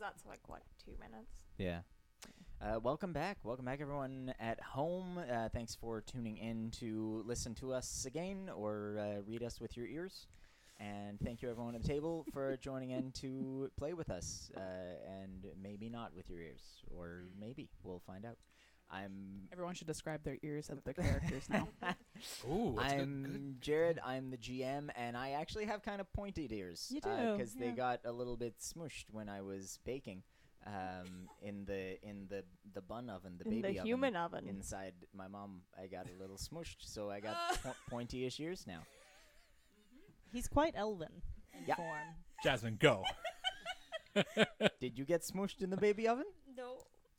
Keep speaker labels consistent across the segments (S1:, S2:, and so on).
S1: that's like what two minutes.
S2: Yeah. Uh, welcome back. Welcome back, everyone at home. Uh, thanks for tuning in to listen to us again or uh, read us with your ears. And thank you, everyone at the table, for joining in to play with us. Uh, and maybe not with your ears, or maybe we'll find out. I'm.
S3: Everyone should describe their ears and their characters now.
S4: Ooh, that's good-
S2: I'm
S4: good.
S2: Jared. I'm the GM, and I actually have kind of pointed ears.
S3: You do,
S2: because they
S3: yeah.
S2: got a little bit smooshed when I was baking, um, in the in the the bun oven, the
S1: In
S2: baby
S1: the
S2: oven.
S1: human oven.
S2: Inside my mom, I got a little smooshed, so I got po- pointy-ish ears now.
S5: He's quite elven in
S2: Yeah.
S5: form.
S4: Jasmine, go.
S2: Did you get smooshed in the baby oven?
S6: No,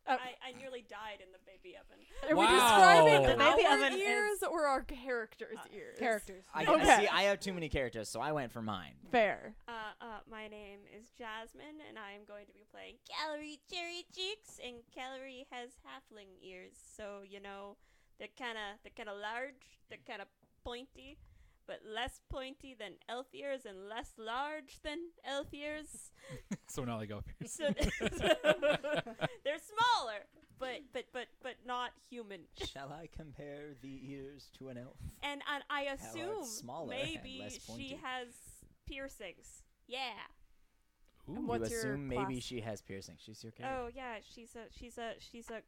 S1: Uh,
S6: I, I nearly died in the baby oven.
S1: Are we describing
S4: Wow. The
S5: baby
S1: our
S5: oven is-
S1: ears or our characters' ears?
S3: characters.
S2: I
S1: Okay.
S2: see. I have too many characters, so I went for mine.
S1: Fair.
S6: Uh, uh, my name is Jasmine, and I am going to be playing Calorie Cherry Cheeks, and Calorie has halfling ears, so you know they're kind of they're kind of large, they're kind of pointy, but less pointy than elf ears and less large than elf ears.
S4: So now they go. up here.
S6: So, they're smaller, but but but but not human.
S2: Shall I compare the ears to an elf?
S6: And and I
S2: it's
S6: assume
S2: smaller and
S6: maybe
S2: less pointy.
S6: she has piercings. Yeah.
S1: And
S4: Ooh,
S1: what's
S2: you
S1: your
S2: assume maybe
S1: class?
S2: she has piercing. She's your character.
S6: Oh yeah, she's a she's a she's a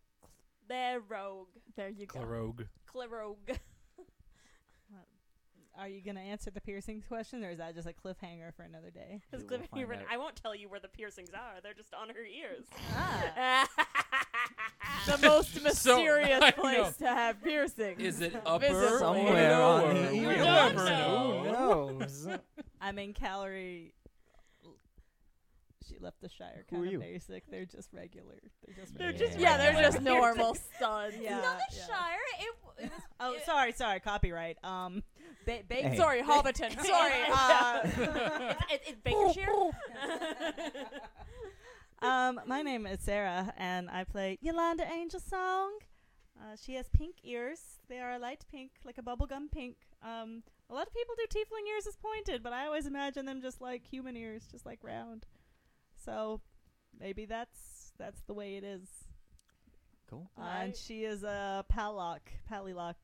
S6: clerogue.
S1: There you go.
S4: Clorogue.
S6: Clerogue.
S5: Are you gonna answer the piercings question, or is that just a cliffhanger for another day?
S2: We
S6: Is
S2: will
S6: Cliffhanger-
S2: find out.
S6: I won't tell you where the piercings are. They're just on her ears.
S5: Ah,
S1: The most
S4: So-
S1: mysterious
S4: I know.
S1: place to have piercings.
S4: Is it upper
S1: Visible.
S4: or
S2: Somewhere on
S4: lower?
S2: the
S4: We
S2: ear.
S4: don't
S6: Who
S4: know.
S2: Who knows?
S5: I mean, calorie. She left the Shire
S2: Who are
S5: kind
S2: you?
S5: of basic. They're just regular. They're just.
S2: They're
S5: regular.
S2: just-
S1: yeah, they're
S2: Yeah.
S1: just normal studs.
S5: Yeah,
S6: Not the
S5: yeah.
S6: Shire. It, w- it was.
S5: Oh,
S6: it-
S5: sorry, sorry. Copyright. Um, ba- ba-
S2: Hey.
S1: Sorry, Hobbiton. Sorry. Uh,
S6: It, it's Bakershire.
S5: um, my name is Sarah, and I play Yolanda Angel Song. Uh, she has pink ears. They are a light pink, like a bubblegum pink. Um, a lot of people do tiefling ears as pointed, but I always imagine them just like human ears, just like round. So maybe that's that's the way it is.
S2: Cool.
S5: Uh, and
S1: Right.
S5: she is a pallock, pallylock.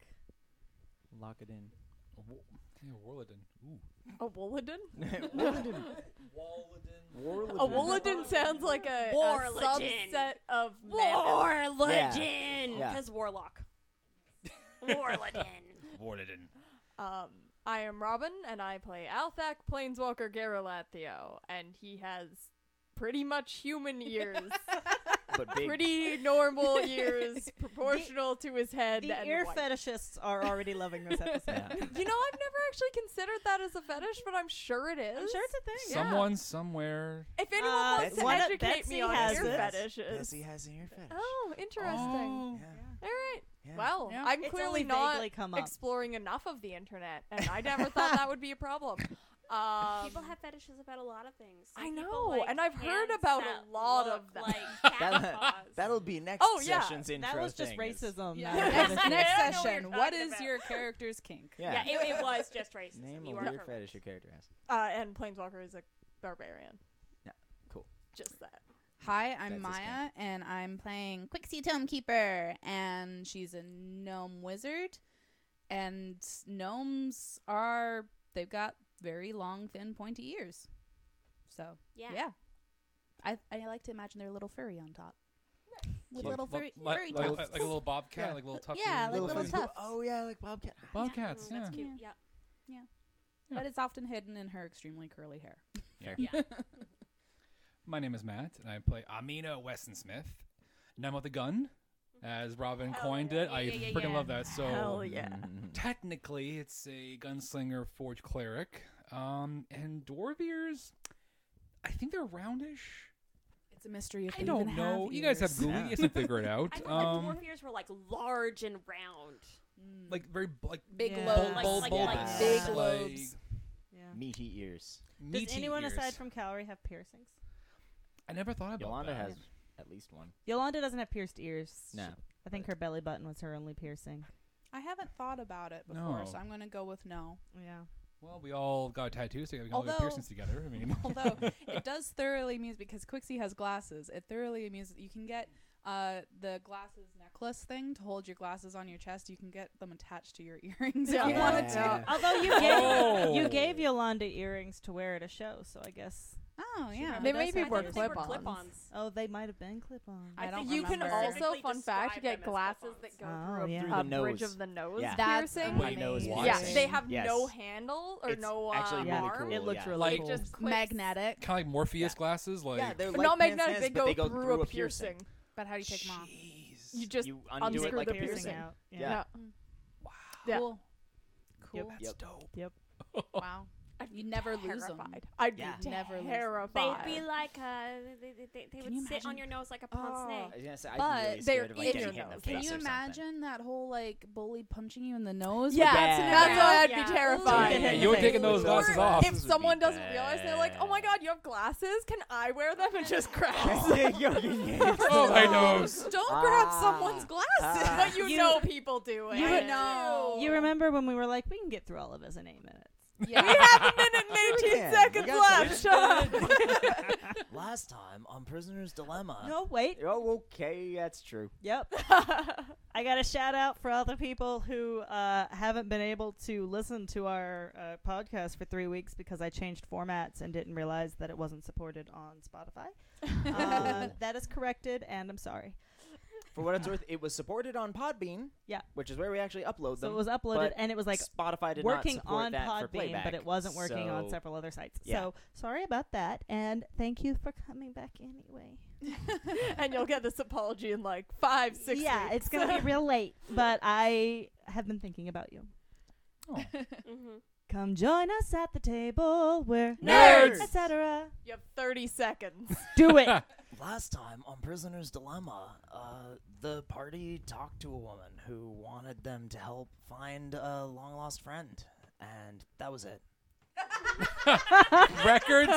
S2: Lock it in.
S4: Wo- yeah, Warladin. Ooh.
S1: a Wooladin? A
S2: Warladin.
S1: Wooladin sounds like a, a
S6: Warladin.
S1: subset of mammoth.
S6: Warladin.
S2: Yeah.
S6: Because warlock. Warladin.
S4: Warladin.
S1: Um, I am Robin, and I play Althak Planeswalker Garolathio, and he has pretty much human ears,
S2: But big.
S1: pretty normal ears, proportional to his head.
S5: The
S1: and
S5: ear
S1: white.
S5: fetishists are already loving this episode.
S2: Yeah.
S1: You know, I've never actually considered that as a fetish, but I'm sure it is.
S5: I'm sure it's a thing.
S1: Yeah.
S4: Someone somewhere.
S1: If anyone
S5: Uh,
S1: wants to
S5: one of-
S1: educate
S5: Betsy
S1: me on
S5: has
S1: ear
S5: it.
S1: fetishes,
S2: Bessie has an ear fetish.
S1: oh, interesting.
S4: Oh.
S2: Yeah.
S1: All right.
S2: Yeah.
S1: Well,
S3: Yeah.
S1: I'm
S5: It's
S1: clearly
S5: only
S1: not
S5: vaguely come up.
S1: exploring enough of the internet, and I never thought that would be a problem. Um,
S6: People have fetishes about a lot of things.
S1: I
S6: people
S1: know, and I've heard
S6: hands
S1: about a
S6: that
S1: lot
S6: look
S1: of them.
S6: Like cat
S2: That-
S6: paws.
S2: That'll be next
S1: Oh, yeah.
S2: session's intro.
S5: That was just
S2: thing is-
S5: racism.
S3: Yeah.
S5: not
S3: Next,
S5: fetishism.
S3: next
S6: I don't know what you're
S3: session. What
S6: talking
S3: is
S6: about.
S3: your character's kink?
S2: Yeah.
S6: yeah, it, it was just racist.
S2: Name a
S6: you are
S2: weird
S6: correct.
S2: fetish your character has.
S1: uh, and Planeswalker is a barbarian.
S2: Yeah, cool.
S1: Just that.
S3: Hi, I'm
S2: That's his
S3: Maya, and I'm playing Quixie Tomekeeper, and she's a gnome wizard. And gnomes are, they've got very long, thin, pointy ears. So,
S6: Yeah.
S3: yeah. I, I like to imagine they're a little furry on top. With
S4: Like-
S3: little
S4: like-
S3: furry,
S4: like,
S3: furry
S4: like,
S3: tufts.
S4: like a little bobcat,
S2: Yeah.
S4: like a little tuft.
S3: Yeah, like little
S2: furry-
S3: tuft. tufts.
S2: Oh yeah, like bobcat.
S4: Bobcats,
S6: Mm,
S4: yeah.
S6: That's cute. Yeah.
S3: But it's often hidden in her extremely curly hair.
S4: My name is Matt, and I play Amina Weston Smith. Numb with a gun, as Robin
S6: Hell
S4: coined
S6: yeah.
S4: it. I
S3: Yeah, yeah, yeah,
S4: freaking
S3: yeah.
S4: love that. So
S1: Hell yeah.
S2: Mhm.
S4: technically, it's a gunslinger forge cleric. Um, and dwarf ears, I think they're roundish.
S3: It's a mystery if
S4: I don't know. you guys have Google.
S2: Yeah.
S4: You guys can figure it out.
S6: I thought
S4: um,
S6: like dwarf ears were like large and round.
S4: like very bu- like
S3: big
S5: Yeah.
S3: lobes,
S4: bulb,
S6: Like-
S4: bulb,
S6: like-
S4: bulb,
S2: like
S4: big
S2: big
S3: lobes.
S5: Yeah.
S2: Meaty ears.
S5: Does
S4: meaty
S5: anyone
S4: ears.
S5: aside from Calorie have piercings?
S4: I never thought about
S2: Yolanda
S4: that.
S2: has at least one.
S5: Yolanda doesn't have pierced ears.
S2: No.
S5: I think her belly button was her only piercing.
S3: I haven't thought about it
S4: before,
S3: before,
S4: No. so
S3: so I'm going to go with no.
S5: Yeah.
S4: Well, we all got tattoos together. We all got
S3: Although-
S4: piercings together. I mean,
S3: Although it does thoroughly amuse because Quixie has glasses. It thoroughly amuses. You can get uh, the glasses necklace thing to hold your glasses on your chest. You can get them attached to your earrings if you
S5: Yeah.
S3: wanted to.
S2: Yeah.
S5: Although you gave
S4: Oh.
S5: you gave Yolanda earrings to wear at a show, so I guess
S3: Oh
S5: She
S3: yeah,
S5: probably
S1: They
S5: does
S1: maybe
S5: have
S1: were
S5: to.
S6: They were
S1: clip-ons.
S6: clip-ons.
S5: oh they might have been clip on.
S3: I don't
S1: you can
S3: remember.
S1: also,
S6: Specifically
S1: fun fact,
S6: describe
S1: get
S6: them as
S1: glasses that
S6: clip-ons.
S1: go
S5: Oh,
S1: through a,
S5: yeah.
S2: Through the
S1: a bridge
S2: nose.
S1: of the nose
S2: Yeah.
S3: That's
S1: piercing.
S2: My nose
S3: amazing.
S1: Yeah,
S2: Watching.
S1: they have no
S2: Yes.
S1: handle or
S2: It's
S1: no uh,
S2: actually really
S1: arm.
S2: cool.
S5: It looks
S2: yeah.
S5: really
S4: Like-
S5: cool.
S1: It just clips.
S3: magnetic.
S4: kind of like Morpheus glasses. Like,
S2: yeah, they're
S1: But
S2: like
S1: not
S2: man's
S1: magnetic.
S2: hands,
S1: They
S2: but
S1: go,
S2: they go
S1: through, a piercing.
S3: But how do you take them off?
S4: Jeez.
S1: You just
S2: You undo it
S1: unscrew
S2: like
S1: the
S2: a
S1: piercing.
S2: piercing.
S5: out.
S2: Yeah.
S1: no. Yeah.
S3: Cool.
S5: Yep.
S3: Cool.
S4: That's
S2: Yep.
S4: dope.
S5: Yep.
S3: Wow.
S1: I'd be
S3: You never lose 'em.
S1: terrified. I'd
S2: Yeah.
S1: be
S3: Never lose 'em.
S1: terrified.
S6: They'd be like, uh, they, they, they, they
S3: Can
S6: would
S3: you
S6: sit on
S3: imagine?
S6: your nose like a pond
S1: Oh.
S6: snake.
S2: I was gonna say, I'd
S3: But
S2: be really
S1: they're
S2: scared of
S1: in
S2: like, getting
S1: your
S2: hit in the
S1: nose.
S2: face
S3: Can
S2: or
S3: you
S2: something.
S3: imagine that whole like bully punching you in the nose?
S1: yeah,
S2: bats in
S1: that's
S2: it.
S1: why I'd
S6: Yeah.
S1: be
S6: So
S1: terrified.
S5: you get hit in
S4: you were
S5: the
S4: taking
S5: face.
S4: those
S2: Or
S4: glasses
S1: Or
S4: off.
S1: if
S2: Glasses would
S1: someone
S2: be
S1: doesn't realize, they're like, "Oh my
S2: bad.
S1: god, you have glasses? Can I wear them?" and just cracks.
S2: oh
S4: Oh my
S3: No.
S4: nose!
S1: Don't grab
S2: Ah.
S1: someones' glasses,
S2: Ah.
S1: but you,
S5: You-
S1: know people do it.
S5: you
S1: I
S5: would-
S1: know.
S5: You remember when we were like, we can get through all of us in eight minutes.
S1: we have a minute and 18
S2: Yeah, we
S1: seconds
S2: got
S1: left. Shut up.
S2: Last time on Prisoner's Dilemma.
S5: No, wait.
S2: Oh, okay, that's true.
S5: Yep. I got a shout out for all the people who uh, haven't been able to listen to our uh, podcast for three weeks because I changed formats and didn't realize that it wasn't supported on Spotify. uh, that is corrected, and I'm sorry.
S2: For what it's worth, it was supported on Podbean.
S5: Yeah.
S2: Which is where we actually upload
S5: So
S2: them.
S5: it was uploaded,
S2: but
S5: and it was like
S2: Spotify did
S5: working
S2: not support
S5: on
S2: that for
S5: Podbean,
S2: playback,
S5: but it wasn't working on
S2: so-
S5: several other sites.
S2: Yeah.
S5: So sorry about that, and thank you for coming back anyway.
S1: and you'll get this apology in like five, six
S5: yeah,
S1: weeks.
S5: it's gonna be real late, but I have been thinking about you.
S6: Mm-hmm.
S5: Come join us at the table. We're
S1: Nerds!
S5: etc.
S1: you have 30 seconds.
S5: Do it.
S2: Last time on Prisoner's Dilemma, uh, the party talked to a woman who wanted them to help find a long lost friend, and that was it.
S4: Record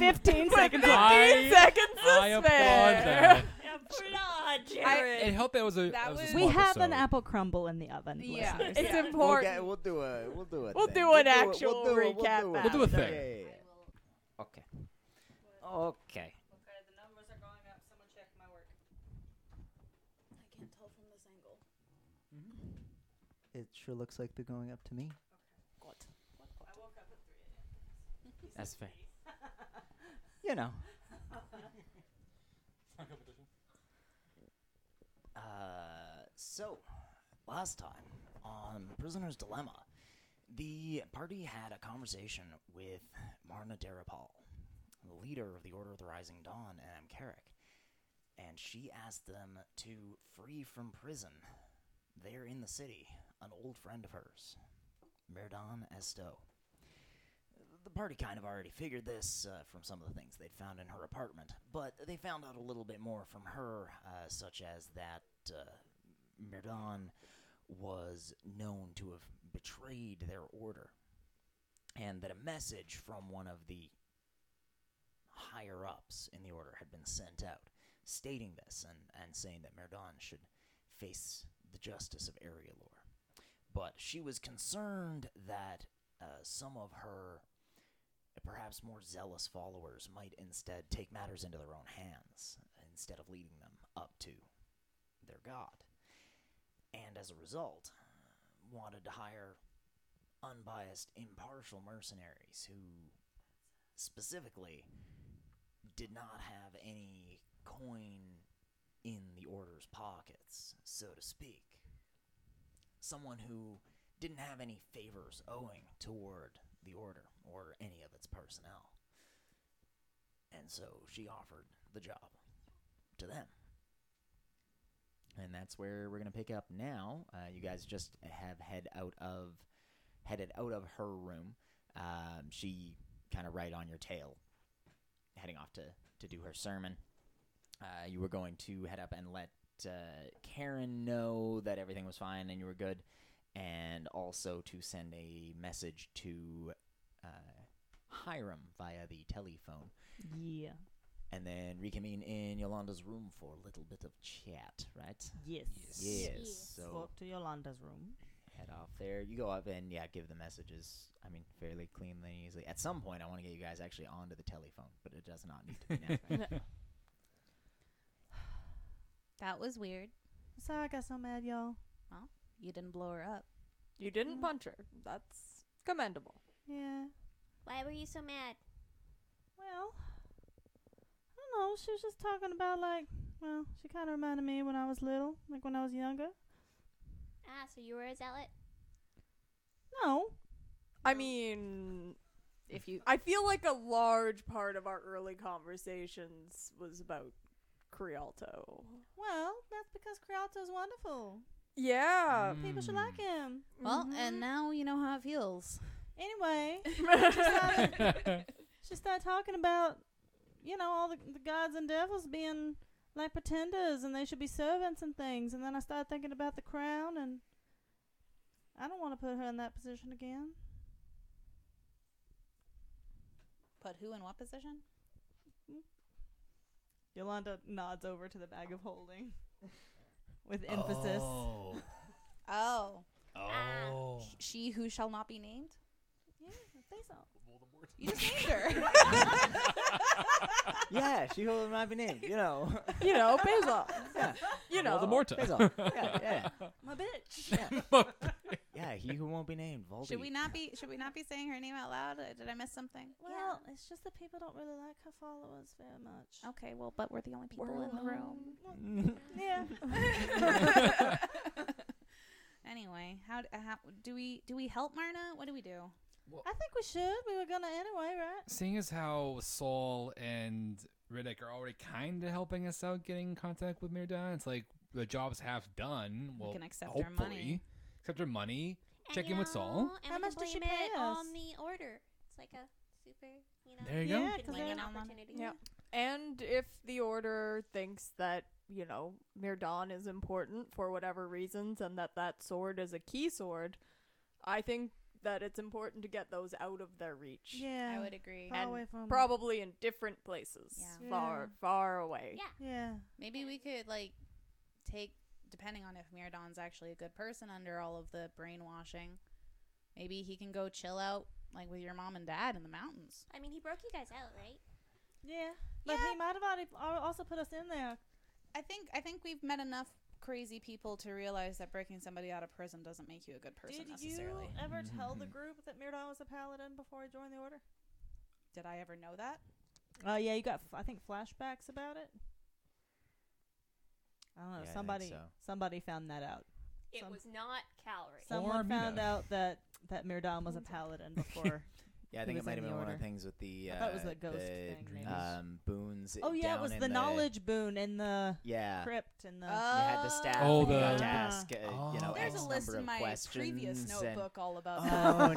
S5: With 15 seconds. left.
S4: I,
S1: seconds to
S4: I applaud
S1: spare.
S4: that.
S6: Applaud,
S4: It
S6: Jared.
S4: helped that was a.
S3: That
S4: was a
S3: was-
S5: We
S4: small
S5: have an
S4: episode.
S5: apple crumble in the oven.
S3: Yeah.
S5: listeners.
S1: It's
S6: Yeah.
S2: We'll,
S1: important.
S2: get, we'll do a we'll do a
S1: We'll
S2: thing.
S1: do an
S2: a-
S1: actual
S2: we'll do a-
S1: recap
S2: We'll do a,
S4: We'll do a
S2: Yeah,
S4: thing.
S2: yeah, yeah. Okay. Okay.
S5: the numbers are going up. Someone check my work.
S3: I can't tell from this angle.
S2: It sure looks like they're going up to me.
S5: I woke up at
S2: That's fair. you know. Uh, so, last time on Prisoner's Dilemma, the party had a conversation with Marna Darapal, the leader of the Order of the Rising Dawn, and M. Carrick, and she asked them to free from prison there in the city an old friend of hers, Myrdan Esto. The party kind of already figured this uh, from some of the things they'd found in her apartment, but they found out a little bit more from her, uh, such as that uh, Myrdan was known to have betrayed their order, and that a message from one of the higher ups in the order had been sent out stating this and, and saying that Myrdan should face the justice of Arielor. But she was concerned that uh, some of her perhaps more zealous followers might instead take matters into their own hands instead of leading them up to their god. And as a result, wanted to hire unbiased, impartial mercenaries who specifically did not have any coin in the order's pockets, so to speak. Someone who didn't have any favors owing toward the order or any of its personnel. And so she offered the job to them. And that's where we're going to pick up now. Uh, you guys just have head out of headed out of her room. Um, she kind of right on your tail, heading off to to do her sermon. Uh, you were going to head up and let uh, Karen know that everything was fine and you were good and also to send a message to uh, Hiram via the telephone,
S5: Yeah.
S2: and then reconvene in Yolanda's room for a little bit of chat, right?
S5: Yes.
S2: Yes.
S3: Yes.
S2: So
S5: Go to Yolanda's room.
S2: head off there. You go up and yeah, give the messages. I mean, fairly cleanly and easily. At some point, I want to get you guys actually onto the telephone, but it does not need to be now.
S3: That was weird.
S5: Sorry, I got so mad, y'all.
S3: You didn't blow her up.
S1: You didn't
S5: Mm.
S1: punch her. That's commendable.
S5: Yeah.
S6: Why were you so mad?
S5: Well, I don't know. She was just talking about like, well, she kind of reminded me when I was little, like when I was younger.
S6: Ah, so you were a zealot?
S5: No,
S1: I mean,
S3: If you
S1: I feel like a large part of our early conversations was about Crealto.
S5: well, that's because Crealto's wonderful.
S1: Yeah. Mm-hmm.
S5: People
S2: Hmm.
S5: should like him.
S3: well, and now you know how it feels.
S5: Anyway, she started talking about, you know, all the, the gods and devils being like pretenders and they should be servants and things. And then I started thinking about the crown, and I don't want to put her in that position again.
S3: Put who in what position?
S5: Yolanda nods over to the bag of holding with emphasis. Ah.
S4: Oh.
S3: Oh,
S4: oh.
S3: she who shall not be named.
S5: Yeah, I think so.
S3: You just named her.
S2: yeah, she will remind me name. You know,
S1: you know, Basil.
S2: yeah,
S1: You know.
S2: Basil. Yeah, yeah,
S5: My bitch.
S2: yeah. yeah, he who won't be named. Voldy.
S3: should we not be? Should we not be saying her name out loud? Uh, Did I miss something?
S5: Well, it's just that people don't really like her followers very much. Um,
S3: Okay, well, but we're the only people in the room.
S5: Yeah.
S3: Anyway, how, d- how do we do we help Marna? What do we do?
S5: I think we should. We were gonna anyway, right?
S4: Seeing as how Saul and Riddick are already kind of helping us out getting in contact with Mirdan, it's like the job's half done. Well,
S3: can accept our
S4: hopefully.
S3: money.
S4: Accept our money.
S6: And,
S4: Check
S6: you
S4: in with
S6: know,
S4: Saul.
S6: and
S5: How
S6: we
S5: much
S6: can
S5: does she
S6: blame
S5: pay
S6: it
S5: us?
S6: on the order. It's like a super, you know,
S4: There you
S5: Yeah,
S4: go.
S5: because
S6: win
S5: they're
S6: an
S3: not-
S6: opportunity.
S1: Yeah. And if the Order thinks that, you know, Mirdan is important for whatever reasons and that that sword is a key sword, I think that it's important to get those out of their reach.
S5: Yeah.
S3: agree.
S5: Far
S1: and
S5: away from.
S1: Probably in different places.
S3: Yeah.
S1: Far,
S5: Yeah.
S1: far away.
S6: Yeah.
S5: Yeah.
S3: Maybe we could like take, depending on if Miradon's actually a good person under all of the brainwashing. Maybe he can go chill out like with your mom and dad in the mountains.
S6: I mean, he broke you guys out, right?
S5: Yeah. But
S3: Yeah.
S5: he might have already al- also put us in there.
S3: I think I think we've met enough crazy people to realize that breaking somebody out of prison doesn't make you a good person
S5: Did
S3: necessarily.
S5: you ever tell
S2: Mm-hmm.
S5: the group that Miradon was a paladin before I joined the order?
S3: Did I ever know that?
S5: Oh yeah, you got f- I think flashbacks about it. I don't
S2: Yeah,
S5: know.
S2: I think
S5: somebody
S2: so.
S5: somebody found that out.
S6: It
S5: Some-
S6: was not Calvary.
S4: Some-
S5: Someone
S4: Mina.
S5: found out that that Miradon was a paladin before.
S2: Yeah, I
S5: He
S2: think it
S5: was
S2: might
S5: in
S2: have
S5: the
S2: been one of
S5: order.
S2: the things with the.
S5: I
S2: Uh,
S5: thought it was the ghost thing. maybe.
S4: dreams.
S2: Um, boons.
S5: oh yeah,
S2: down
S5: it was
S2: in
S5: the knowledge boon in the
S2: Yeah.
S5: crypt and the.
S2: you had the staff. and
S4: Oh,
S2: you
S4: the-
S2: got to ask, uh, you know,
S4: Oh.
S2: X
S3: There's a
S2: number
S3: list
S2: of
S3: in my
S2: questions.
S3: previous
S2: and-
S3: notebook all about
S2: Oh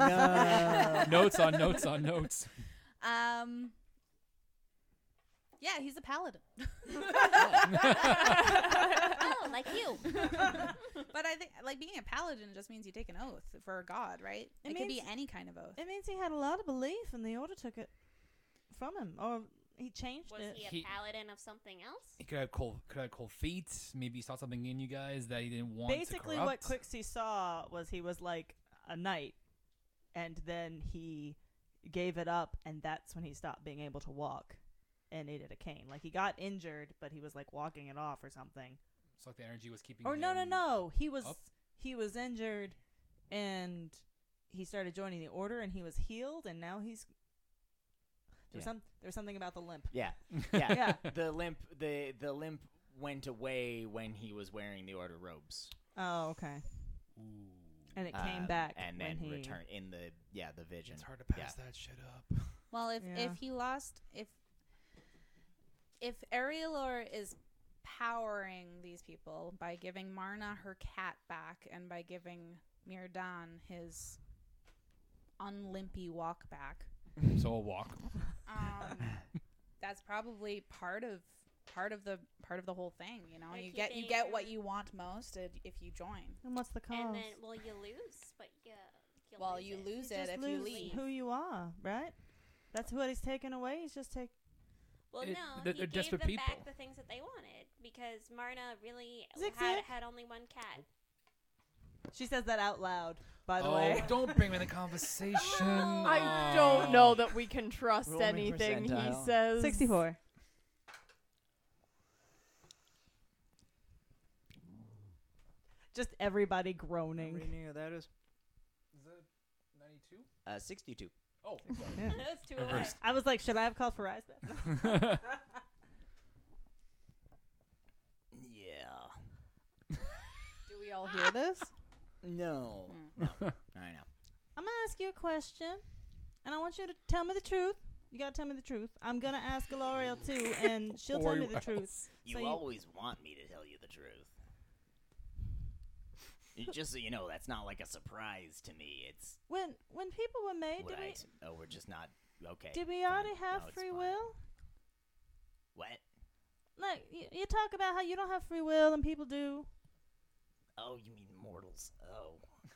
S2: no!
S5: Oh.
S4: notes on notes on notes.
S3: that. Um, yeah, he's a paladin.
S6: oh, like you.
S3: But I think like being a paladin just means you take an oath for a god, right? It,
S5: It
S3: could be
S5: means-
S3: any kind of oath.
S5: It means he had a lot of belief, and the order took it from him, or he changed
S6: Was
S5: it.
S6: he a
S4: He-
S6: paladin of something else?
S4: He could have cold, could have cold feet. Maybe he saw something in you guys that he didn't want.
S5: Basically,
S4: to
S5: what
S4: corrupt.
S5: Quixie saw was he was like a knight, and then he gave it up, and that's when he stopped being able to walk and needed a cane. Like he got injured, but he was like walking it off or something.
S4: It's like the energy was keeping.
S5: Or Oh, no, no,
S4: him-
S5: no, he was
S4: up?
S5: he was injured, and he started joining the order, and he was healed, and now he's. There was
S2: Yeah.
S5: some there was something about the limp.
S2: yeah, yeah.
S5: Yeah.
S2: The limp, the the limp went away when he was wearing the order robes,
S5: Oh, okay.
S4: Ooh.
S5: And it came
S2: Um,
S5: back
S2: and
S5: when
S2: then
S5: he
S2: returned in the yeah the vision.
S4: It's hard to pass that shit up.
S3: Well, if
S5: Yeah.
S3: if he lost if if Arielor is powering these people by giving Marna her cat back and by giving Mirdan his unlimpy walk back,
S4: So a walk.
S3: um, that's probably part of part of the part of the whole thing. You know,
S6: Like
S3: you
S6: he
S3: get you
S6: gave
S3: get what
S6: her-
S3: you want most if if you join.
S5: And what's the cause?
S6: And then, well, you lose, but you. you
S3: Well, you
S6: it.
S3: lose
S5: You
S3: it
S5: just
S3: if you
S5: lose
S3: leave.
S5: who you are, right? That's what he's taken away. He's just take.
S6: Well,
S4: It-
S6: no,
S4: they're-
S6: he
S4: they're
S6: gave
S4: desperate
S6: them
S4: people.
S6: back the things that they wanted because Marna really
S5: Zig
S6: had,
S5: zag.
S6: had only one cat.
S5: She says that out loud, by the
S4: oh,
S5: way.
S4: don't bring me in the conversation.
S1: I
S4: Oh.
S1: don't know that we can trust
S2: Roll me
S1: anything he
S2: Uh, percentile.
S1: says.
S5: 64. Just everybody groaning.
S2: that is
S4: Is that 92?
S2: uh, 62.
S4: Oh,
S6: That's too high.
S4: Reversed.
S5: I was like, should I have called Faraz then?
S4: sorry.
S2: Yeah.
S3: Do we all hear this?
S2: No.
S5: Hmm.
S2: I know.
S5: I'm gonna ask you a question, and I want you to tell me the truth. You gotta tell me the truth. I'm gonna ask L'Oreal too, and she'll tell
S4: Or
S5: me the
S4: else.
S5: truth.
S2: You
S5: So you-
S2: always want me to tell you the truth. Y- Just so you know, that's not like a surprise to me. It's
S5: When when people were made,
S2: what
S5: did
S2: I.
S5: we
S2: ex- oh, we're just not okay.
S5: did we
S2: fine.
S5: already have
S2: No, it's
S5: free
S2: fine.
S5: will?
S2: What?
S5: Like you, you talk about how you don't have free will and people do.
S2: Oh, you mean mortals? Oh,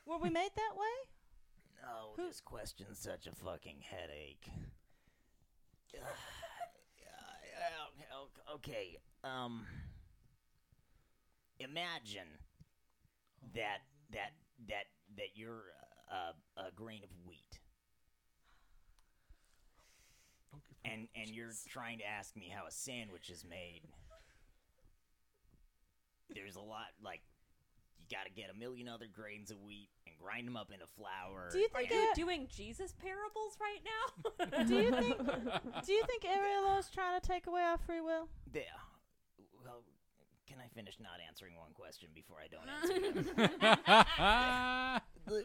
S5: Were we made that way?
S2: oh,
S5: Who-
S2: this question's such a fucking headache. Ugh. Uh, o- o- okay, um, imagine that that that that you're uh, a grain of wheat. and and you're trying to ask me how a sandwich is made. There's a lot like you got to get a million other grains of wheat and grind them up into flour.
S5: Do you
S6: Are
S5: think
S6: you
S5: I-
S6: doing Jesus parables right now?
S5: Do you think do you think Ariel is trying to take away our free will?
S2: There. Well, can I finish not answering one question before I don't answer? another? the,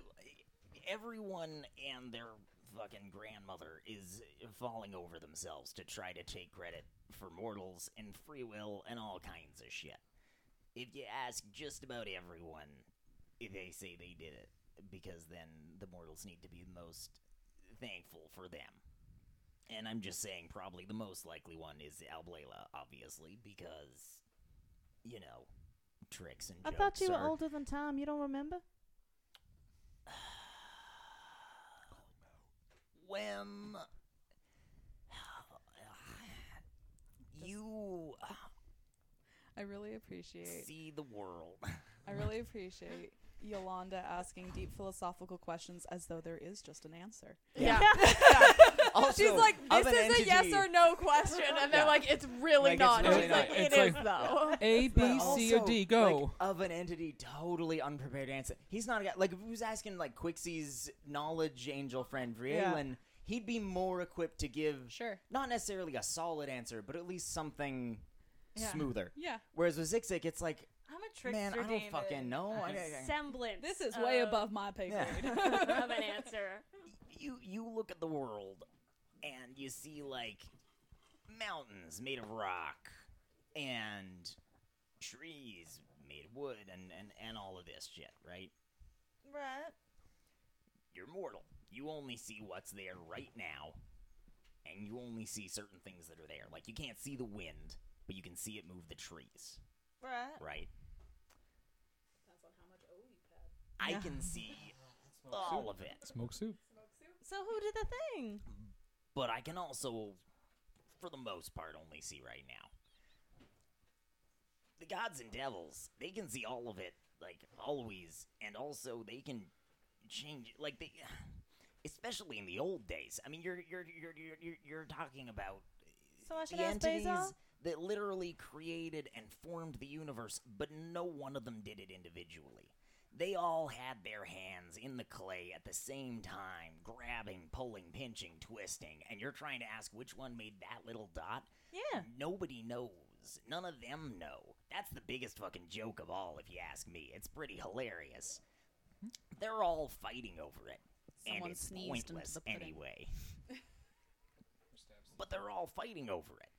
S2: everyone and their fucking grandmother is falling over themselves to try to take credit for mortals and free will and all kinds of shit. If you ask just about everyone, they say they did it because then the mortals need to be the most thankful for them. And I'm just saying, probably the most likely one is Alblela, obviously, because, you know, tricks and
S5: I
S2: jokes.
S5: thought you were
S2: are-
S5: older than time. You don't remember?
S2: Wem. You uh,
S3: I really appreciate.
S2: see the world.
S3: I really appreciate Yolanda asking deep philosophical questions as though there is just an answer.
S1: Yeah.
S2: Also,
S1: She's like,
S2: of
S1: this
S2: an
S1: is a yes
S2: entity-
S1: or no question. And they're
S2: Yeah.
S1: like, it's really
S2: Like, it's
S1: not.
S4: really
S1: She's
S4: not.
S1: like, it
S4: It's
S1: is,
S4: like-
S1: though.
S4: A,
S2: But
S4: B, C, or
S2: also,
S4: D,
S2: like,
S4: go.
S2: of an entity totally unprepared answer. He's not a guy like if he was asking like Quixie's knowledge angel friend Vrielin, he'd be more equipped to give
S3: Sure.
S2: not necessarily a solid answer, but at least something
S3: Yeah.
S2: smoother.
S3: Yeah.
S2: Whereas with Zixik, it's like,
S5: I'm a
S2: man, I don't fucking know. I- I- I-
S6: Semblance.
S3: This is way
S6: of-
S3: above my pay
S2: Yeah.
S3: grade.
S6: of an answer.
S2: you you look at the world and you see like mountains made of rock and trees made of wood and and, and all of this shit right
S5: Right.
S2: you're mortal you only see what's there right now and you only see certain things that are there like you can't see the wind but you can see it move the trees
S5: Right.
S2: right i can see all of it
S4: Smoke soup.
S5: So who did the thing?
S2: but I can also, for the most part, only see right now. The gods and devils, they can see all of it, like always, and also they can change, like they, especially in the old days. I mean, you're you're you're you're you're, you're talking about
S5: So I should
S2: the
S5: ask Basil?
S2: entities that literally created and formed the universe, but no one of them did it individually. They all had their hands in the clay at the same time, grabbing, pulling, pinching, twisting, and you're trying to ask which one made that little dot?
S5: Yeah.
S2: Nobody knows. None of them know. That's the biggest fucking joke of all, if you ask me. It's pretty hilarious. They're all fighting over it. and
S3: Someone
S2: it's
S3: sneezed into
S2: pointless
S3: the pudding.
S2: anyway. but they're all fighting over it.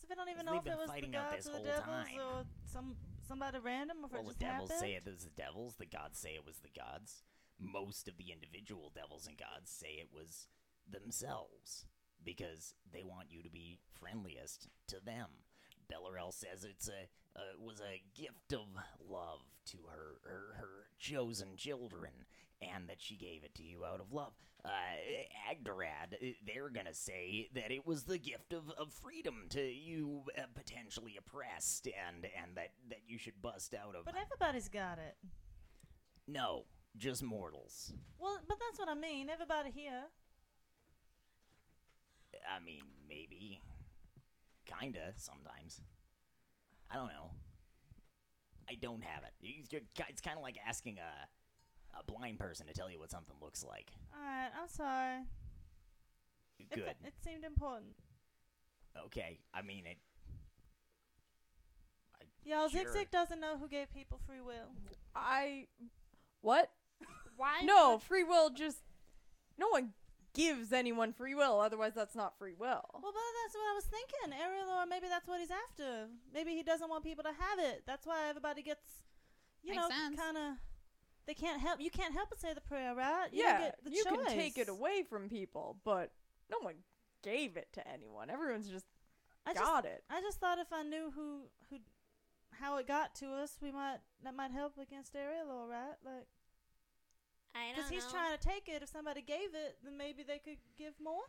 S5: So we don't even
S2: They've
S5: know if
S2: been
S5: it was the
S2: fighting out
S5: gods
S2: this
S5: or the
S2: whole
S5: devils
S2: time.
S5: or some somebody random or if
S2: Well,
S5: it
S2: the
S5: just
S2: devils
S5: happened.
S2: say it was the devils. The gods say it was the gods. Most of the individual devils and gods say it was themselves because they want you to be friendliest to them. Bellarel says it's a uh, was a gift of love to her, her her chosen children, and that she gave it to you out of love. Uh, Agdarad, uh, they're gonna say that it was the gift of, of freedom to you uh, potentially oppressed, and and that that you should bust out of
S5: But everybody's got it.
S2: no, just mortals.
S5: Well, but that's what I mean. Everybody here.
S2: I mean, maybe. Kinda, sometimes. I don't know. I don't have it. You- you- It's kind of like asking a, a blind person to tell you what something looks like.
S5: Alright, I'm sorry. It-
S2: Good.
S5: It, seemed important.
S2: Okay. I mean, it.
S5: Y'all,
S2: Sure.
S5: Zigzag doesn't know who gave people free will.
S1: I. What?
S6: Why?
S1: No, free will just. No one gives anyone free will, otherwise, that's not free will.
S5: Well, but that's what I was thinking, Ariel, or maybe that's what he's after. Maybe he doesn't want people to have it. That's why everybody gets, you
S3: Makes
S5: know,
S3: sense.
S5: kind of. They can't help. You can't help but say the prayer, right? You don't
S1: yeah,
S5: get the
S1: you can take it
S5: choice.
S1: away from people, but no one gave it to anyone. Everyone's just
S5: I just,
S1: got it.
S5: I just thought if I knew who, who, how it got to us, we might that might help against Ariel, right? Like,
S6: I don't
S5: because he's
S6: know.
S5: trying to take it. If somebody gave it, then maybe they could give more.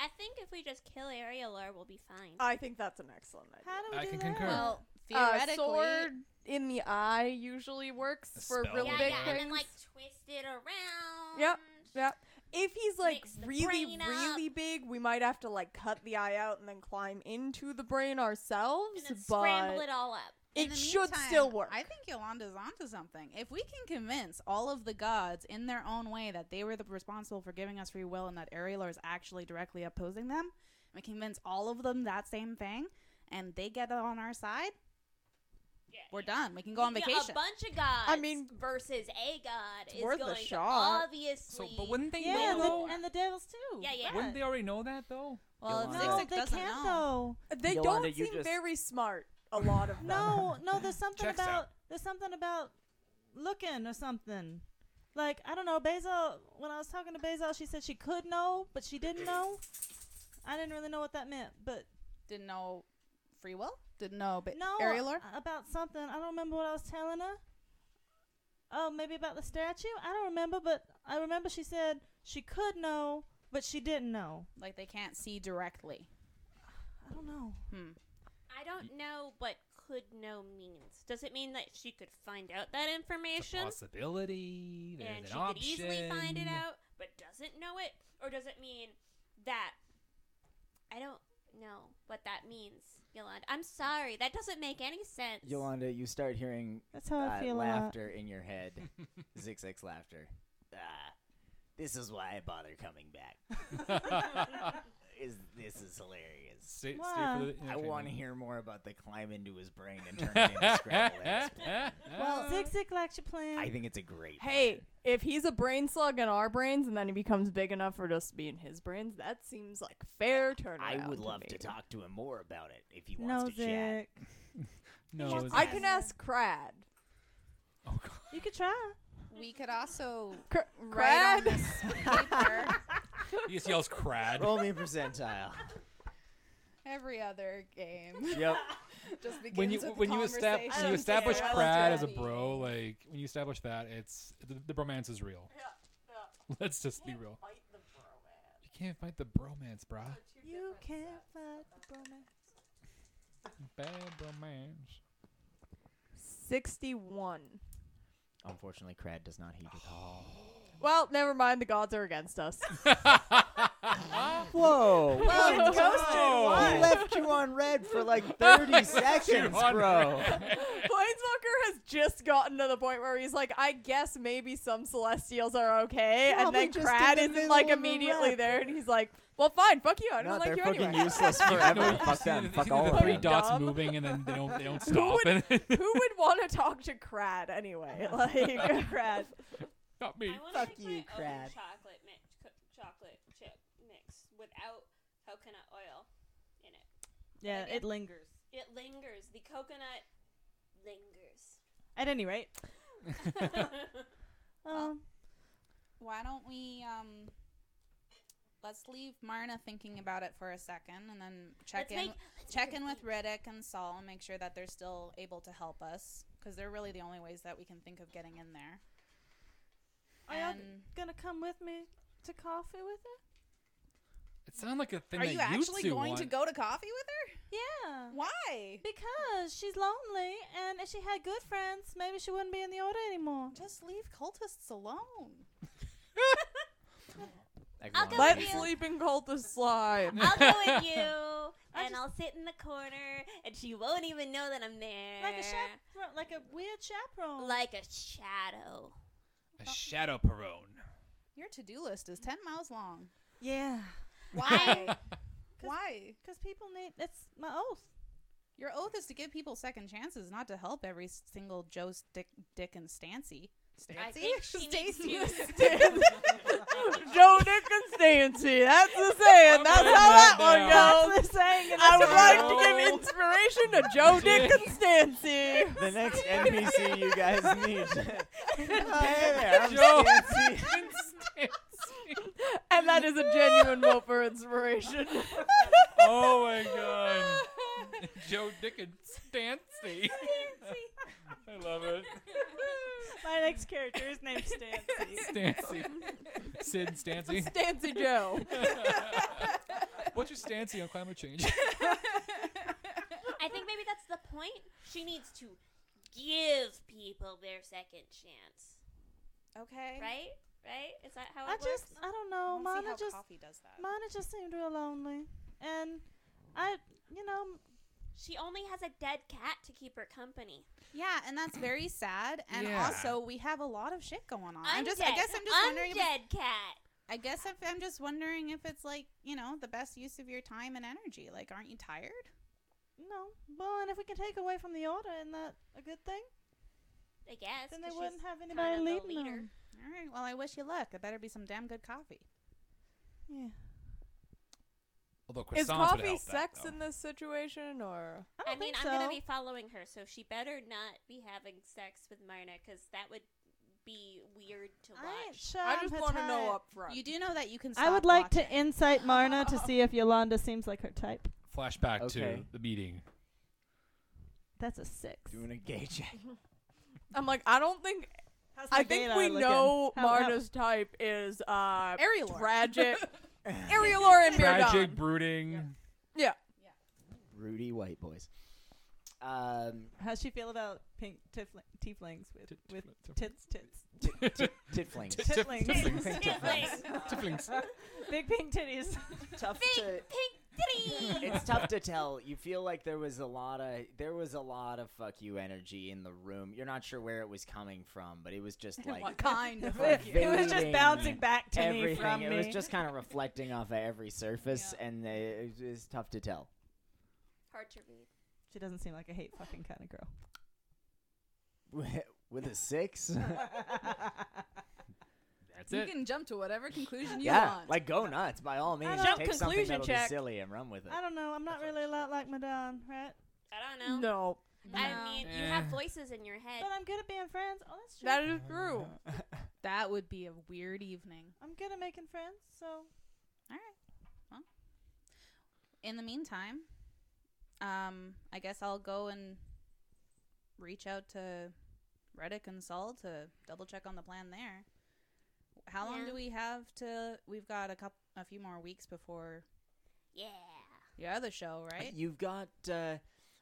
S6: I think if we just kill Arielor, we'll be fine.
S1: I think that's an excellent idea.
S5: How do we
S4: I
S5: do
S4: can
S5: that?
S4: concur.
S3: Well,
S1: Uh,
S3: theoretically,
S1: sword in the eye usually works
S4: A
S1: for
S4: spell
S1: really
S6: yeah,
S1: big
S6: yeah, and
S1: things.
S6: then like twist it around.
S1: Yep. yeah. If he's like
S6: Mix the
S1: really,
S6: brain up.
S1: really big, we might have to like cut the eye out and then climb into the brain ourselves.
S6: And then
S1: but
S6: scramble it all up.
S3: In
S1: it
S3: the
S1: should
S3: meantime,
S1: still work.
S3: I think Yolanda's onto something. If we can convince all of the gods in their own way that they were the responsible for giving us free will and that Arielor is actually directly opposing them, we convince all of them that same thing, and they get on our side, we're done. We can go on
S6: Yeah,
S3: vacation.
S6: a bunch of gods.
S1: I mean-
S6: versus a god
S1: It's
S6: is
S1: worth a
S6: going
S1: shot.
S6: to obviously.
S4: So, but wouldn't they
S5: Yeah, and
S4: know?
S5: the, and the devils too.
S6: Yeah, yeah.
S4: wouldn't they already know that though?
S3: well,
S2: Yolanda.
S3: if
S5: No,
S3: Zigzag
S5: they
S3: doesn't
S5: can't
S3: know.
S5: though.
S1: they
S2: Yolanda,
S1: don't
S2: you
S1: seem
S2: just-
S1: very smart. A lot of them.
S5: No, no. There's something
S4: Checks
S5: about
S4: out.
S5: there's something about looking or something. Like I don't know. Basil. When I was talking to Basil, she said she could know, but she didn't know. I didn't really know what that meant, but
S3: Didn't know free will. Didn't know but
S5: no
S3: Arielor.
S5: about something. I don't remember what I was telling her. Oh, maybe about the statue. I don't remember, but I remember she said she could know, but she didn't know.
S3: Like they can't see directly.
S5: I don't know.
S3: Hmm.
S6: I don't know what could know means. Does it mean that she could find out that
S4: It's a
S6: information?
S4: possibility. There's
S6: and
S4: an
S6: she could
S4: option.
S6: easily find it out, but doesn't know it? Or does it mean that I don't know what that means, Yolanda? I'm sorry, that doesn't make any sense.
S2: Yolanda, you start hearing
S5: That's how I
S2: uh,
S5: feel. a lot.
S2: laughter in your head. Zigzag's laughter. Ah, this is why I bother coming back. Is This is hilarious.
S4: Stay- stay for
S5: Wow.
S4: the
S2: I
S4: entertainment.
S2: want to hear more about the climb into his brain and turn it into Scrabble. and explain.
S5: Well, Zig Zig likes your plan.
S2: Uh, I think it's a great.
S1: Hey, if he's a brain slug in our brains and then he becomes big enough for us to be in his brains, that seems like fair turnaround.
S2: I would love
S1: me.
S2: to talk to him more about it if he wants
S5: no,
S2: to chat.
S5: Zig.
S4: no,
S5: Just-
S4: it's-
S1: I can ask Crad.
S4: oh, God.
S5: You could try.
S3: We could also
S1: Cr-
S3: write on
S1: Crad?
S3: this paper
S4: He just yells crad.
S2: Roll me a percentile.
S3: every other game.
S2: yep.
S3: Just begins
S4: When you
S3: with
S4: when you, estab-
S3: conversation.
S4: when
S1: I
S4: you establish
S1: care. I
S4: crad
S1: don't
S4: as a
S1: care.
S4: bro, like when you establish that, it's the, the bromance is real. Let's just be real. You can't fight the bromance, bruh.
S5: You can't fight the woman.
S4: Bad bromance.
S1: 61.
S2: Unfortunately, Crad does not heed your call.
S1: Well, never mind. The gods are against us.
S2: Whoa!
S1: Well,
S2: What?
S1: it's toasted.
S2: He left you on red for like 30 seconds,
S4: on
S2: bro.
S1: Planeswalker has just gotten to the point where he's like, I guess maybe some Celestials are okay, and
S2: Probably
S1: then
S2: just
S1: Crad
S2: in the
S1: isn't like
S2: middle of a
S1: immediately
S2: rep.
S1: there, and he's like, Well, fine, fuck you, I don't
S2: No,
S1: like
S2: they're
S1: you
S2: fucking
S1: anyway.
S2: useless
S4: No,
S2: forever.
S4: you
S2: Fuck
S4: see
S2: them.
S4: the-
S2: Fuck
S4: see the
S2: all of
S4: three
S2: them.
S4: dots
S1: Dumb.
S4: moving and then they don't they don't stop.
S1: would-
S4: and
S1: Who would want to talk to Crad anyway? Like Crad,
S4: got me.
S6: I want
S2: Fuck
S6: to
S2: you,
S6: make my own
S2: Crad.
S6: chocolate mix, co- chocolate chip mix without coconut oil in it.
S5: Yeah,
S6: Like
S5: it lingers.
S6: It lingers. The coconut lingers.
S5: At any rate.
S3: Well,
S5: Um,
S3: Why don't we um let's leave Marna thinking about it for a second and then check
S6: Let's
S3: in
S6: make- let's
S3: check
S6: make
S3: in
S6: a
S3: with
S6: beat.
S3: Riddick and Saul and make sure that they're still able to help us cuz they're really the only ways that we can think of getting in there.
S5: are y'all
S3: And
S5: gonna come with me to coffee with her?
S4: It sounds like a thing
S3: Are
S4: that
S3: you actually
S4: two
S3: going
S4: want.
S3: to go to coffee with her?
S5: Yeah.
S3: Why?
S5: Because she's lonely, and if she had good friends, maybe she wouldn't be in the order anymore.
S3: Just leave cultists alone.
S6: I'll
S2: Everyone
S6: go
S1: Let
S6: with
S2: hates
S6: you.
S1: sleeping cultists slide.
S6: I'll go with you, and
S5: just-
S6: I'll sit in the corner, and she won't even know that I'm there.
S5: Like a chaperone, like a weird chaperone.
S6: Like a shadow.
S4: A shadow perone.
S3: Your to-do list is 10 miles long.
S5: yeah.
S3: Why? Why?
S5: Because people need. It's my oath.
S3: Your oath is to give people second chances, not to help every single Joe, Stick, Dick, and Stancy.
S6: I
S3: Stancy?
S6: think she needs
S3: Stacy.
S6: you.
S1: Joe Dick and Stancy. That's the saying. That's how that one goes.
S5: That's the saying. and
S1: Oh, I
S5: that's
S1: would
S5: what
S1: like
S5: know.
S1: to give inspiration to Joe Dick and Stancy.
S2: The next NPC you guys need. hey there, I'm
S4: Joe.
S2: Stancy.
S1: And that is a genuine vote for inspiration.
S4: oh my god. Joe Dick and Stancy. I love it.
S5: My next character is named Stancy.
S4: Stancy. Sid and Stancy.
S1: Stancy Joe.
S4: What's your Stancy on climate change?
S6: I think maybe that's the point. She needs to give people their second chance.
S3: okay.
S6: Right? Right? Is that how
S5: I
S6: it
S5: just,
S6: works?
S5: I don't
S3: I
S5: know.
S3: don't see
S5: Mana
S3: how
S5: just,
S3: coffee does that.
S5: Mana just seemed real lonely, and I, you know,
S6: She only has a dead cat to keep her company.
S3: Yeah, and that's very sad. And
S4: Yeah.
S3: also, we have a lot of shit going on.
S6: Undead.
S3: I'm just, I guess, I'm just wondering. If,
S6: Undead cat.
S3: I guess if, I'm just wondering if it's like you know the best use of your time and energy. Like, aren't you tired?
S5: no. Well, and if we can take away from the order, isn't that a good thing?
S6: I guess.
S5: then they
S6: 'cause she's
S5: wouldn't have
S6: kinda
S5: anybody
S6: the
S5: leading
S6: leader.
S5: them.
S3: All right. Well, I wish you luck. It better be some damn good coffee.
S5: Yeah.
S4: Although croissants
S1: Is coffee
S4: would help
S1: sex
S4: that,
S1: in this situation or?
S5: I,
S6: I,
S5: don't
S6: mean,
S5: think
S6: I'm gonna
S5: so.
S6: be following her, so she better not be having sex with Marna, because that would be weird to
S5: I ain't
S6: watch.
S5: sure
S1: I
S5: I'm
S1: just
S5: her
S1: want to know
S5: type.
S1: up front.
S3: You do know that you can. Stop
S5: I would like to
S3: watching.
S5: insight Marna to see if Yolanda seems like her type.
S4: Flashback
S2: Okay.
S4: to the meeting.
S5: That's a six.
S2: Doing a gay check.
S1: I'm like, I don't think.
S5: How's
S1: I
S5: my
S1: think
S5: data
S1: we
S5: looking?
S1: know
S5: How- how-
S1: Marna's type is uh
S3: Ariel.
S1: tragic. Arielor and Myrdan.
S4: Tragic brooding.
S1: Yeah.
S2: Rudy White boys. Um,
S5: How's she feel about pink tifling, tieflings with
S4: Tit-
S5: with
S4: tifling-
S5: tits tits
S2: tit flings.
S4: Tit- tif-
S5: Tifflings.
S4: tiflings.
S6: Tifflings.
S4: Tiflings.
S5: big pink titties?
S2: tough
S6: Big
S2: to.
S6: pink titty!
S2: It's tough to tell. You feel like there was a lot of there was a lot of fuck you energy in the room. You're not sure where it was coming from, but it was just like
S3: What kind of
S2: Like,
S3: fuck you?
S5: it was just
S2: Evading
S5: bouncing back to me
S2: everything.
S5: from
S2: It
S5: me.
S2: was just kind of reflecting off of every surface, and it it was tough to tell.
S6: Hard to read.
S5: she doesn't seem like a hate fucking kind of girl.
S2: With a six,
S4: That's
S3: You
S4: it.
S3: can jump to whatever conclusion you
S2: yeah,
S3: want.
S2: like go nuts by all means.
S5: don't-
S2: Take something
S5: Conclusion
S2: that'll be
S5: check.
S2: silly and run with it.
S5: I don't know. I'm not really a lot like Madame, right?
S6: I don't know.
S1: No,
S6: I mean, you have
S4: Eh.
S6: voices in your head.
S5: But I'm good at being friends. Oh, that's true.
S1: that is true.
S3: that would be a weird evening.
S5: I'm good at making friends, so
S3: All right. Well, in the meantime, um, I guess I'll go and reach out to Reddick and Sol to double check on the plan there. How long
S6: Yeah.
S3: do we have to? We've got a couple, a few more weeks before
S6: Yeah.
S3: the other show, right?
S2: You've got uh,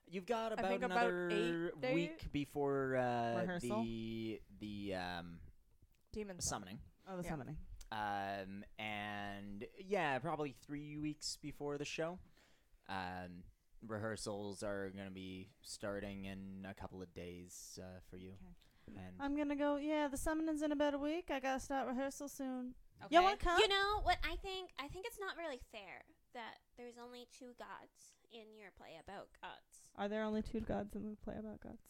S2: you've got about
S1: think about
S2: another
S1: eight days?
S2: week before uh,
S5: Rehearsal?
S2: the the um,
S1: Demon
S2: summoning.
S5: oh, the
S1: Yeah.
S5: summoning.
S2: Um, and yeah, probably three weeks before the show. Um, rehearsals are going to be starting in a couple of days uh, for you. And
S5: I'm gonna go. Yeah, the summoning's in about a week. I gotta start rehearsal soon.
S3: Okay.
S5: Y'all want to come?
S6: You know what I think? I think it's not really fair that there's only two gods in your play about gods.
S5: Are there only two gods in the play about gods?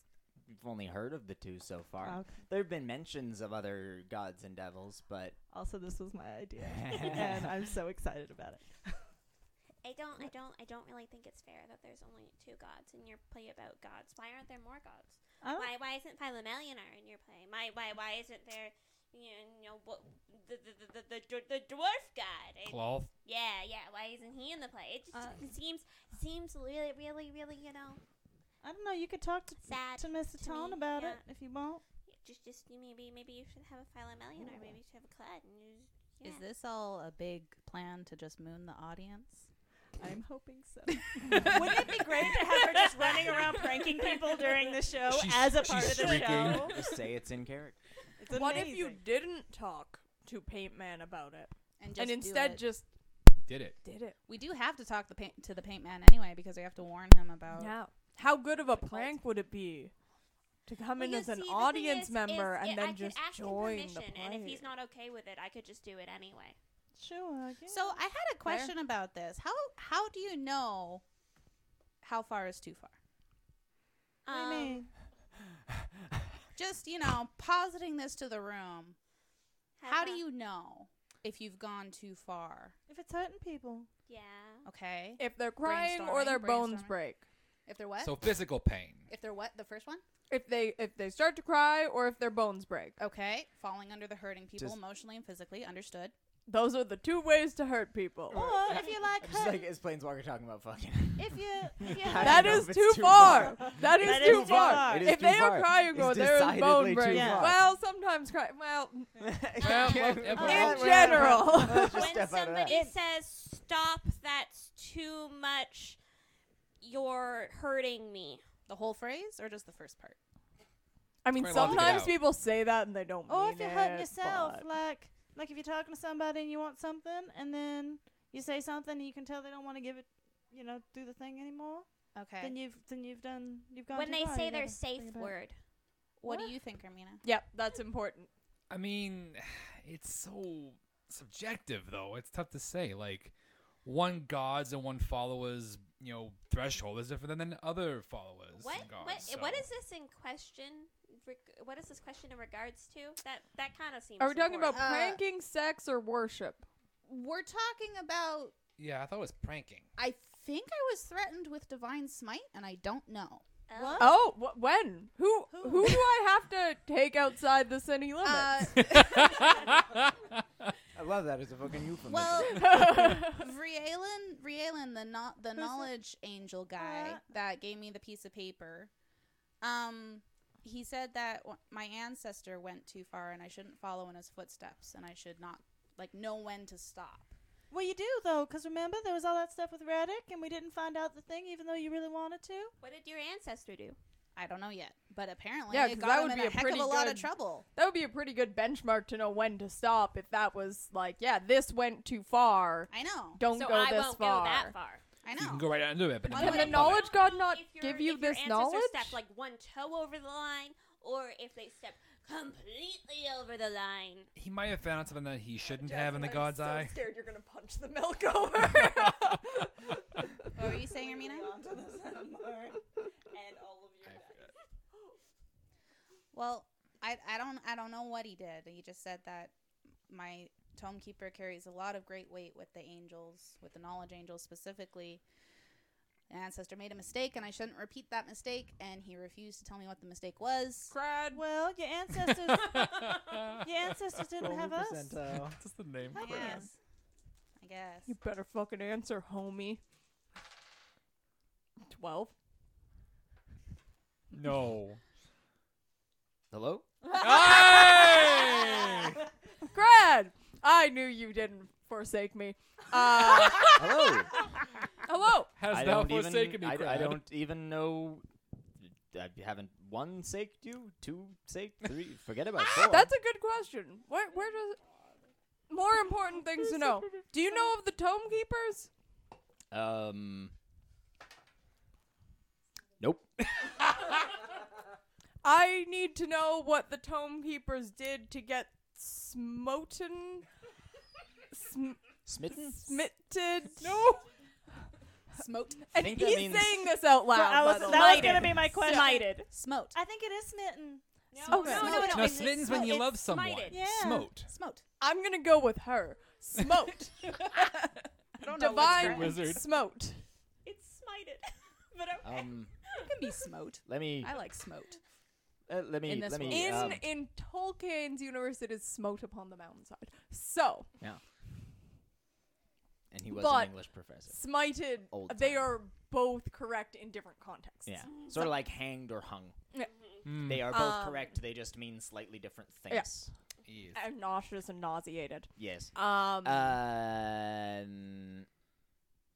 S2: we've only heard of the two so far.
S5: Oh, okay.
S2: There have been mentions of other gods and devils, but
S5: Also, this was my idea, and I'm so excited about it.
S6: I don't, I don't, I don't really think it's fair that there's only two gods in your play about gods. Why aren't there more gods?
S5: I don't,
S6: Why, why isn't Philomelianar in your play? Why, why, why isn't there, you know, what, the, the, the, the, the, dwar- the dwarf god? I-
S4: Cloth.
S6: yeah, yeah. Why isn't he in the play? It just
S5: Uh,
S6: it seems, seems really, really, really, you know,
S5: I don't know. You could talk to
S6: Sad
S5: to Mr.
S6: to
S5: Tone
S6: me,
S5: about
S6: yeah.
S5: it if you want.
S6: just, just maybe, maybe you should have a Philomelianar. Maybe you should have a Clad, and you, just,
S3: Is this all a big plan to just moon the audience?
S5: I'm hoping so.
S6: Wouldn't it be
S5: Great to have her just running around pranking people during the show
S4: She's-
S5: as a part
S4: she's
S5: of the
S4: shrieking.
S5: show.
S2: Just say it's in character.
S5: It's
S1: What if you
S5: amazing.
S1: didn't talk to Paint Man about it
S3: just
S1: and
S3: do
S1: instead
S3: it?
S1: just
S4: Did it?
S1: did it?
S3: we do have to talk the paint to the paint man anyway because we have to warn him about.
S1: Yeah. How good of a prank would it be to come in as an audience member and then
S6: I
S1: just
S6: could ask
S1: join
S6: him permission,
S1: the play?
S6: and if he's not okay with it, I could just do it anyway.
S5: Sure. Yeah.
S3: So I had a
S1: Claire?
S3: question about this. How how do you know how far is too far?
S5: What do you
S6: Um,
S5: mean?
S3: Just you know, positing this to the room. How do
S6: haha.
S3: you know if you've gone too far?
S5: if it's hurting people,
S6: Yeah.
S3: Okay.
S1: if they're crying or
S3: Brainstorming,
S1: their bones
S3: brainstorming.
S1: break.
S3: If they're what?
S4: So physical pain.
S3: if they're what? The first one?
S1: If they if they start to cry or if their bones break.
S3: Okay. Falling under the hurting people
S2: Does-
S3: emotionally and physically. Understood.
S1: Those are the two ways to hurt people.
S5: or if you like
S2: I'm just
S5: hurt,
S2: like, is Planeswalker talking about fucking?
S5: if you, if you
S2: I
S1: That
S2: don't know
S1: is
S2: if it's
S1: too far. That is
S5: That
S1: too
S5: is too
S1: far.
S5: far. It
S2: is
S1: if
S2: too
S1: they
S2: far.
S1: are crying,
S2: It's
S1: or there is bone
S2: decidedly too
S1: break.
S5: far.
S1: Well, sometimes cry. Well,
S2: Yeah,
S4: well,
S2: well,
S4: in
S2: well,
S1: in
S2: we're not-
S1: general.
S2: Just step
S6: when
S2: out of that.
S6: somebody says stop, that's too much. You're hurting me.
S3: The whole phrase or just the first part?
S1: I mean,
S4: Quite a lot to get
S1: sometimes
S4: out.
S1: people say that and they don't mean
S5: or Oh, if you're hurting
S1: it,
S5: yourself,
S1: but-
S5: like like if you're talking to somebody and you want something, and then you say something and you can tell they don't want to give it, you know, do the thing anymore.
S3: Okay.
S5: Then you've then you've done you've gone.
S6: when
S5: too
S6: they
S5: far,
S6: say
S5: you
S6: their
S5: gotta
S6: safe
S5: bring it back.
S6: word.
S3: what do you think, Armina?
S1: Yep, that's important.
S4: I mean, it's so subjective, though. It's tough to say. Like, one god's and one follower's, you know, threshold is different than other followers.
S6: What
S4: and gods,
S6: what
S4: so.
S6: what is this in question? reg- What is this question in regards to? That that kind of seems.
S1: Are we talking about
S3: Uh,
S1: pranking, sex, or worship?
S3: We're talking about.
S4: Yeah, I thought it was pranking.
S3: I think I was threatened with divine smite, and I don't know.
S5: What?
S6: important. Oh.
S1: Oh, wh- when? Who?
S3: Who?
S1: Who do I have to take outside the city limits?
S3: Uh,
S2: I love that as a fucking euphemism.
S3: well, Rhielin, Rhielin, the no- the knowledge angel guy
S5: Uh.
S3: that gave me the piece of paper. Um, he said that w- my ancestor went too far, and I shouldn't follow in his footsteps, and I should not like know when to stop.
S5: Well, you do though, 'cause remember there was all that stuff with Radic, and we didn't find out the thing, even though you really wanted to.
S6: What did your ancestor do?
S3: I don't know yet, but apparently
S1: Yeah,
S3: it
S1: 'cause
S3: got
S1: that
S3: him
S1: would
S3: in
S1: be
S3: a
S1: a
S3: heck of
S1: pretty
S3: a lot of
S1: good-
S3: trouble.
S1: that would be a pretty good benchmark to know when to stop. If that was like, yeah, this went too far.
S3: I know,
S1: Don't
S6: so
S1: go
S6: I
S1: this
S6: won't
S1: far.
S6: go that far.
S3: I
S4: You can
S3: know.
S4: go right under it, but
S3: Can
S4: not
S3: the
S4: above it.
S1: knowledge go- God not
S6: If your-
S1: give you
S6: if your
S1: this
S6: ancestor
S1: knowledge?
S6: Stepped like one toe over the line, or if they stepped completely over the line.
S4: He might have found something that he shouldn't have in the god's eye.
S1: Scared you're gonna punch the milk over.
S3: What were you saying, Armina? Well, I, I don't I don't know what he did. He just said that my tome keeper carries a lot of great weight with the angels, with the knowledge angels specifically. The ancestor made a mistake, and I shouldn't repeat that mistake. And he refused to tell me what the mistake was.
S1: Crad.
S5: Well, your ancestors, your ancestors didn't have us.
S2: percentile.
S4: Just the name.
S3: I
S4: for it.
S3: guess. I guess.
S1: You better fucking answer, homie. Twelve.
S4: No.
S2: Hello?
S4: Hey!
S1: Crad. I knew you didn't forsake me. Uh,
S2: Hello?
S1: hello.
S4: Has
S2: I
S4: thou
S2: don't even-
S4: forsaken me,
S2: I, I
S4: Crad?
S2: don't even know. I haven't one sake you, two sake three. Forget about four.
S1: That's a good question. Where, where does? More important things to know. Do you know of the Tome Keepers?
S2: um. Nope.
S1: I need to know what the Tome Keepers did to get smoten, sm-
S2: Smitten.
S1: smitted. No,
S3: Smote.
S1: and
S2: think that
S1: he's
S2: means-
S1: saying this out loud.
S5: So I was,
S1: by the
S5: that was
S1: way.
S5: going to be my question.
S1: Smited.
S3: Smote.
S5: I think it is smitten.
S1: No, no,
S6: no, no,
S1: no,
S6: no,
S4: No, smitten's when you
S6: It's
S4: love someone.
S6: smited.
S5: Yeah.
S4: Smote.
S3: Smote.
S1: I'm gonna go with her. Smote. Divine
S4: correct. Wizard.
S1: Smote.
S6: It's smited. but okay.
S2: Um.
S3: It can be smote.
S2: Let me.
S3: I like smote.
S2: Uh, let me.
S3: in this
S2: Let me.
S1: In
S2: Um,
S1: in Tolkien's universe, it is smote upon the mountainside. So
S2: and he was
S1: but-
S2: an English professor.
S1: smited.
S2: Old
S1: They
S2: time.
S1: are both correct in different contexts.
S2: Yeah. Sort of like hanged or hung.
S4: Mm.
S2: They are both
S1: Um,
S2: correct. They just mean slightly different
S1: yeah.
S2: things.
S4: Yes.
S1: I'm nauseous and nauseated.
S2: Yes.
S1: Um,
S2: Uh, Um,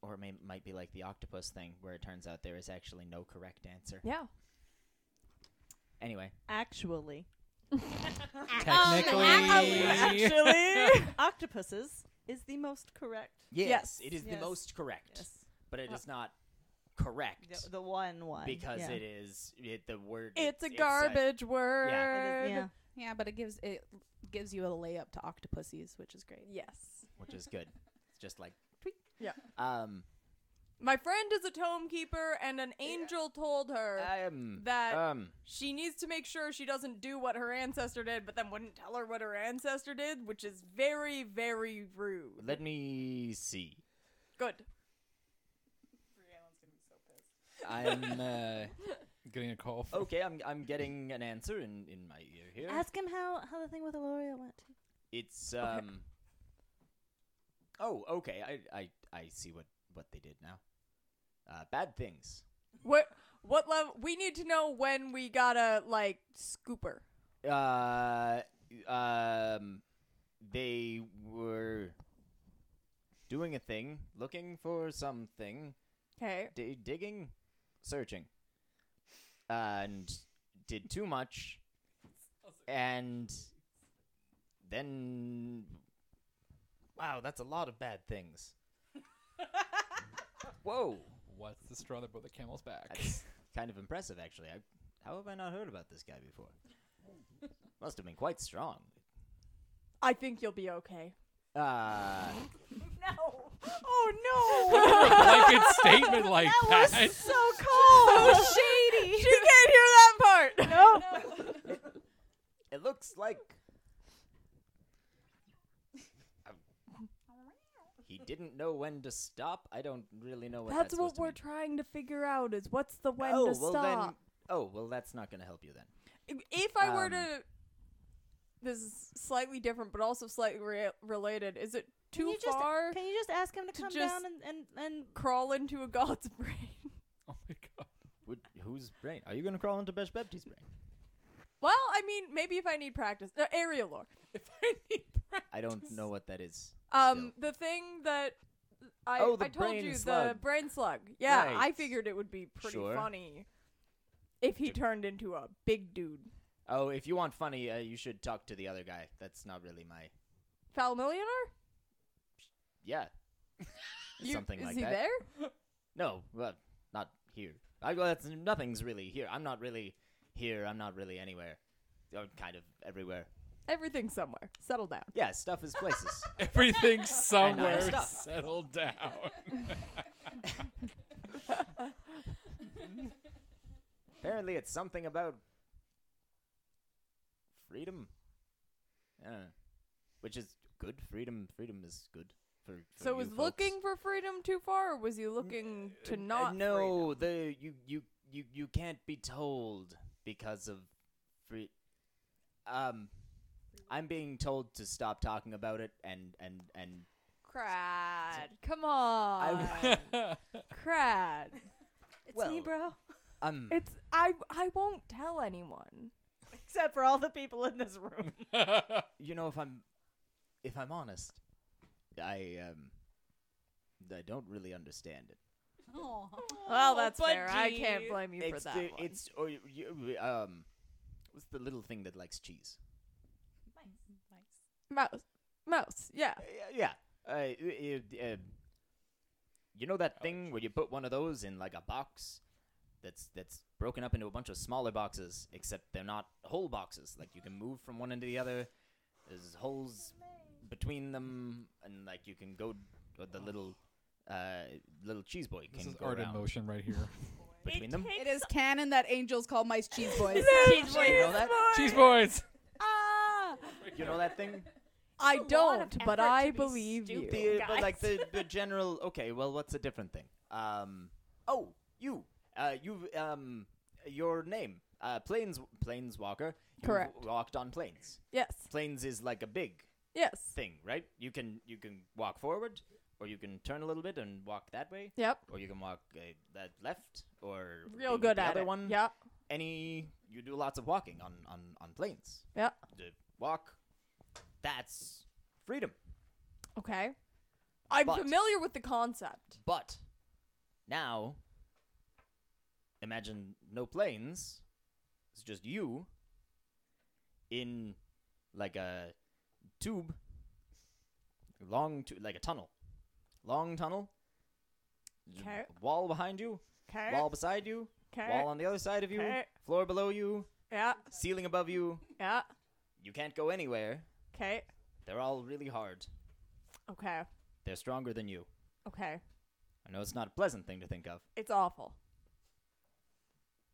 S2: or it may, might be like the octopus thing, where it turns out there is actually no correct answer.
S1: yeah.
S2: Anyway,
S5: Actually,
S4: Technically.
S5: actually, octopuses is the most correct.
S2: yes,
S1: Yes,
S2: it is the
S5: yes,
S2: most correct,
S5: Yes,
S2: but it
S5: Uh,
S2: is not correct
S5: the, the one one
S2: because
S5: yeah.
S2: it is it, the word.
S1: It's a
S2: like-
S1: garbage word.
S5: It is- yeah.
S3: Yeah, but it gives it gives you a layup to octopuses, which is great.
S1: Yes.
S2: which is good. It's just like tweet.
S1: Yeah.
S2: Um.
S1: My friend is a tome keeper, and an angel told her
S2: Um.
S1: that
S2: Um.
S1: she needs to make sure she doesn't do what her ancestor did, but then wouldn't tell her what her ancestor did, which is very, very rude.
S2: Let me see.
S1: Good.
S2: I'm uh,
S4: Getting a call. From
S2: okay. I'm I'm getting an answer in in my ear here.
S5: Ask him how how the thing with Eloria went.
S2: It's um. Oh, okay. I I I see what what they did now. Uh, bad things.
S1: What? What level? We need to know when we gotta like scoop her.
S2: Uh, um, they were doing a thing, looking for something,
S1: Okay.
S2: di- digging, searching, and did too much, and then wow, that's a lot of bad things. Whoa,
S4: What's the straw that broke the camel's back?
S2: that's kind of impressive, actually. I, how have I not heard about this guy before? Must have been quite strong.
S1: I think you'll be okay.
S2: Uh,
S1: No.
S5: Oh
S4: a blanket statement like that.
S5: so cold, so shady.
S1: Oh, she can't hear that part.
S5: No.
S2: it looks like he didn't know when to stop. I don't really know what
S1: That's,
S2: that's,
S1: what we're
S2: trying.
S1: trying to figure out: is what's the when
S2: oh,
S1: to
S2: well
S1: stop.
S2: Then, oh, well, that's not going to help you then.
S1: if I were
S2: Um,
S1: to, this is slightly different, but also slightly re- related. Is it
S5: Can
S1: too
S5: you just-
S1: far
S5: Can you just ask him to
S1: to
S5: come
S1: just-
S5: down and and and
S1: crawl into a god's brain?
S4: Oh my god.
S2: Would, whose brain? Are you going to crawl into Besh Bepti's brain?
S1: well, I mean, maybe if I need practice, uh, aerial lore. If I need practice,
S2: I don't know what that is.
S1: Um, the thing that I
S2: Oh, the
S1: I told
S2: brain
S1: you the
S2: slug.
S1: brain slug. Yeah, I
S2: Right.
S1: figured it would be pretty
S2: Sure.
S1: funny if he
S2: Ju-
S1: turned into a big dude.
S2: Oh, if you want funny, uh, you should talk to the other guy. That's not really my.
S1: Foul millionaire?
S2: Yeah.
S1: You-
S2: Something
S1: is
S2: like
S1: he
S2: that.
S1: there?
S2: No, well, not here. I, well, that's, nothing's really here. I'm not really here. I'm not really anywhere. I'm kind of everywhere.
S1: Everything's somewhere. Settle down.
S2: Yeah, stuff is places.
S4: Everything somewhere
S2: stop.
S4: settled down.
S2: Apparently, it's something about freedom. I don't know. Which is good. Freedom, freedom is good for. for
S1: So
S2: you
S1: was
S2: folks.
S1: looking for freedom too far, or was you looking
S2: Uh,
S1: to not?
S2: no, the you you you you can't be told because of free. Um, I'm being told to stop talking about it, and and and
S1: Crad, come on,
S2: I
S1: Crad.
S2: Hmm.
S5: it's me,
S2: Well-
S5: bro?
S2: um
S1: It's I. I won't tell anyone.
S5: Except for all the people in this room.
S2: you know if I'm if I'm honest, I um I don't really understand it.
S1: well, that's fair. I can't blame you for
S2: Oh, it's
S1: that.
S2: the,
S1: one.
S2: it's oh, or you, you, um what's the little thing that likes cheese?
S1: mouse, mouse. Yeah,
S2: Uh, yeah. Uh, y- y- uh, you know that thing where you put one of those in like a box that's that's broken up into a bunch of smaller boxes, except they're not whole boxes. Like you can move from one into the other. There's holes between them, and like you can go or the little uh, little cheese boy
S4: this
S2: can
S4: is
S2: go
S4: art in
S2: around
S4: motion right here.
S2: between them.
S3: It is canon that angels call mice cheese boys.
S2: Cheese boy, you know that?
S4: Cheese boys.
S1: ah,
S2: You know that thing?
S1: I
S6: a lot of
S1: don't, but
S6: effort to
S1: I
S6: be
S1: believe you.
S6: stupid.
S2: the, uh, but like
S6: guys.
S2: the, the general okay well what's a different thing um oh you uh you um your name uh planes planeswalker You've
S1: Correct.
S2: walked on planes
S1: Yes,
S2: planes is like a big
S1: yes,
S2: thing right you can you can walk forward or you can turn a little bit and walk that way
S1: yep.
S2: or you can walk uh, that left or
S1: Real
S2: the,
S1: good
S2: the
S1: at
S2: other
S1: it.
S2: one
S1: Yeah,
S2: any you do lots of walking on on on planes
S1: yeah.
S2: The walk That's freedom.
S1: Okay. I'm
S2: But-
S1: familiar with the concept.
S2: But now, imagine no planes. It's just you in like a tube, long tu- like a tunnel, long tunnel. There's a
S1: Okay.
S2: Wall behind you,
S1: Okay.
S2: wall beside you,
S1: Okay.
S2: wall on the other side of you,
S1: Okay.
S2: floor below you,
S1: Yeah.
S2: ceiling above you.
S1: Yeah.
S2: You can't go anywhere.
S1: Okay.
S2: They're all really hard.
S1: Okay.
S2: They're stronger than you.
S1: Okay.
S2: I know it's not a pleasant thing to think of.
S1: It's awful.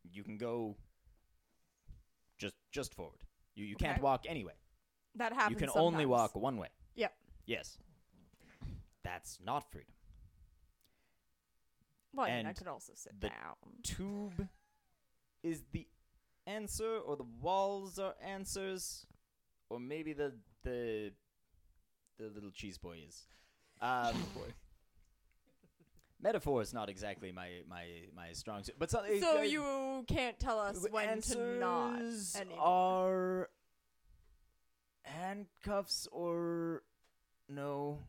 S2: you can go just just forward. You you
S1: Okay.
S2: can't walk anyway.
S1: That happens.
S2: you can
S1: sometimes.
S2: only walk one way.
S1: Yep.
S2: Yes. That's not freedom.
S1: Well, I mean, I
S2: and
S1: could also sit
S2: the-
S1: down.
S2: Tube is the answer or the walls are answers or maybe the the the little cheese boy is. Um Metaphor is not exactly my my my strong suit, but uh, something.
S1: So you can't tell us
S2: W-
S1: when to not.
S2: answers
S1: anymore.
S2: are handcuffs or no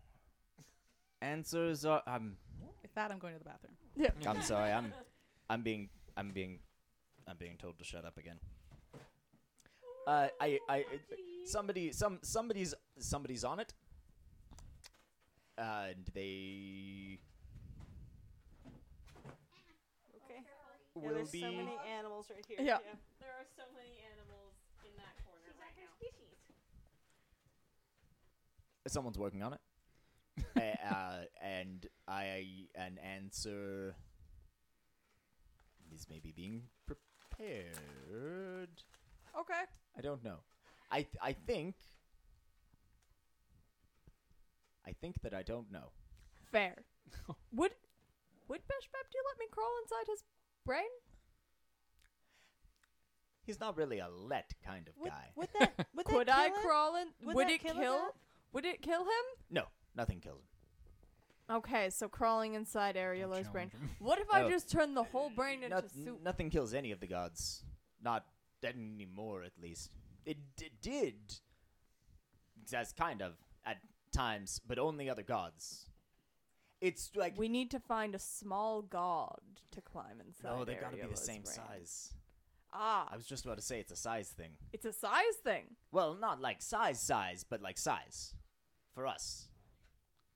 S2: answers are i'm
S3: With that, I'm going to the bathroom.
S2: i'm sorry i'm i'm being i'm being i'm being told to shut up again uh i i somebody some somebody's somebody's on it and they
S5: Okay. Yeah,
S2: will
S5: there's
S2: be
S5: so many animals right here.
S1: Yeah.
S6: There are so many animals in that corner right now.
S2: someone's working on it uh, uh, and i an answer is maybe being prepared
S1: Okay.
S2: i don't know i th- i think i think that i don't know
S1: Fair. would would Beshbep do let me crawl inside his brain?
S2: he's not really a let kind of
S5: Would,
S2: guy
S5: would that would
S1: Could
S5: that
S1: I
S5: kill it?
S1: crawl in? Would,
S5: Would that
S1: it
S5: kill
S1: kill?
S5: it then?
S1: would it kill him?
S2: no nothing kills him
S1: Okay, so crawling inside Arielo's
S4: challenge
S1: brain.
S4: him.
S1: What if I
S2: Oh.
S1: just turn the whole brain into
S2: Noth-
S1: soup?
S2: nothing kills any of the gods not anymore at least it d- did that's kind of at times but only other gods it's like
S1: We need to find a small god to climb inside.
S2: No, they've got to be the
S1: Ariela's
S2: same
S1: brain.
S2: size.
S1: Ah,
S2: I was just about to say it's a size thing.
S1: it's a size thing.
S2: Well, not like size size, but like size. For us,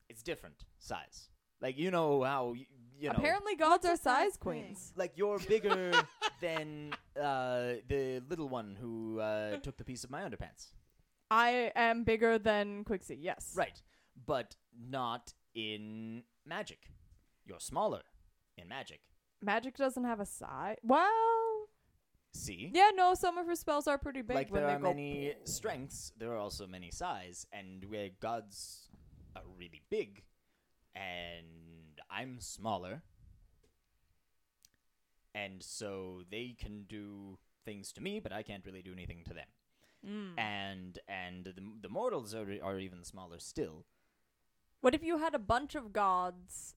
S2: it's different size. Like you know how you, you know.
S1: Apparently, gods are
S5: a size
S1: size
S5: thing?
S1: queens.
S2: like you're bigger than uh, the little one who uh, took the piece of my underpants.
S1: I am bigger than Quixie. Yes.
S2: Right, but not in magic. You're smaller in magic.
S1: Magic doesn't have a size. Well,
S2: See.
S1: yeah, no. Some of her spells are pretty big.
S2: like
S1: when
S2: there
S1: they
S2: are
S1: go
S2: many strengths, there are also many size, and where gods are really big, and I'm smaller, and so they can do things to me, but I can't really do anything to them.
S1: Hmm.
S2: And and the, the mortals are are even smaller still.
S1: What if you had a bunch of gods,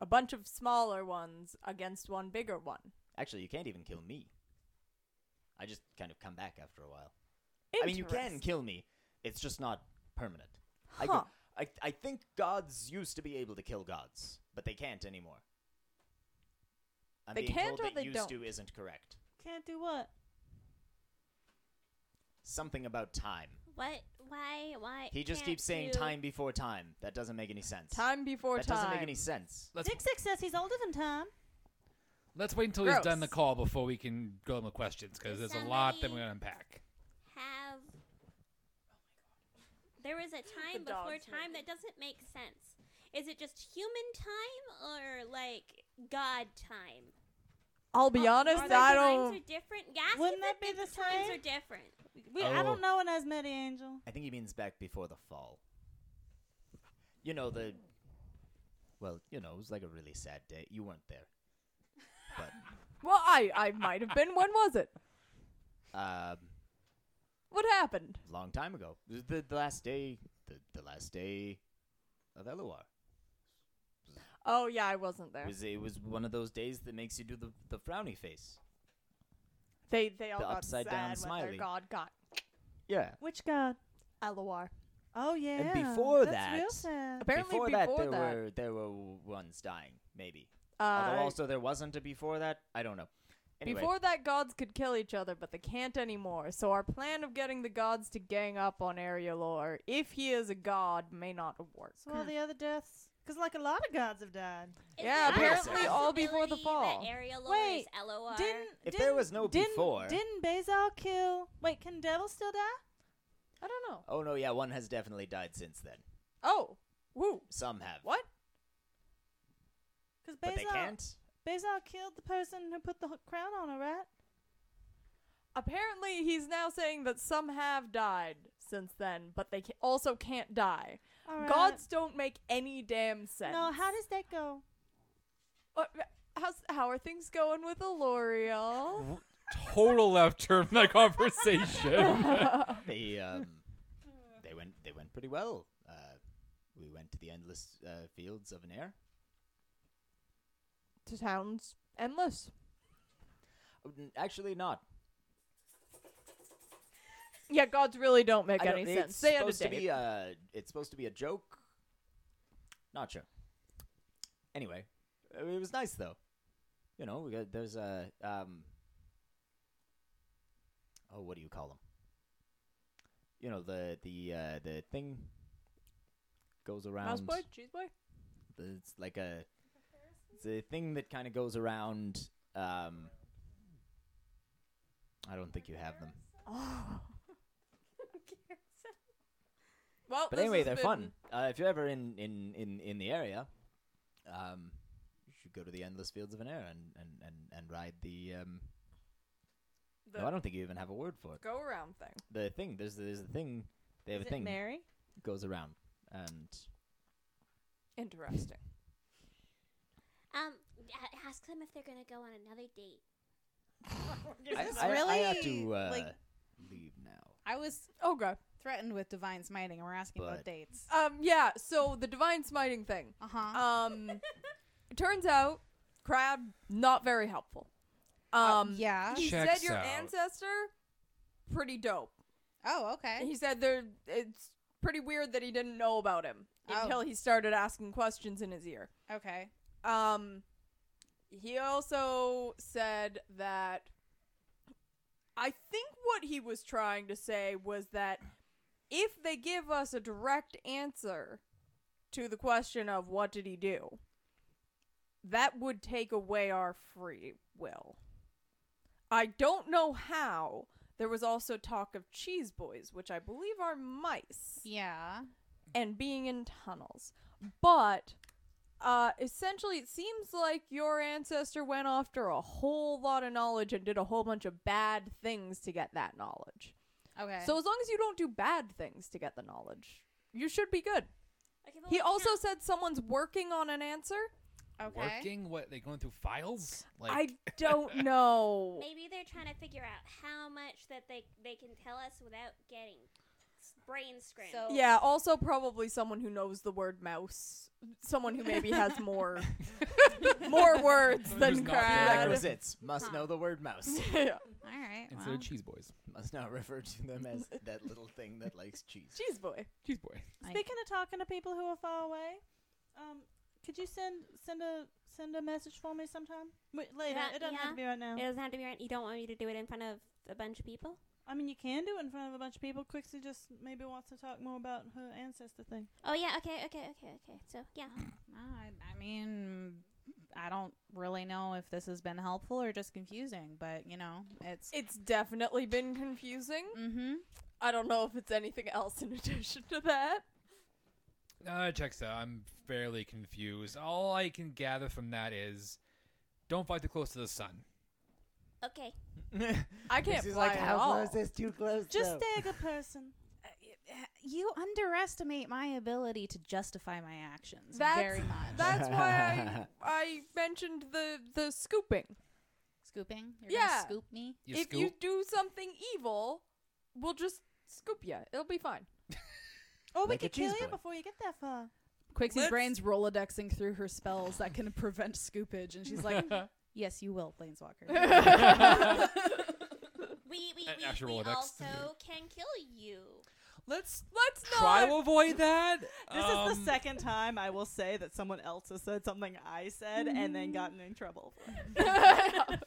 S1: a bunch of smaller ones against one bigger one?
S2: Actually, you can't even kill me. I just kind of come back after a while. I mean, you can
S1: Interesting.
S2: kill me. It's just not permanent.
S1: Huh.
S2: I, go- I, I think gods used to be able to kill gods, but they can't anymore. I'm
S1: They
S2: being
S1: can't
S2: told
S1: or
S2: that
S1: they
S2: used to
S1: don't?
S2: isn't correct.
S5: Can't do what?
S2: Something about time.
S6: What? Why? Why?
S2: He just
S6: can't
S2: keeps saying
S6: you-
S2: time before time. That doesn't make any sense.
S1: Time before
S2: that
S1: time.
S2: doesn't make any sense.
S4: Let's
S5: Dick Six says he's older than Tom.
S4: let's wait until he's done the
S1: Gross.
S4: call before we can go on the questions because
S6: Does
S4: there's a lot that
S6: somebody-
S4: we're gonna unpack.
S6: Have. There was a time
S1: The
S6: before
S1: dog's
S6: time that doesn't make sense. Is it just human time or like God time?
S1: I'll be honest,
S6: Are the
S1: I
S6: times
S1: don't.
S6: are different. Gasket
S5: Wouldn't that be the
S6: times
S5: same?
S6: are different.
S5: We, I
S4: Oh.
S5: don't know an Asmedi angel.
S2: I think he means back before the fall. You know, the. Well, you know, it was like a really sad day. You weren't there. But.
S1: Well, I, I might have been. When was it?
S2: Um,
S1: What happened?
S2: long time ago. The, the, the last day, the, the last day of Eloar.
S1: Oh, yeah, I wasn't there.
S2: Was it was one of those days that makes you do the, the frowny face?
S1: They they all
S2: The
S1: got
S2: upside
S1: sad
S2: down
S1: when
S2: smiley.
S1: their god got.
S2: Yeah,
S5: Which god?
S1: Alawar.
S5: Oh yeah.
S2: before
S5: that's
S2: that-
S5: real sad.
S1: Apparently
S2: before,
S1: before,
S2: that, there
S1: that,
S2: were there were ones dying, maybe. Although
S1: uh,
S2: also there wasn't a before that. I don't know. Anyway,
S1: before that, gods could kill each other, but they can't anymore. So our plan of getting the gods to gang up on Arielor, if he is a god, may not work.
S5: So all the other deaths, because like a lot of gods have died.
S6: Is
S1: Yeah,
S6: there a
S2: apparently
S1: all before the
S6: possibility
S1: fall.
S6: That Ariel
S5: Wait,
S6: is LOR.
S5: Didn't,
S2: if
S5: didn't,
S2: there was no
S5: didn't,
S2: before-
S5: didn't Bezal kill? Wait, can devils still die?
S1: I don't know.
S2: oh no, yeah, one has definitely died since then.
S1: Oh, woo.
S2: Some have,
S1: What?
S5: Because
S2: but they
S5: Bezal,
S2: can't.
S5: Bezal killed the person who put the h- crown on her, right?
S1: Apparently, he's now saying that some have died since then, but they ca- also can't die.
S5: All right.
S1: Gods don't make any damn sense.
S5: No, how does that go?
S1: What- how's, how are things going with L'Oreal?
S4: Total left turn in that conversation.
S2: They um, they went they went pretty well. Uh, we went to the endless uh, fields of an air.
S1: to towns endless.
S2: Oh, n- Actually, not.
S1: Yeah, gods really don't make
S2: I don't-
S1: any
S2: it's
S1: sense. They had a
S2: supposed to
S1: date.
S2: be uh, it's supposed to be a joke. Not sure. Anyway, uh, it was nice though. You know, we got, there's a um. Oh, what do you call them? You know the the uh, the thing goes around.
S1: Mouse boy, cheese boy.
S2: It's like a it's a thing that kind of goes around. Um, I don't think you have them.
S1: Oh.
S6: Carousel.
S1: Well,
S2: But
S1: Oh, this
S2: anyway,
S1: has
S2: they're
S1: been-
S2: fun. Uh, if you're ever in, in, in, in the area, um, you should go to the endless fields of an air and, and, and, and ride the. Um,
S1: The
S2: no, I don't think you even have a word for it.
S1: go around thing.
S2: The thing there's there's a thing they have
S5: Is
S2: a
S5: it
S2: thing that
S5: Mary?
S2: goes around and
S1: Interesting.
S6: Um, a- ask them if they're gonna go on another date.
S2: I,
S3: this
S2: I- I have
S3: really,
S2: to uh,
S3: like-
S2: leave now.
S3: I was
S1: Okay.
S3: threatened with divine smiting and we're asking
S2: But-
S3: about dates.
S1: Um. Yeah. So the divine smiting thing.
S3: Uh huh.
S1: Um. it turns out, crowd not very helpful. Um.
S3: Uh, yeah.
S1: He
S4: Checks
S1: said your
S4: out.
S1: ancestor, pretty dope.
S3: Oh, okay.
S1: He said there. It's pretty weird that he didn't know about him
S3: Oh.
S1: until he started asking questions in his ear.
S3: Okay.
S1: Um, he also said that I think what he was trying to say was that if they give us a direct answer to the question of what did he do, that would take away our free will. I don't know how. There was also talk of cheese boys, which I believe are mice
S3: Yeah.
S1: and being in tunnels. But uh, essentially, it seems like your ancestor went after a whole lot of knowledge and did a whole bunch of bad things to get that knowledge.
S3: Okay.
S1: So, as long as you don't do bad things to get the knowledge, you should be good.
S6: Okay, but
S1: He
S6: we
S1: also
S6: can't-
S1: said someone's working on an answer.
S3: okay.
S4: Working? What? They going through files? Like
S1: I don't know.
S6: maybe they're trying to figure out how much that they they can tell us without getting s- brain scrambled.
S3: So-
S1: yeah, also probably someone who knows the word mouse. Someone who maybe has more more words
S4: Someone
S1: than
S4: who's not there.
S1: crad.
S2: Prerequisites must know the word mouse.
S3: All right.
S4: instead
S3: Well.
S4: of cheese boys.
S2: must not refer to them as that little thing that likes cheese.
S1: Jeez, boy.
S4: Cheese boy.
S3: I-
S5: Speaking of talking to people who are far away, um, could you send send a send a message for me sometime? Wait, later.
S6: Yeah,
S5: it doesn't have
S6: yeah.
S5: to be right now.
S6: It doesn't have to be right. You don't want me to do it in front of a bunch of people.
S5: I mean, you can do it in front of a bunch of people. Quixie just maybe wants to talk more about her ancestor thing.
S6: Oh yeah. Okay. Okay. Okay. Okay. So yeah.
S3: No, I, I mean, I don't really know if this has been helpful or just confusing, but you know, it's.
S1: It's definitely been confusing.
S3: mm-hmm.
S1: I don't know if it's anything else in addition to that.
S4: Uh, it checks out. I'm fairly confused. All I can gather from that is, don't fly too close to the sun.
S6: Okay.
S1: I can't fly at all.
S2: is too close?
S5: Just stay a good person.
S3: You underestimate my ability to justify my actions
S1: That's-
S3: very much.
S1: That's why I, I mentioned the the scooping.
S3: Scooping? You're
S1: Yeah.
S3: gonna scoop me?
S4: You
S1: if
S4: scoop.
S1: you do something evil, we'll just scoop you. It'll be fine.
S5: Or we
S2: Like a
S5: could kill
S2: cheese
S5: you
S2: boy.
S5: before you get that far.
S3: Quixie's
S1: Let's-
S3: brain's rolodexing through her spells that can prevent scoopage, and she's like, "Yes, you will, planeswalker."
S6: We we,
S4: An
S6: we,
S4: actual
S6: we
S4: Rolodex.
S6: also can kill you.
S4: Let's
S1: Let's not.
S4: try to avoid that.
S5: This is
S4: Um,
S5: the second time I will say that someone else has said something I said and then gotten in trouble. for it.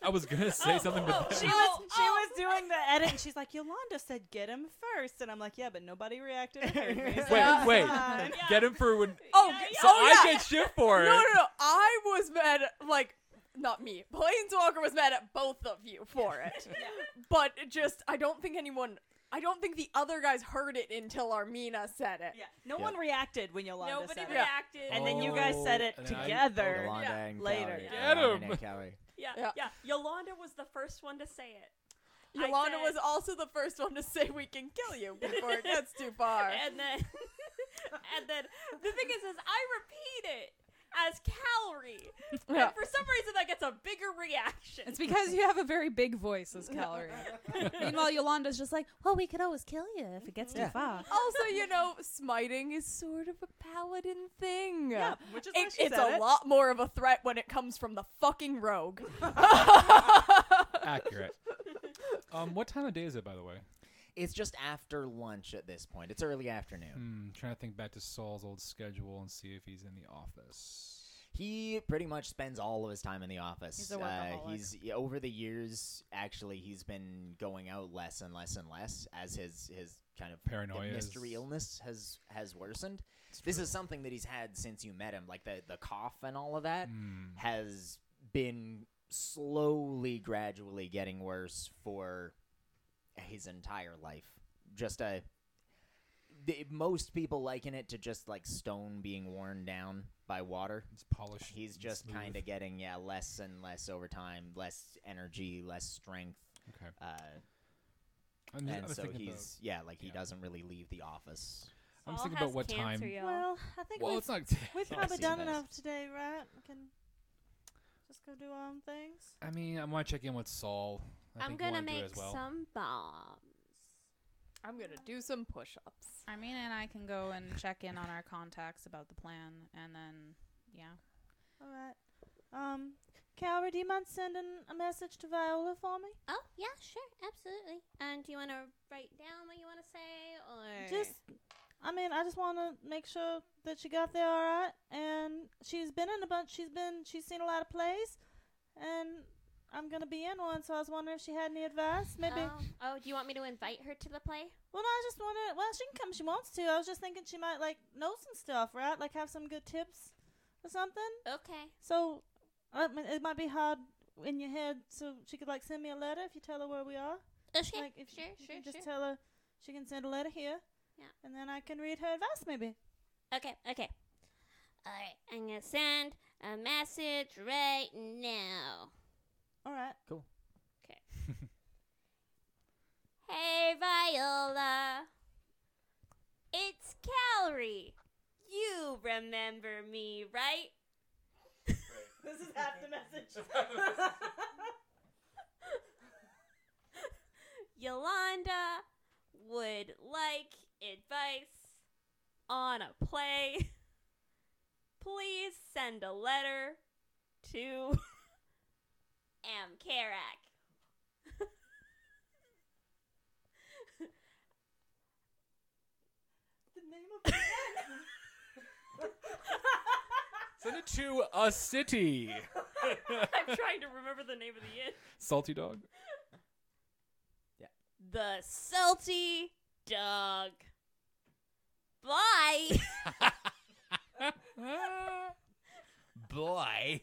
S4: I was
S1: Oh,
S4: gonna say something, but
S5: She
S4: then-
S5: was she was doing the edit and she's like, Yolanda said get him first and I'm like, Yeah, but nobody reacted and heard me, so
S4: wait,
S1: Yeah.
S5: it's
S4: wait,
S5: fine."
S6: Yeah.
S4: get him for when.
S1: Oh,
S6: Yeah,
S1: g-
S6: yeah.
S4: So
S1: oh,
S4: I
S1: yeah.
S4: get shit for it.
S1: No, no, no. I was mad at, like, not me. Planeswalker was mad at both of you for it. But it just, I don't think anyone, I don't think the other guys heard it until Armina said it.
S5: Yeah. No
S2: Yeah.
S5: one reacted when Yolanda
S6: Nobody
S5: said it.
S6: reacted.
S5: And then you guys said it
S4: Oh, and I-
S5: together.
S2: Yolanda
S1: Yeah.
S2: and
S5: Later.
S2: Cowrie.
S6: Get
S2: Yolanda
S4: him.
S2: and Cowrie.
S6: Yeah, yeah,
S1: Yeah.
S6: Yolanda was the first one to say it, I
S1: Yolanda
S6: said-
S1: was also the first one to say we can kill you before it gets too far.
S6: and then, and then the thing is, is I repeat it as calorie,
S1: Yeah.
S6: and for some reason that gets a bigger reaction.
S3: It's because you have a very big voice as Calorie. Meanwhile, Yolanda's just like, well, we could always kill you if it gets too
S2: Yeah.
S3: far.
S1: Also, you know, smiting is sort of a paladin thing.
S5: Yeah, which is why
S1: It-
S5: she
S1: it's
S5: said
S1: a
S5: it.
S1: lot more of a threat when it comes from the fucking rogue.
S4: Accurate. Um, what time of day is it, by the way?
S2: It's just after lunch at this point. It's early afternoon.
S4: Hmm, trying to think back to Saul's old schedule and see if he's in the office.
S2: He pretty much spends all of his time in the office.
S3: He's a
S2: uh,
S3: workaholic.
S2: he's yeah, over the years, actually, he's been going out less and less and less as his his kind of
S4: Paranoia
S2: mystery
S4: is-
S2: illness has has worsened.
S4: It's
S2: This
S4: true.
S2: is something that he's had since you met him, like the the cough and all of that.
S4: Hmm.
S2: has been slowly, gradually getting worse for his entire life. Just a. th- most people liken it to just like stone being worn down by water.
S4: It's polished.
S2: He's
S4: and
S2: just
S4: smooth.
S2: kind of getting, yeah, less and less over time, less energy, less strength.
S4: Okay.
S2: Uh,
S4: I'm just, I
S2: and
S4: was
S2: so
S4: thinking about-
S2: he's, yeah, like he
S4: yeah.
S2: doesn't really leave the office.
S4: I'm
S6: Saul
S4: thinking about
S6: has
S4: what time-
S6: cancer, y'all.
S5: Well, I think
S4: Well,
S5: we've
S4: it's not.
S5: We've
S2: Sorry,
S5: probably
S2: see
S5: done
S2: you
S5: enough
S2: guys.
S5: today, right? We can just go do our own things.
S4: I mean, I want to check in with Saul. I
S6: I'm
S4: think we
S6: gonna
S4: wanna do it
S6: make
S4: as well.
S6: some bombs.
S1: I'm gonna do some push-ups.
S3: Armina and I can go and check in on our contacts about the plan, and then, yeah.
S5: All right. Um, Cowra, do you mind sending a message to Viola for me?
S6: Oh yeah, sure, absolutely. And do you want to write down what you want to say, or
S5: Just, I mean, I just want to make sure that she got there all right. And she's been in a bunch. She's been, she's seen a lot of plays, and I'm gonna be in one. So I was wondering if she had any advice. Maybe.
S6: Oh, oh, do you want me to invite her to the play?
S5: Well, no, I just wanted. Well, she can come. if She wants to. I was just thinking she might like know some stuff, right? Like have some good tips or something.
S6: Okay.
S5: So, I mean, it might be hard in your head. So she could like send me a letter if you tell her where we are.
S6: Okay.
S5: Like if
S6: Oh, sure,
S5: you
S6: sure,
S5: can just
S6: sure.
S5: tell her she can send a letter here.
S6: Yeah.
S5: And then I can read her advice maybe.
S6: Okay, okay. All right, I'm gonna send a message right now.
S5: All right.
S6: Hey, Viola. It's Calorie. You remember me, right?
S5: This is half the message.
S6: Yolanda would like advice on a play. Please send a letter to M. Karak.
S5: the name of
S4: Send it to a city.
S6: I'm trying to remember the name of the inn.
S4: Salty dog.
S6: The Salty Dog. Bye.
S4: Boy.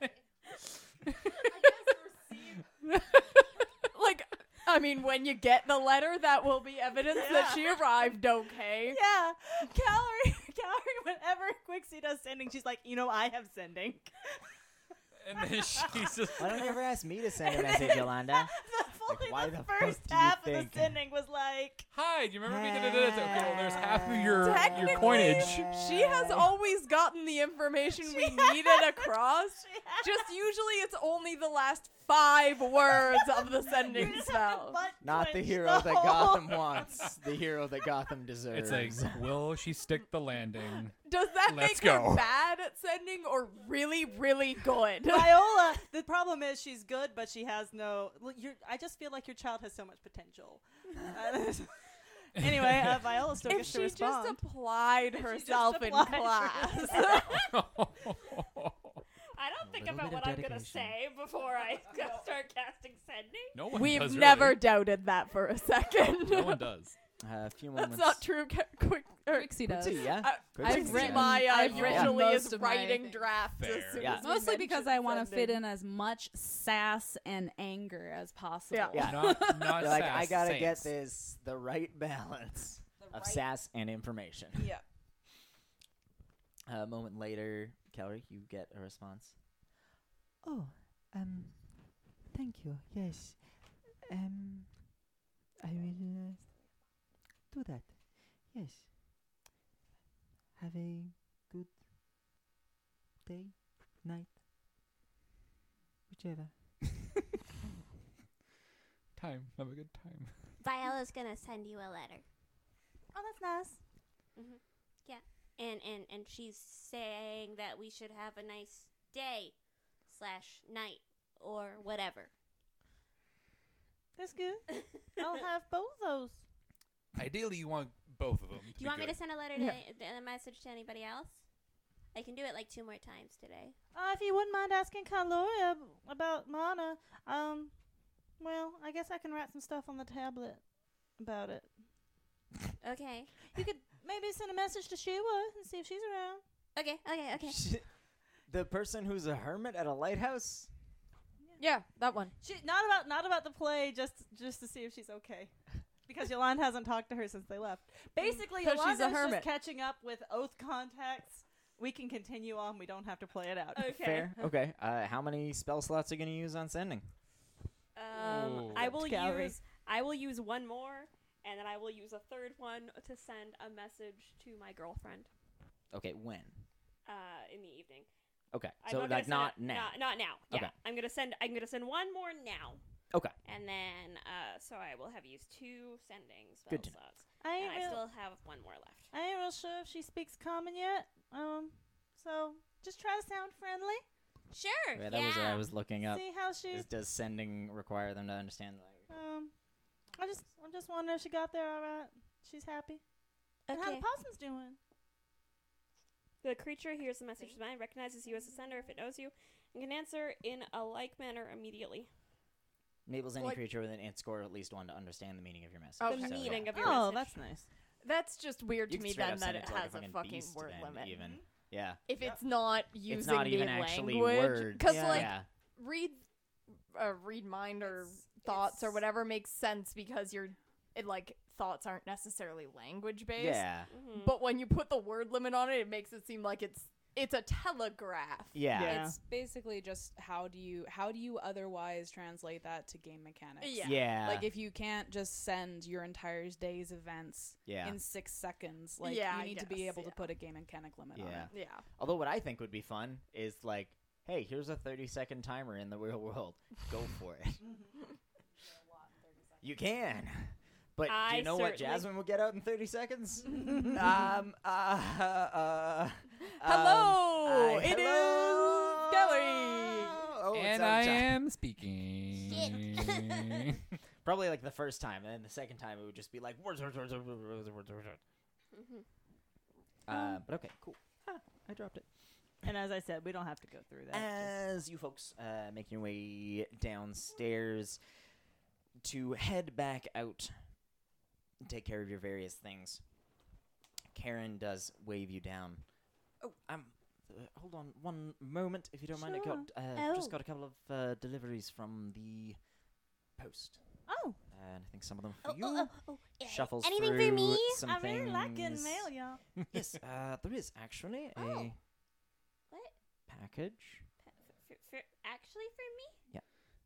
S1: Like, I mean, when you get the letter, that will be evidence that she arrived okay.
S5: Yeah. Calorie calorie whenever Quixie does sending, she's like, you know I have sending.
S4: And then she's just.
S2: Why don't you ever ask me to send a message, Yolanda?
S5: the fully
S2: why
S5: the,
S2: the fuck
S5: first
S2: do you
S5: half of
S2: think?
S5: the sending was like
S4: Hi, do you remember me? Da-da-da-da. It's Okay, well, there's half of your
S1: Technically,
S4: your coinage.
S1: She has always gotten the information we needed across. Just usually it's only the last five words of the
S5: you
S1: sending
S5: just have to
S1: spell.
S5: butt
S2: Not the
S5: clench
S2: hero
S5: the
S2: that
S5: whole-
S2: Gotham wants, the hero that Gotham deserves.
S4: It's like, will she stick the landing?
S1: Does that
S4: Let's
S1: make her
S4: go.
S1: bad at sending or really, really good?
S5: Viola, the problem is she's good, but she has no. l- You're, I just feel like your child has so much potential. Uh, Anyway, uh, Viola still
S1: If
S5: gets to
S1: she just
S5: respond.
S1: applied
S5: If she just
S1: herself
S5: applied
S1: in class.
S5: herself.
S6: I don't
S2: A
S6: think
S2: little
S6: about
S2: bit of
S6: what I'm gonna
S2: dedication.
S6: say before I start casting sending.
S4: no one
S1: We've
S4: does,
S1: never
S4: really.
S1: doubted that for a second.
S4: No one does.
S2: Uh, a few moments.
S1: That's not true. Ca- quick. Er,
S3: Quixie does.
S2: Quixie, yeah.
S1: I-
S2: Quixie,
S1: I've
S3: I've
S2: yeah.
S3: written-
S1: my uh,
S3: I've
S2: written
S1: usually
S3: most
S1: is
S3: of my
S1: writing
S3: things.
S1: drafts as
S4: Fair.
S1: soon
S2: Yeah.
S1: as we
S3: Mostly because I
S1: mention
S3: want to fit
S1: sending.
S3: in as much sass and anger as possible.
S2: Yeah.
S4: Not, not
S2: You're like,
S4: sass,
S2: I gotta get
S4: saints.
S2: this the right balance of sass and information.
S1: Yeah.
S2: Uh, a moment later, Kelly, you get a response. Oh, um, thank you. Yes, um, I will uh, do that. Yes. Have a good day, night, whichever.
S4: Time. Have a good time.
S6: Viola's gonna send you a letter,
S5: Oh, that's nice.
S6: Mm-hmm. and and and she's saying that we should have a nice day, slash night, or whatever. Oh,
S5: That's good.
S6: Do
S5: I'll have both those.
S4: Ideally, you want both of them. To
S6: you want me to send a letter to
S1: Yeah.
S6: a message to anybody else? I can do it like two more times today.
S5: Uh, if you wouldn't mind asking Kaloria ab- about Mana, um, well, I guess I can write some stuff on the tablet about it.
S6: Okay.
S5: You could maybe send a message to Shewa and see if she's around.
S6: Okay. Okay. Okay.
S2: the person who's a hermit at a lighthouse.
S1: Yeah, that one.
S5: She not about not about the play, just just to see if she's okay. Because Yolande hasn't talked to her since they left. Basically,
S1: So she's a
S5: Yolanda's
S1: hermit.
S5: just catching up with oath contacts. We can continue on. We don't have to play it out.
S2: Fair. Okay. Uh, how many spell slots are you gonna use on sending?
S6: Um,
S4: Ooh.
S6: I will
S5: Gallery.
S6: use I will use one more, and then I will use a third one to send a message to my girlfriend
S2: Okay. When?
S6: uh, in the evening.
S2: Okay.
S6: I'm
S2: So
S6: gonna
S2: like
S6: send
S2: not
S6: it-
S2: now.
S6: Not, not now. Yeah,
S2: Okay.
S6: I'm gonna send. I'm gonna send one more now.
S2: Okay.
S6: And then, uh, so I will have used two sending spell
S2: Good to know.
S6: slots,
S5: I
S6: and
S5: ain't,
S6: I
S5: real,
S6: still have one more left.
S5: I ain't real sure if she speaks common yet. Um, so just try to sound friendly.
S6: Sure.
S2: Yeah,
S6: Yeah.
S2: that was what I was looking up.
S5: See how she.
S2: Is, does sending require them to understand? Like,
S5: Um, I just I'm just wondering if she got there all right. She's happy. And how the
S6: Okay.
S5: possum's doing?
S6: The creature hears the message is mine, recognizes you as a sender if it knows you, and can answer in a like manner immediately.
S2: enables any
S1: Like-
S2: creature with an int score at least one to understand the meaning of your message.
S1: Okay.
S6: The
S2: So, yeah.
S6: meaning of your
S5: Oh,
S6: message.
S5: that's nice.
S1: That's just weird
S2: You
S1: to
S2: can
S1: me
S2: straight
S1: then
S2: up
S1: that
S2: send
S1: it
S2: to, like, a
S1: has a fucking
S2: beast
S1: word
S2: then,
S1: limit.
S2: Even. Yeah.
S1: If
S5: Yep.
S1: it's not using
S2: it's not even
S1: native
S2: actually
S1: language,
S2: words.
S5: Yeah.
S1: like
S2: yeah.
S1: read, uh, read mind or
S6: It's-
S1: thoughts or
S6: it's-
S1: whatever makes sense because you're, it like thoughts aren't necessarily language based.
S2: Yeah.
S7: Mm.
S6: Mhm.
S1: But when you put the word limit on it, it makes it seem like it's it's a telegraph.
S2: Yeah.
S5: Yeah.
S3: It's basically just how do you how do you otherwise translate that to game mechanics?
S1: Yeah.
S2: Yeah.
S3: Like if you can't just send your entire day's events
S2: Yeah.
S3: in six seconds, like
S1: Yeah, I
S3: you need to be
S1: guess,
S3: able to
S1: yeah.
S3: put a game mechanic limit on
S2: Yeah.
S3: it.
S1: Yeah.
S2: Although what I think would be fun is like, hey, here's a 30 second timer in the real world. Go for it. you can. But do
S6: I
S2: you know what
S6: certainly-
S2: Jasmine will get out in 30 seconds? um, uh, uh,
S1: Hello,
S2: um, I-
S1: it is
S2: hello!
S1: Gallery.
S2: Oh, it's,
S4: and
S2: um,
S4: I
S2: Ja-
S4: am speaking.
S2: Probably like the first time, and then the second time it would just be like words, words, words, words, words, words, words. words.
S6: Mhm.
S1: Mm-hmm.
S2: Uh, but okay, cool. Ah, I dropped it.
S5: And as I said, we don't have to go through that. Just-
S2: As you folks uh, make your way downstairs to head back out, and take care of your various things, Karen does wave you down. Oh, um, uh, hold on one moment, if you don't mind. I got uh, just
S6: Oh.
S2: got a couple of uh, deliveries from the post, uh,
S5: oh,
S2: and I think some of them for
S6: Oh,
S2: you.
S6: oh, oh, oh.
S2: Shuffles
S6: Anything
S2: through
S6: for me?
S2: some
S5: Oh, I really like getting
S2: things.
S5: mail, y'all.
S2: yes, uh, there is actually a
S6: Oh. What?
S2: package.
S6: For, for, actually, for me?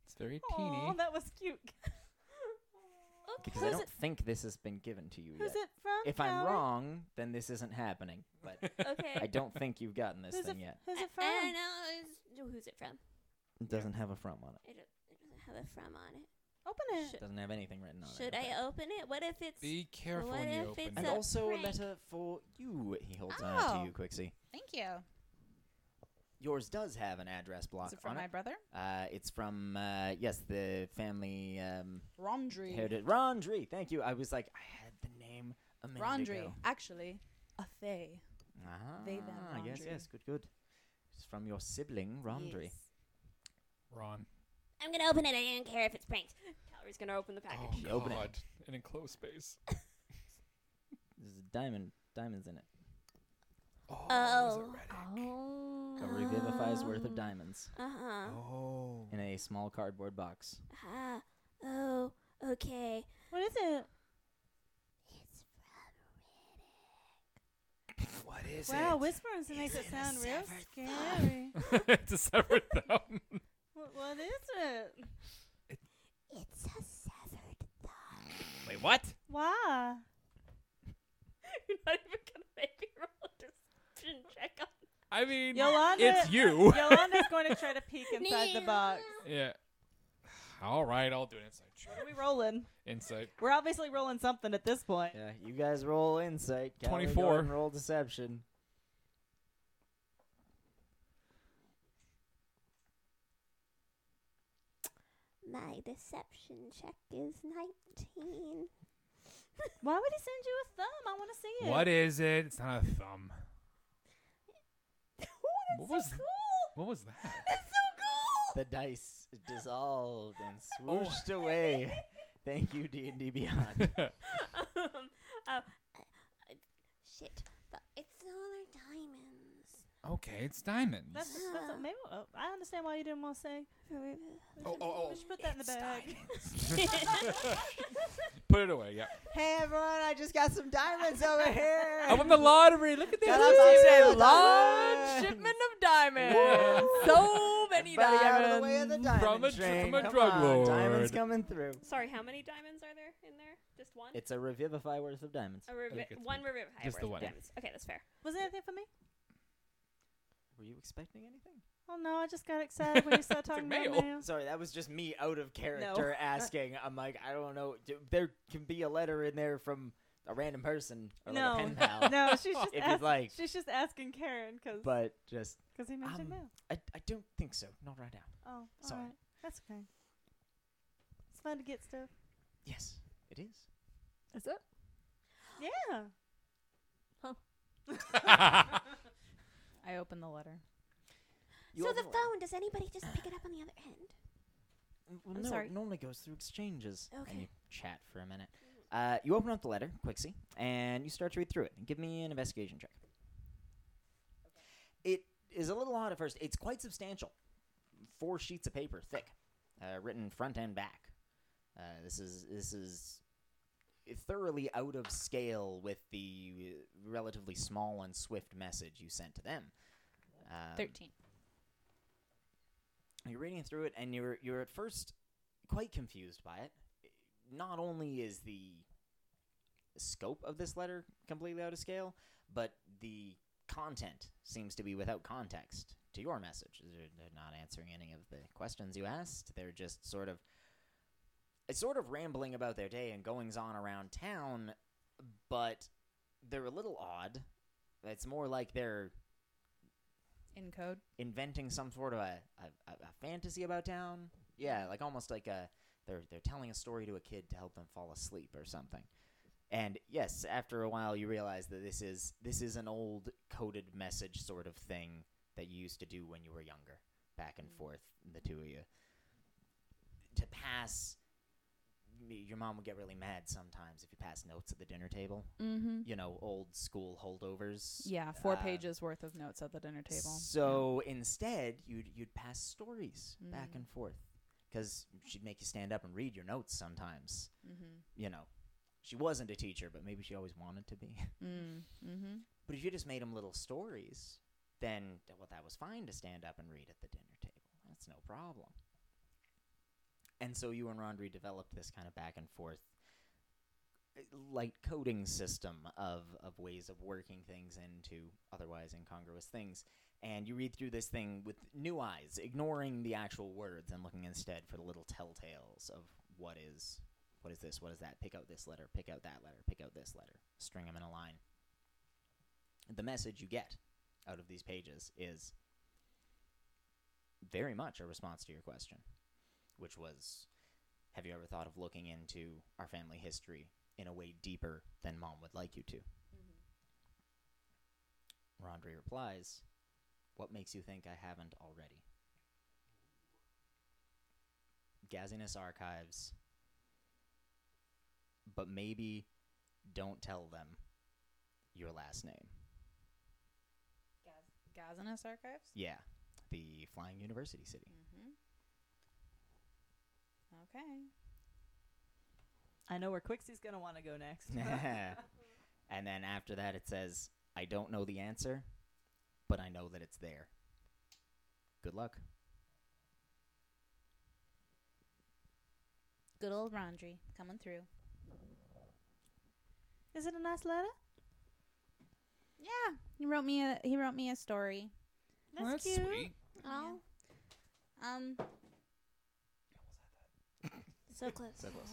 S4: it's very
S5: Oh,
S4: teeny.
S5: that was cute.
S6: Okay.
S2: Because I
S5: Who's
S2: don't think this has been given to you
S5: Who's
S2: yet.
S5: it from?
S2: If I'm
S5: Howard?
S2: wrong, then this isn't happening. But
S6: Okay.
S2: I don't think you've gotten this
S5: Who's it,
S2: thing yet.
S5: Who's it
S6: I-
S5: from?
S6: I don't know. it's- Who's it from?
S2: It doesn't have a from on it.
S6: It, do- it doesn't have a from on it.
S5: Open it.
S6: Should,
S2: Doesn't have anything written on it.
S6: should
S2: okay.
S6: I open it? What if it's.
S4: Be careful
S6: What
S4: when you
S6: if
S4: open
S6: it's
S2: And
S6: a
S4: it.
S2: also
S6: prank?
S2: a letter for you. He holds on
S3: Oh.
S2: to you, Quixie.
S3: Thank you.
S2: Yours does have an address block
S3: Is it
S2: on
S3: from my
S2: it.
S3: brother?
S2: Uh, it's from uh, yes, the family um,
S3: Rondry.
S2: heritage. Rondry, thank you. I was like, I had the name a minute
S3: Rondry,
S2: ago.
S3: actually, a fae.
S2: Ah,
S3: They, them,
S2: yes,
S3: Rondry.
S2: yes, good, good. It's from your sibling, Rondry.
S3: Yes.
S4: Ron.
S6: I'm gonna open it. I don't care if it's pranked. Calorie's gonna Oh, open the package.
S2: you open it. God,
S4: An enclosed space.
S2: There's a diamond, diamonds in it.
S4: Oh.
S6: Oh.
S2: A revivify's worth of diamonds
S6: Uh huh.
S4: Oh.
S2: in a small cardboard box.
S6: Ah. Oh. Okay.
S5: What is it?
S6: It's
S4: What is
S5: wow, whispering to make it
S6: it a
S5: sound real
S6: severed
S5: scary.
S4: it's a separate thumb.
S5: what, what is it?
S6: It's a severed thumb.
S4: Wait, what?
S5: Why?
S6: You're not even gonna make me roll a deception check on.
S4: I mean,
S5: Yolanda-
S4: it's you.
S5: Yolanda's going to try to peek inside the box.
S4: yeah. All right, I'll do an insight check.
S5: What are we rolling?
S4: Insight.
S5: We're obviously rolling something at this point.
S2: Yeah, you guys roll insight. Callie, go
S4: 24.
S2: ahead and Roll deception.
S6: My deception check is 19.
S5: Why would he send you a thumb? I want to see it.
S4: What is it? It's not a thumb. What was what was that?
S2: The dice dissolved and
S4: Oh.
S2: swooshed away. Thank you, D and D Beyond.
S6: um, oh, uh, shit. But it's all our diamonds.
S4: okay, it's diamonds.
S5: That's, that's maybe. Oh, I understand why you didn't want to say. We
S4: Oh,
S5: should-
S4: oh, oh.
S5: We should put that in the bag.
S4: Put it away. Yeah.
S2: hey everyone, I just got some diamonds over here.
S4: I won the lottery. Look at
S2: Got
S4: that.
S2: a box full
S1: a
S2: of
S1: large
S2: diamonds.
S1: shipment of diamonds. so many
S2: Everybody
S1: diamonds.
S2: out of the way of the diamond
S4: From a dr-
S2: train.
S4: from a
S2: Come
S4: drug
S2: on,
S4: lord.
S2: Diamonds coming through.
S6: Sorry, how many diamonds are there in there? Just one?
S2: It's a revivify worth of diamonds.
S6: a
S4: I
S6: revi-
S4: think it's
S6: one revive high
S4: Just the
S6: worth of
S4: one.
S6: diamonds. Okay, that's fair.
S5: Was there anything for me?
S2: Were you expecting anything?
S5: Oh no, I just got excited when you started
S4: a
S5: talking about
S4: male.
S5: mail.
S2: Sorry, that was just me out of character asking. I'm like, I don't know. D- There can be a letter in there from a random person or
S5: No.
S2: like a pen pal,
S5: No, she's just
S2: if you'd
S5: ask-
S2: like.
S5: she's just asking Karen because
S2: But just,
S5: he mentioned
S2: um,
S5: mail.
S2: I, I don't think so. Not right now.
S5: Oh,
S2: sorry.
S5: alright. that's okay. It's fun to get stuff.
S2: Yes, it is.
S1: Is it?
S5: Yeah.
S3: I opened the letter.
S2: You
S6: so
S2: open
S6: the
S2: one.
S6: phone, does anybody just pick it up on the other end?
S2: Mm, Well,
S6: I'm
S2: no,
S6: sorry.
S2: it normally goes through exchanges.
S6: Okay.
S2: And you chat for a minute. Uh, you open up the letter, Quixie, and you start to read through it. Give me an investigation check. It is a little odd at first. It's quite substantial. Four sheets of paper, thick, uh, written front and back. Uh, this is this is thoroughly out of scale with the uh, relatively small and swift message you sent to them. Um,
S3: Thirteen.
S2: you're reading through it and you're you're at first quite confused by it. Not only is the scope of this letter completely out of scale, but the content seems to be without context to your message. They're, they're not answering any of the questions you asked. They're just sort of it's sort of rambling about their day and goings on around town, but they're a little odd. It's more like they're
S3: In code.
S2: inventing some sort of a, a, a a fantasy about town. Yeah, like almost like a they're they're telling a story to a kid to help them fall asleep or something. And yes, after a while you realize that this is this is an old coded message sort of thing that you used to do when you were younger, back and
S3: Mm.
S2: forth the two of you. To pass y- your mom would get really mad sometimes if you passed notes at the dinner table.
S3: Mm-hmm.
S2: You know, old school holdovers.
S3: Yeah, four
S2: Uh,
S3: pages worth of notes at the dinner table.
S2: So instead, you'd you'd pass stories back
S3: Mm.
S2: and forth because she'd make you stand up and read your notes sometimes.
S3: Mm-hmm.
S2: You know, she wasn't a teacher, but maybe she always wanted to be.
S3: Mm-hmm.
S2: but if you just made them little stories, then th- well, that was fine to stand up and read at the dinner table. That's no problem. And so you and Rondry developed this kind of back and forth uh, light coding system of, of ways of working things into otherwise incongruous things. And you read through this thing with new eyes, ignoring the actual words and looking instead for the little telltales of what is what is this, what is that, pick out this letter, pick out that letter, pick out this letter, string them in a line. The message you get out of these pages is very much a response to your question, which was Have you ever thought of looking into our family history in a way deeper than mom would like you to. Rondre replies, What makes you think I haven't already? Gaziness archives. But maybe don't tell them your last name.
S3: Gazinus Archives?
S2: Yeah, the Flying University City.
S3: Mm-hmm. Okay.
S5: I know where Quixie's gonna want to go next.
S2: and then after that, it says, I don't know the answer, but I know that it's there. Good luck.
S3: Good old Rondry coming through.
S5: Is it a nice letter?
S3: Yeah, he wrote me a he wrote me a story.
S4: Well, that's sweet.
S3: Oh, um,
S6: So close.
S2: So close.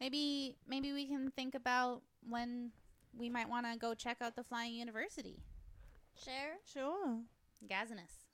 S3: maybe maybe we can think about when we might want to go check out the Flying University,
S6: Sure.
S5: Sure.
S3: Gazinus.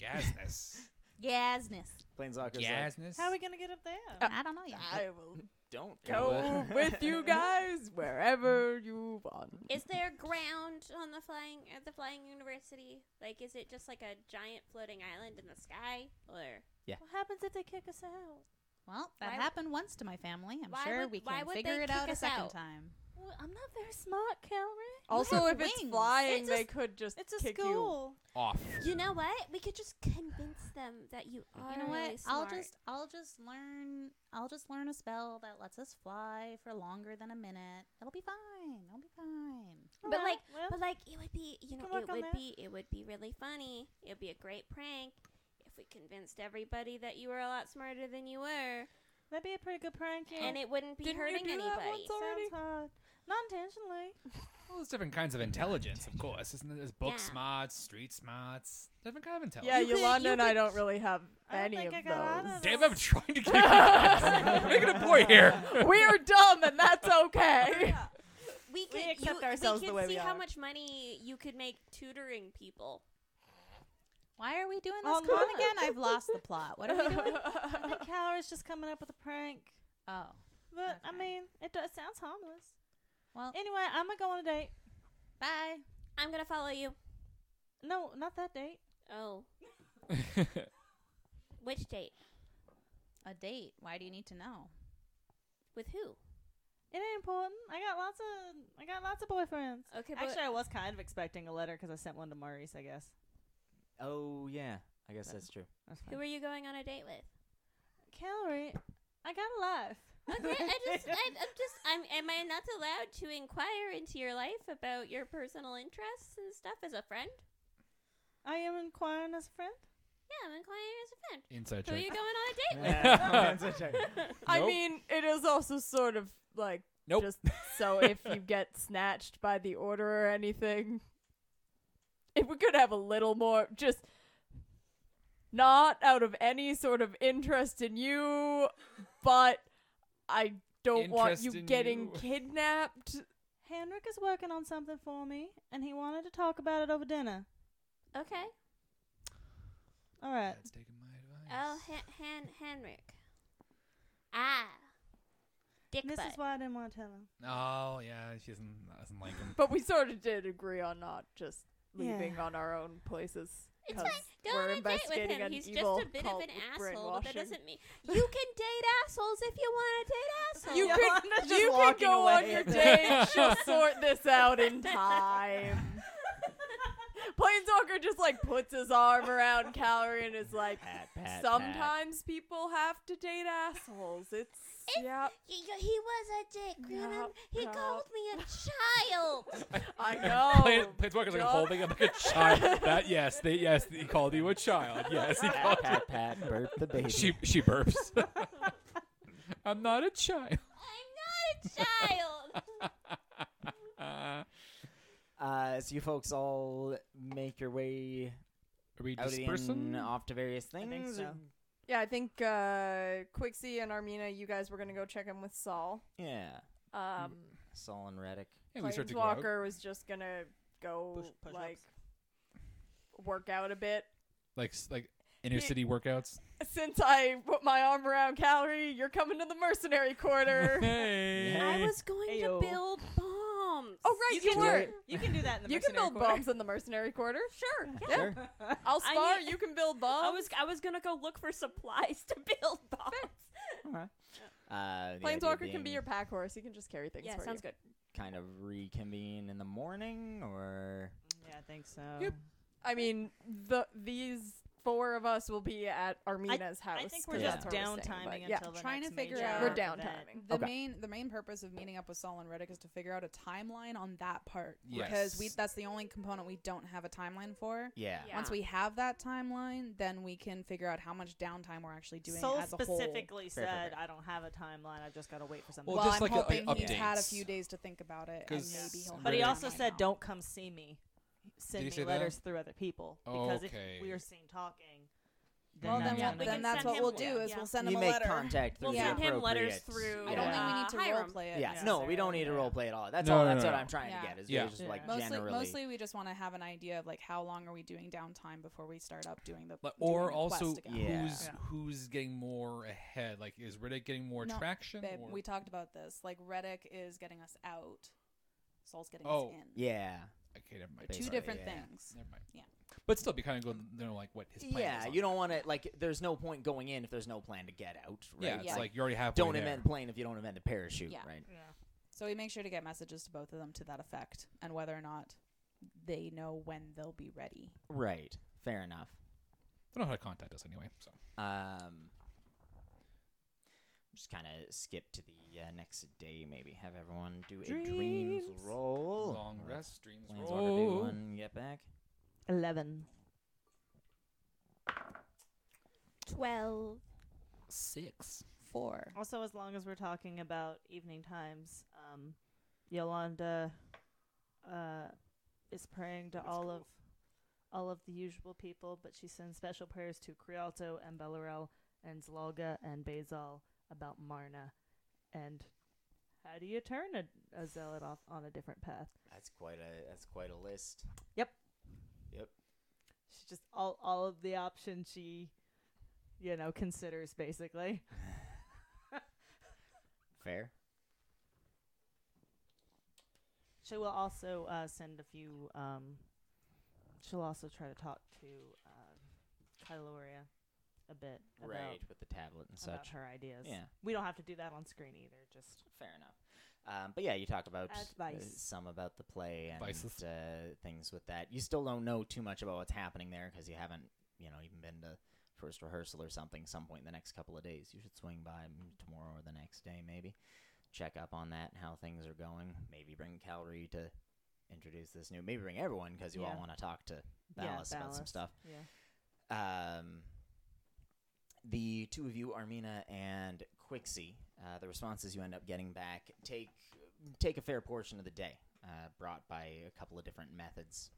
S4: Gasness.
S3: Gazness.
S2: Planeswalker's like,
S4: Gasness.
S5: How are we gonna get up there?
S3: I don't know yet.
S1: I will
S2: don't
S1: go
S2: it."
S1: with you guys wherever you want.
S6: Is there ground on the flying at the flying university? Like, is it just like a giant floating island in the sky, or
S5: What happens if they kick us out?
S3: Well, that
S6: Why would-
S3: happened once to my family. I'm
S6: Why
S3: sure
S6: would-
S3: we
S6: why
S3: can
S6: would
S3: figure
S6: they
S3: it out
S6: kick
S3: a
S6: us
S3: second
S6: out?
S3: time.
S5: Well, I'm not very smart, Calry.
S1: Also,
S3: have
S1: if it's
S3: wings.
S1: flying,
S6: It's a
S1: they
S6: s-
S1: could just
S5: It's a
S1: kick you.
S5: school.
S4: Off.
S6: you know what? We could just convince them that you are.
S3: you know what?
S6: really
S3: I'll
S6: smart.
S3: just I'll just learn I'll just learn a spell that lets us fly for longer than a minute. It'll be fine. It'll be fine.
S6: But
S5: Alright,
S6: like,
S5: well,
S6: but like, it would be, you know,
S5: Can work
S6: it
S5: on
S6: would
S5: that.
S6: be, it would be really funny. It would be a great prank if we convinced everybody that you were a lot smarter than you were,
S5: that'd be a pretty good prank. Yeah.
S6: and it wouldn't be
S1: Didn't you
S6: hurting
S1: do that
S6: anybody.
S1: once already?
S5: sounds hard. Not intentionally.
S4: Well, there's different kinds of intelligence, of course. Isn't there? There's book
S6: Yeah.
S4: smarts, street smarts, different kind of
S1: Yeah,
S4: intelligence.
S1: Yolanda
S3: You could- you
S1: and I
S3: could-
S1: don't really have
S5: I don't
S1: any
S5: think
S1: of
S5: I got out of
S1: those.
S5: that.
S4: Damn, I'm trying to get you guys. I'm making a point here.
S1: We're dumb, and that's okay.
S6: We could
S5: accept
S6: you,
S5: ourselves
S6: we
S5: the
S6: could
S5: way we
S6: see how
S5: are.
S6: much money you could make tutoring people.
S3: Why are we doing this
S5: Online.
S3: con again? I've lost the plot. What are we doing?
S5: I think Calry's just coming up with a prank.
S3: Oh.
S5: But I
S3: Okay.
S5: mean, it, do, it sounds harmless.
S3: Well,
S5: Anyway, I'm gonna go on a date.
S3: bye.
S6: I'm gonna follow you.
S5: No, not that date.
S6: Oh, which date?
S3: A date. Why do you need to know?
S6: With who?
S5: It ain't important. I got lots of I got lots of boyfriends.
S6: Okay, but
S5: Actually, I was kind of expecting a letter because I sent one to Maurice. I guess
S2: Oh, yeah. I guess that's true.
S5: that's
S6: who
S5: fine.
S6: are you going on a date with?
S5: Calorie, I got a life.
S6: Okay, I just, I, I'm just, I'm. Am I not allowed to inquire into your life about your personal interests and stuff as a friend?
S5: I am inquiring as a friend.
S6: Yeah, I'm inquiring as a
S4: Inside
S6: friend. Who are
S4: check.
S6: you going on a date with?
S2: Yeah, that's okay.
S1: I
S4: Nope.
S1: mean, it is also sort of like
S4: Nope.
S1: just so if you get snatched by the order or anything, if we could have a little more, just not out of any sort of interest in you, but I don't want you
S4: Interest in
S1: getting
S4: you.
S1: kidnapped.
S5: Henrik is working on something for me, and he wanted to talk about it over dinner.
S6: Okay.
S5: All right.
S4: That's taking my
S6: Oh,
S4: advice.
S6: Han, Han Henrik. Ah, dick
S5: This
S6: butt.
S5: is why I didn't want to tell him.
S4: Oh, yeah, she doesn't, doesn't like him.
S1: But we sort of did agree on not just
S5: Yeah.
S1: leaving on our own places.
S6: It's
S1: 'cause
S6: fine. Go
S1: we're
S6: on a date with
S1: investigating
S6: him.
S1: an
S6: He's just
S1: evil
S6: a bit of
S1: cult
S6: an
S1: with
S6: asshole, but that
S1: brainwashing.
S6: doesn't mean you can date assholes if you want to date assholes.
S1: You
S5: Yeah,
S1: could,
S5: I'm not just
S1: you could
S5: walking
S1: go on
S5: away.
S1: your date. She'll sort this out in time. Planeswalker just like puts his arm around Calorie and is like,
S2: Pat, pat, pat.
S1: sometimes people have to date assholes. It's yeah,
S6: He, he was a dick,
S1: Yup,
S6: Ruben. He
S1: yup.
S6: called me a child.
S1: I
S4: Play,
S1: know.
S4: Planeswalker's like
S1: God.
S4: holding up like a child. That yes, they yes, he called you a child. Yes, he called
S2: Pat, pat, pat, burp the baby.
S4: she she burps. I'm not a child.
S6: I'm not a child.
S4: Uh,
S2: Uh, so you folks all make your way
S4: are we
S2: out
S4: dispersing?
S2: in, off to various things.
S5: think
S2: or-
S5: so.
S1: yeah, I think uh, Quixie and Armina, you guys were gonna go check in with Saul.
S2: Yeah,
S1: Um,
S2: Saul and Reddick.
S4: Yeah, Mm. we start to go out.
S1: Planeswalker was just gonna go
S5: Push- push-ups.
S1: like work out a bit.
S4: like s- like inner city workouts.
S1: Since I put my arm around Calorie, you're coming to the mercenary quarter.
S4: Hey.
S6: I was going
S5: Ayo.
S6: to build bombs.
S1: oh right,
S5: You
S1: you,
S5: can do
S1: were.
S5: it. You can do that in the
S1: You can build
S5: mercenary
S1: bombs in the mercenary quarter. Sure. Yeah.
S2: Sure.
S1: I'll
S6: I
S1: spar.
S6: need-
S1: you can build bombs.
S6: I was I was gonna go look for supplies to build bombs.
S2: Alright. Uh, the idea
S1: Planeswalker can be
S2: being
S1: your pack horse. He can just carry things.
S6: yeah,
S1: for
S6: sounds
S1: you.
S6: good.
S2: kind of reconvene in the morning, or
S5: quarter. Yeah, I think so.
S1: Yep. I mean, the these four of us will be at Armina's house.
S5: I think we're
S1: 'cause
S5: just
S1: that's where we're staying,
S5: downtiming
S1: but yeah.
S5: until the
S3: Trying to
S5: next
S3: figure
S5: major
S3: out-
S1: We're
S5: event.
S1: downtiming.
S3: The
S2: Okay.
S3: main the main purpose of meeting up with Saul and Reddick is to figure out a timeline on that part
S4: Yes.
S3: because we that's the only component we don't have a timeline for.
S2: yeah,
S6: Yeah.
S3: Once we have that timeline, then we can figure out how much downtime we're actually doing
S5: Soul
S3: as a whole.
S5: specifically
S2: Fair, fair,
S5: said,
S2: fair.
S5: "I don't have a timeline. I've just got to wait for something."
S4: Well,
S3: Well,
S4: just like
S3: I'm
S4: a- like
S3: hoping he's had a
S4: updates.
S3: few days to think about it, and
S4: 'Cause-
S3: maybe he'll.
S5: but he
S4: Really?
S3: have
S5: also
S3: time
S5: said,
S3: now.
S5: "Don't come see me. Send
S4: he
S5: me
S4: say that?
S5: letters through other people
S4: Oh,
S5: because
S4: okay.
S5: if we are seen talking, then
S3: Well, then,
S5: that's
S6: yeah,
S3: we'll-
S6: we
S5: when
S3: then
S6: can
S5: we-
S3: that's
S6: send
S3: what
S6: him
S3: we'll
S6: one.
S3: do is
S6: Yeah.
S3: we'll send
S2: you
S3: him a
S2: make
S3: letter.
S2: contact through
S6: We'll
S2: the
S3: send
S6: him letters
S2: appropriate-
S6: through,
S3: I don't think we
S6: Yeah.
S3: need to
S6: Hiram.
S3: role play it.
S2: Yeah,
S5: Yeah.
S2: no, we don't
S5: Yeah.
S2: need to role play at all. That's
S4: No,
S2: all.
S4: no,
S2: that's
S4: no,
S2: what
S4: no.
S2: I'm trying
S3: Yeah.
S2: to get. Is
S4: Yeah.
S2: just like
S3: Mostly,
S2: generally.
S3: mostly we just want to have an idea of like how long are we doing downtime before we start up doing the
S4: Like,
S3: doing
S4: or
S3: the
S4: also
S3: quest again.
S2: Yeah.
S4: who's
S5: Yeah.
S4: who's getting more ahead? Like is Riddick getting more
S3: No,
S4: traction?
S3: Babe,
S4: or-
S3: we talked about this. Like Reddick is getting us out, Soul's getting
S4: Oh.
S3: us in.
S2: yeah,
S4: okay, never mind.
S2: Two
S3: Two
S2: Basically,
S3: different
S2: yeah.
S3: things.
S4: Never mind.
S3: Yeah.
S4: But still, be kind of going. You know, like what his plan is.
S2: yeah.
S4: on
S2: You
S4: that.
S2: don't want to like. There's no point going in if there's no plan to get out. Right?
S4: Yeah, it's
S3: Yeah.
S4: like you already have.
S2: don't invent a plane if you don't invent a parachute.
S3: Yeah.
S2: Right.
S5: Yeah.
S3: So we make sure to get messages to both of them to that effect, and whether or not they know when they'll be ready.
S2: Right. Fair enough.
S4: They don't know how to contact us anyway. So
S2: Um, just kind of skip to the uh, next day. Maybe have everyone do a dreams
S5: Dreams.
S2: roll.
S4: long
S2: Or
S4: rest, dreams
S2: Planeswalker do
S4: roll.
S2: one. and Get back.
S5: Eleven.
S6: Twelve.
S4: Six.
S3: Four.
S5: Also, as long as we're talking about evening times, um, Yolanda uh, is praying to all of all of the usual people, but she sends special prayers to Crialto and Bellarel and Zlalga and Bazal about Marna and how do you turn a, a zealot off on a different path?
S2: That's quite a that's quite a list.
S5: She just all all of the options she, you know, considers basically.
S2: Fair.
S5: She will also uh, send a few. Um, she'll also try to talk to uh, Kyloria a bit about,
S2: Right with the tablet and
S5: about
S2: such.
S5: her ideas.
S2: Yeah.
S5: We don't have to do that on screen either. Just
S2: Fair enough. Um, but yeah, you talk about uh,
S5: Advice.
S2: some about the play and
S4: Vices.
S2: uh, things with that. You still don't know too much about what's happening there because you haven't, you know, even been to first rehearsal or something. Some point in the next couple of days, you should swing by mm, tomorrow or the next day, maybe. Check up on that and how things are going. Maybe bring Calgary to introduce this new. Maybe bring everyone because you all
S5: Yeah.
S2: want to talk to
S5: Yeah,
S2: Ballas about some
S5: Ballas.
S2: stuff.
S5: yeah.
S2: Um, the two of you, Armina and Quixie, uh, the responses you end up getting back take take a fair portion of the day, uh, brought by a couple of different methods.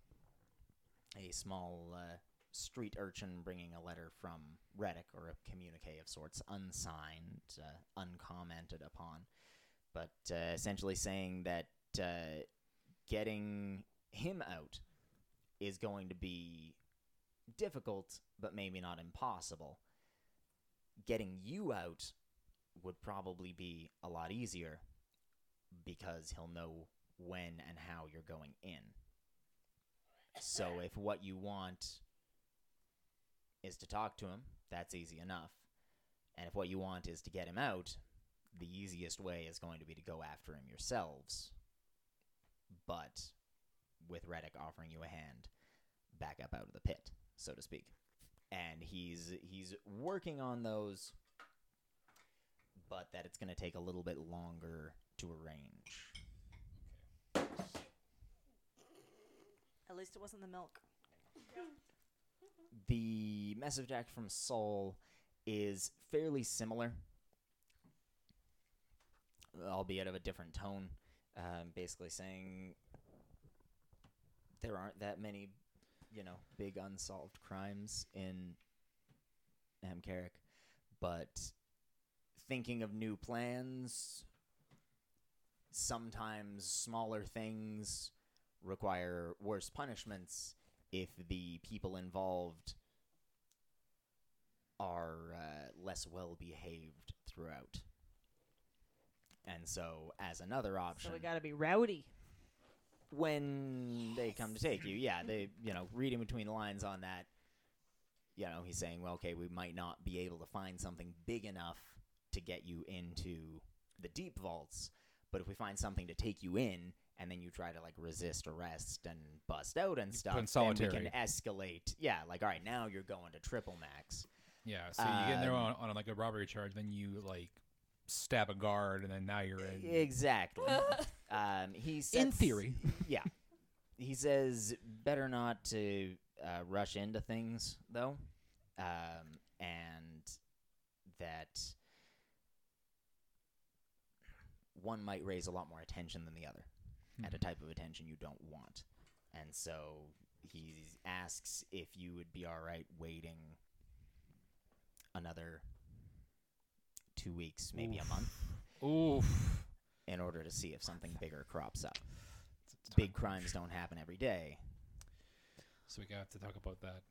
S2: A small uh, street urchin bringing a letter from Reddick or a communique of sorts, unsigned, uh, uncommented upon, but uh, essentially saying that uh, getting him out is going to be difficult, but maybe not impossible. Getting you out would probably be a lot easier because he'll know when and how you're going in. So if what you want is to talk to him, that's easy enough. And if what you want is to get him out, the easiest way is going to be to go after him yourselves. But with Reddick offering you a hand, back up out of the pit, so to speak. And he's he's working on those, but that it's going to take a little bit longer to arrange.
S5: At least it wasn't the milk.
S2: the message back from Soul is fairly similar, albeit of a different tone. Um, basically saying there aren't that many, you know, big unsolved crimes in Hamkarick, but thinking of new plans, sometimes smaller things require worse punishments if the people involved are uh, less well behaved throughout. And so, as another option,
S7: So we gotta be rowdy.
S2: when they come to take you, yeah, they, you know, reading between the lines on that, you know, he's saying, well, okay, we might not be able to find something big enough to get you into the deep vaults, but if we find something to take you in, and then you try to like resist arrest and bust out and
S4: You
S2: stuff,
S4: put in
S2: then we
S4: solitary.
S2: can escalate. Yeah, like all right, now you're going to triple max.
S4: Yeah, so you get in there on,
S2: Um,
S4: on like a robbery charge, then you like stab a guard, and then now you're in.
S2: Exactly. um, he
S4: in
S2: sets-
S4: theory, Hmm.
S2: yeah. He says better not to uh, rush into things, though, um, and that one might raise a lot more attention than the other, and a
S4: Hmm.
S2: type of attention you don't want. And so he asks if you would be all right waiting another two weeks, maybe a month,
S4: oof,
S2: in order to see if something bigger crops up.
S4: It's- it's
S2: Big
S4: time.
S2: crimes don't happen every day.
S4: So we got to talk about that.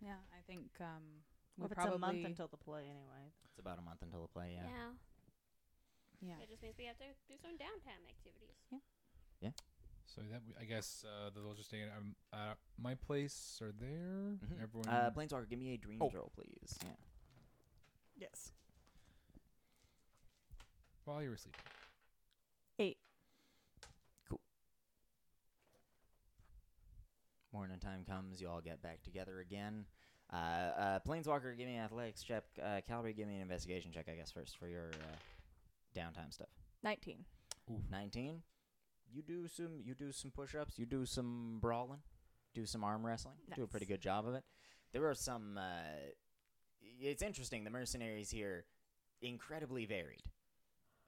S3: Yeah, I think um, we
S7: Well, if it's
S3: probably
S7: a month until the play, anyway.
S2: It's about a month until the play, yeah.
S6: yeah.
S3: yeah.
S6: That just means we have to do some downtime activities.
S4: So that we, I guess uh, those are staying at um, uh, my place or there.
S2: Mhm.
S4: Everyone,
S2: Uh, Planeswalker, give me a dream
S4: Oh.
S2: roll, please. Yeah.
S5: Yes.
S4: while you were asleep.
S2: Mm-hmm. Morning time comes, you all get back together again. Uh, uh, Planeswalker, give me an athletics check. Uh, Calvary, give me an investigation check, I guess, first for your uh, downtime stuff.
S1: 19.
S2: Nineteen. You do some. You do some push-ups. You do some brawling. Do some arm wrestling. Do a pretty
S1: Nice.
S2: good job of it. There are some. Uh, it's interesting. The mercenaries here, incredibly varied.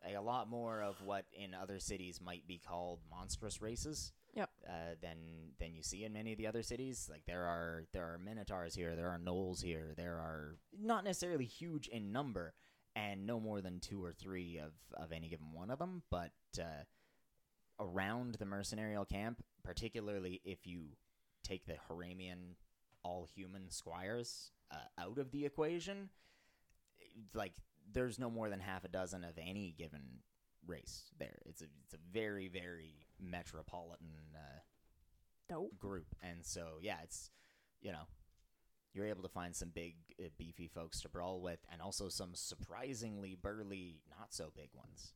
S2: Like, a lot more of what in other cities might be called monstrous races.
S1: Yep.
S2: Uh, than than you see in many of the other cities. Like there are there are minotaurs here. There are gnolls here. There are not necessarily huge in number, and no more than two or three of, of any given one of them. But uh, around the mercenarial camp, particularly if you take the Haramian all human squires uh, out of the equation, like there's no more than half a dozen of any given race there. It's a, it's a very, very metropolitan uh,
S1: Dope.
S2: group. And so, yeah, it's, you know, you're able to find some big, uh, beefy folks to brawl with, and also some surprisingly burly, not so big ones.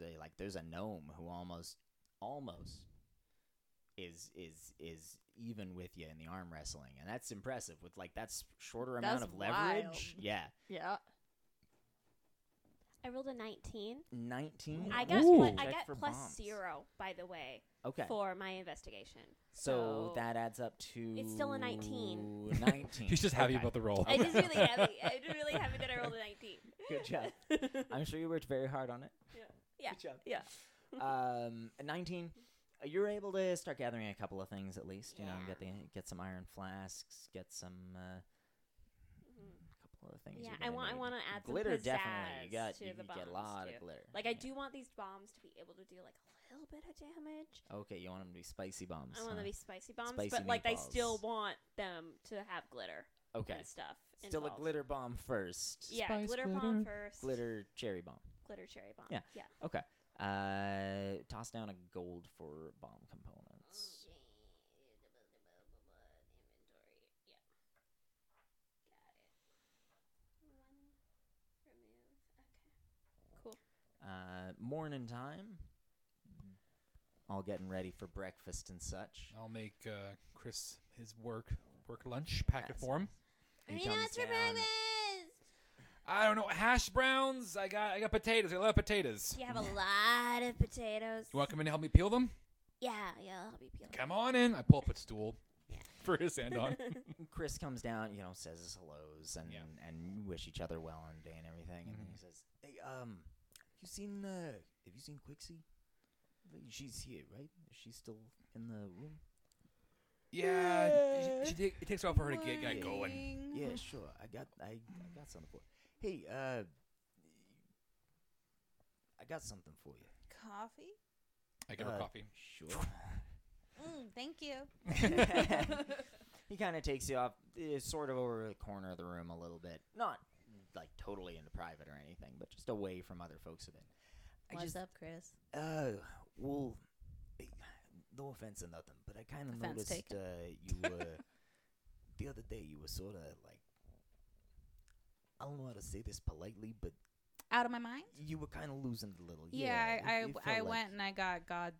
S2: They, like, there's a gnome who almost, almost is is is even with you in the arm wrestling, and that's impressive. With like that's shorter amount
S1: That's
S2: of leverage.
S1: wild.
S2: Yeah,
S1: Yeah.
S6: I rolled a 19.
S2: nineteen.
S6: I got
S4: Ooh.
S6: pl- I
S2: Check
S6: got
S2: for
S6: plus
S2: bombs.
S6: zero, by the way,
S2: Okay,
S6: for my investigation.
S2: so
S6: so
S2: that adds up to
S6: it's still a 19.
S2: Nineteen.
S4: He's just happy
S2: Okay.
S4: about the roll.
S6: I just really happy. I'm just really happy that I rolled a 19.
S2: Good job. I'm sure you worked very hard on it.
S6: Yeah. Yeah.
S2: Good job.
S6: Yeah.
S2: um, at 19. uh, You're able to start gathering a couple of things at least. You know, get the get some iron flasks, get some uh,
S6: Mhm.
S2: couple of things.
S6: Yeah,
S2: you're
S6: I
S2: gonna
S6: want- I
S2: need.
S6: wanna add some
S2: glitter. definitely,
S6: pizzazz
S2: you got
S6: to
S2: you,
S6: the
S2: you get a
S6: bombs,
S2: lot
S6: too.
S2: of glitter.
S6: Like, I
S2: yeah.
S6: do want these bombs to be able to do, like, a little bit of damage.
S2: Okay, you want them to be spicy bombs.
S6: I
S2: huh?
S6: want them to be spicy bombs,
S2: Spicy
S6: but, like, I still
S2: meatballs.
S6: want them um, to have glitter
S2: okay.
S6: and stuff.
S2: Still
S6: involved.
S2: a glitter bomb first.
S6: Yeah,
S4: Spice
S6: glitter, bomb
S4: glitter.
S6: first.
S2: Glitter cherry bomb.
S6: Glitter cherry bomb.
S2: Yeah.
S6: Yeah.
S2: Okay. Uh, toss down a gold for bomb
S6: Oh,
S2: components. Uh, morning time. All getting ready for breakfast and such.
S4: I'll make uh, Chris his work work lunch packet
S2: That's
S4: for him.
S2: He comes down.
S4: I don't know hash browns. I got I got potatoes. I love potatoes.
S6: Do you have a lot of potatoes?
S4: You want to come in to help me peel them?
S6: Yeah, yeah, I'll be peeling.
S4: Come on in. I pull up a stool
S6: Yeah.
S4: for his hand on.
S2: Chris comes down, you know, says his hellos and
S4: Yeah.
S2: and wish each other well on the day and everything. And then he says, "Hey, um, have you seen uh, have you seen Quixie? She's here, right? Is she still in the room?
S4: Yeah, she- she take- it takes a while for her to get, get going.
S2: Yeah, sure. I got I, I got something for. You. Hey, uh, I got something for you.
S3: Coffee?
S4: I give her
S2: Uh,
S4: coffee.
S2: Sure.
S3: Mm, thank you.
S2: He kind of takes you off, uh, sort of over the corner of the room a little bit. Not like totally into private or anything, but just away from other folks a bit. I
S3: What's
S2: just,
S3: up, Chris?
S2: Uh, well, eh, no offense or nothing, but I kind of
S3: Offense
S2: noticed
S3: taken.
S2: uh, you were the other day. You were sort of like I don't know how to say this politely, but
S3: Out of my mind?
S2: you were kind of losing it a little.
S3: Yeah,
S2: it-
S3: I I,
S2: it felt
S3: I
S2: like-
S3: went and I got God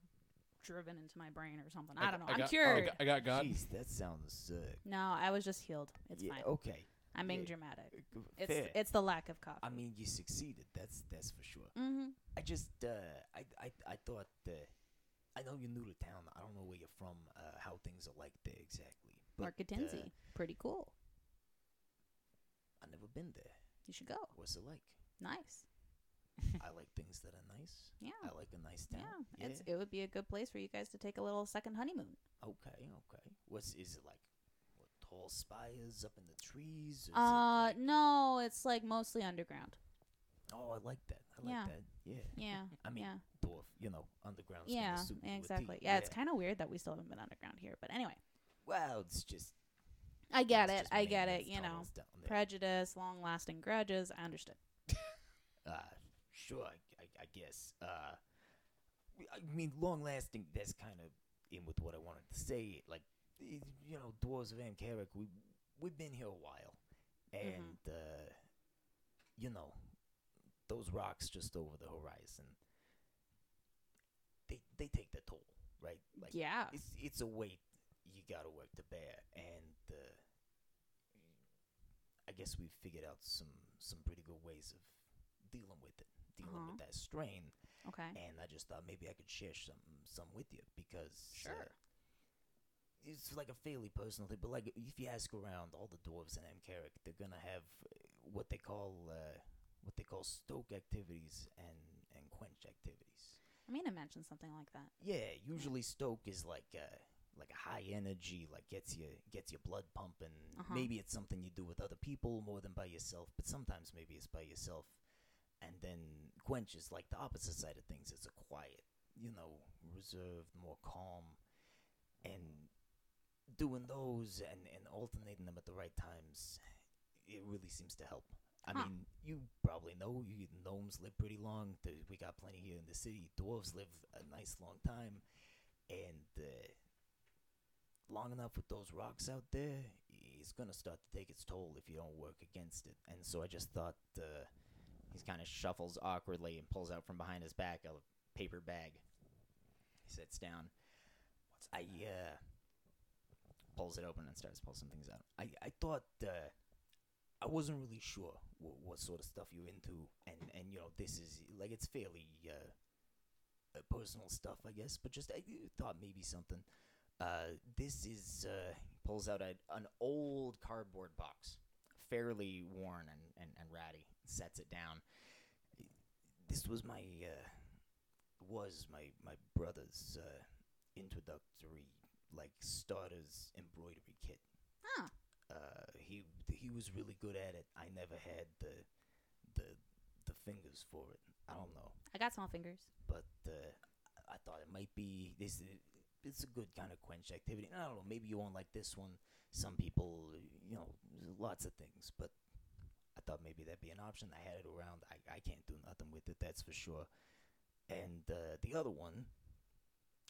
S3: driven into my brain or something. I,
S4: g-
S3: don't know.
S4: I
S3: I am
S4: got, oh, I
S3: cured.
S4: got, I got God.
S2: Jeez, that sounds sick.
S3: no, I was just healed. It's
S2: yeah,
S3: fine.
S2: okay.
S3: I'm being
S2: yeah.
S3: dramatic.
S2: uh, g-
S3: It's
S2: fair.
S3: it's the lack of coffee.
S2: I mean, you succeeded. That's that's for sure.
S3: hmm
S2: I just uh, I, I I thought uh, I know you're new to town. I don't know where you're from, uh, how things are like there exactly. But,
S3: Marcatenzi,
S2: uh,
S3: pretty cool.
S2: I've uh, never been there.
S3: You should go.
S2: What's it like?
S3: Nice.
S2: I like things that are nice.
S3: Yeah.
S2: I like a nice
S3: Yeah,
S2: town.
S3: It's, it would be a good place for you guys to take a little second honeymoon.
S2: okay. Okay. What's is it like? What tall spires up in the trees? Or is it
S3: Uh,
S2: like-
S3: no, it's like mostly underground.
S2: oh, I like that. I like
S3: yeah.
S2: that. Yeah.
S3: Yeah,
S2: I mean,
S3: yeah,
S2: dwarf. You know, underground.
S3: yeah, exactly. Yeah, it's kind of weird that we still haven't been underground here, but anyway,
S2: Well, it's just.
S3: I get
S2: it's
S3: it.
S2: just
S3: I get it.
S2: maintenance
S3: You know,
S2: tunnels down there.
S3: prejudice, long-lasting grudges. I understood.
S2: Uh, sure, I, I, I guess. Uh, I mean, long lasting, that's kind of in with what I wanted to say. Like, y- you know, Dwarves of Amkarik, we, we've been here a while. And, uh, you know, those rocks just over the horizon, they, they take the toll, right? Like,
S3: yeah,
S2: it's, it's a weight you gotta work to bear. And, uh, I guess we've figured out some, some pretty good ways of dealing with it, dealing
S3: Uh-huh.
S2: with that strain
S3: okay.
S2: and I just thought maybe I could share some some with you because uh,
S3: Sure.
S2: it's like a fairly personal thing. But like if you ask around, all the dwarves in Amkarik, they're gonna have uh, what they call uh, what they call stoke activities and and quench activities.
S3: I mean, I mentioned something like that.
S2: Yeah, usually stoke is like uh, like a high energy, like gets you gets your blood pumping.
S3: Uh-huh.
S2: Maybe it's something you do with other people more than by yourself, but sometimes maybe it's by yourself. And then quench is like the opposite side of things. It's a quiet, you know, reserved, more calm, and doing those and and alternating them at the right times, it really seems to help. I
S3: Huh.
S2: mean, you probably know you gnomes live pretty long. There, we got plenty here in the city. Dwarves live a nice long time, and uh, long enough with those rocks out there, it's gonna start to take its toll if you don't work against it. And so I just thought uh, he kind of shuffles awkwardly and pulls out from behind his back a paper bag. He sits down. I uh, pulls it open and starts pulling some things out. I I thought. Uh, I wasn't really sure what, what sort of stuff you're into, and and you know this is like it's fairly uh, uh, personal stuff, I guess. But just I uh, thought maybe something. Uh, this is uh, pulls out a, an old cardboard box, fairly worn and and, and ratty. Sets it down. This was my uh, was my my brother's uh, introductory like starter's embroidery kit
S3: Ah,
S2: uh, he he was really good at it. I never had the the the fingers for it. I don't know,
S3: I got small fingers.
S2: but uh, I thought it might be this. It's a good kind of quench activity. And I don't know. Maybe you won't like this one. Some people, you know, lots of things. But I thought maybe that'd be an option. I had it around. I I can't do nothing with it. That's for sure. And uh, the other one,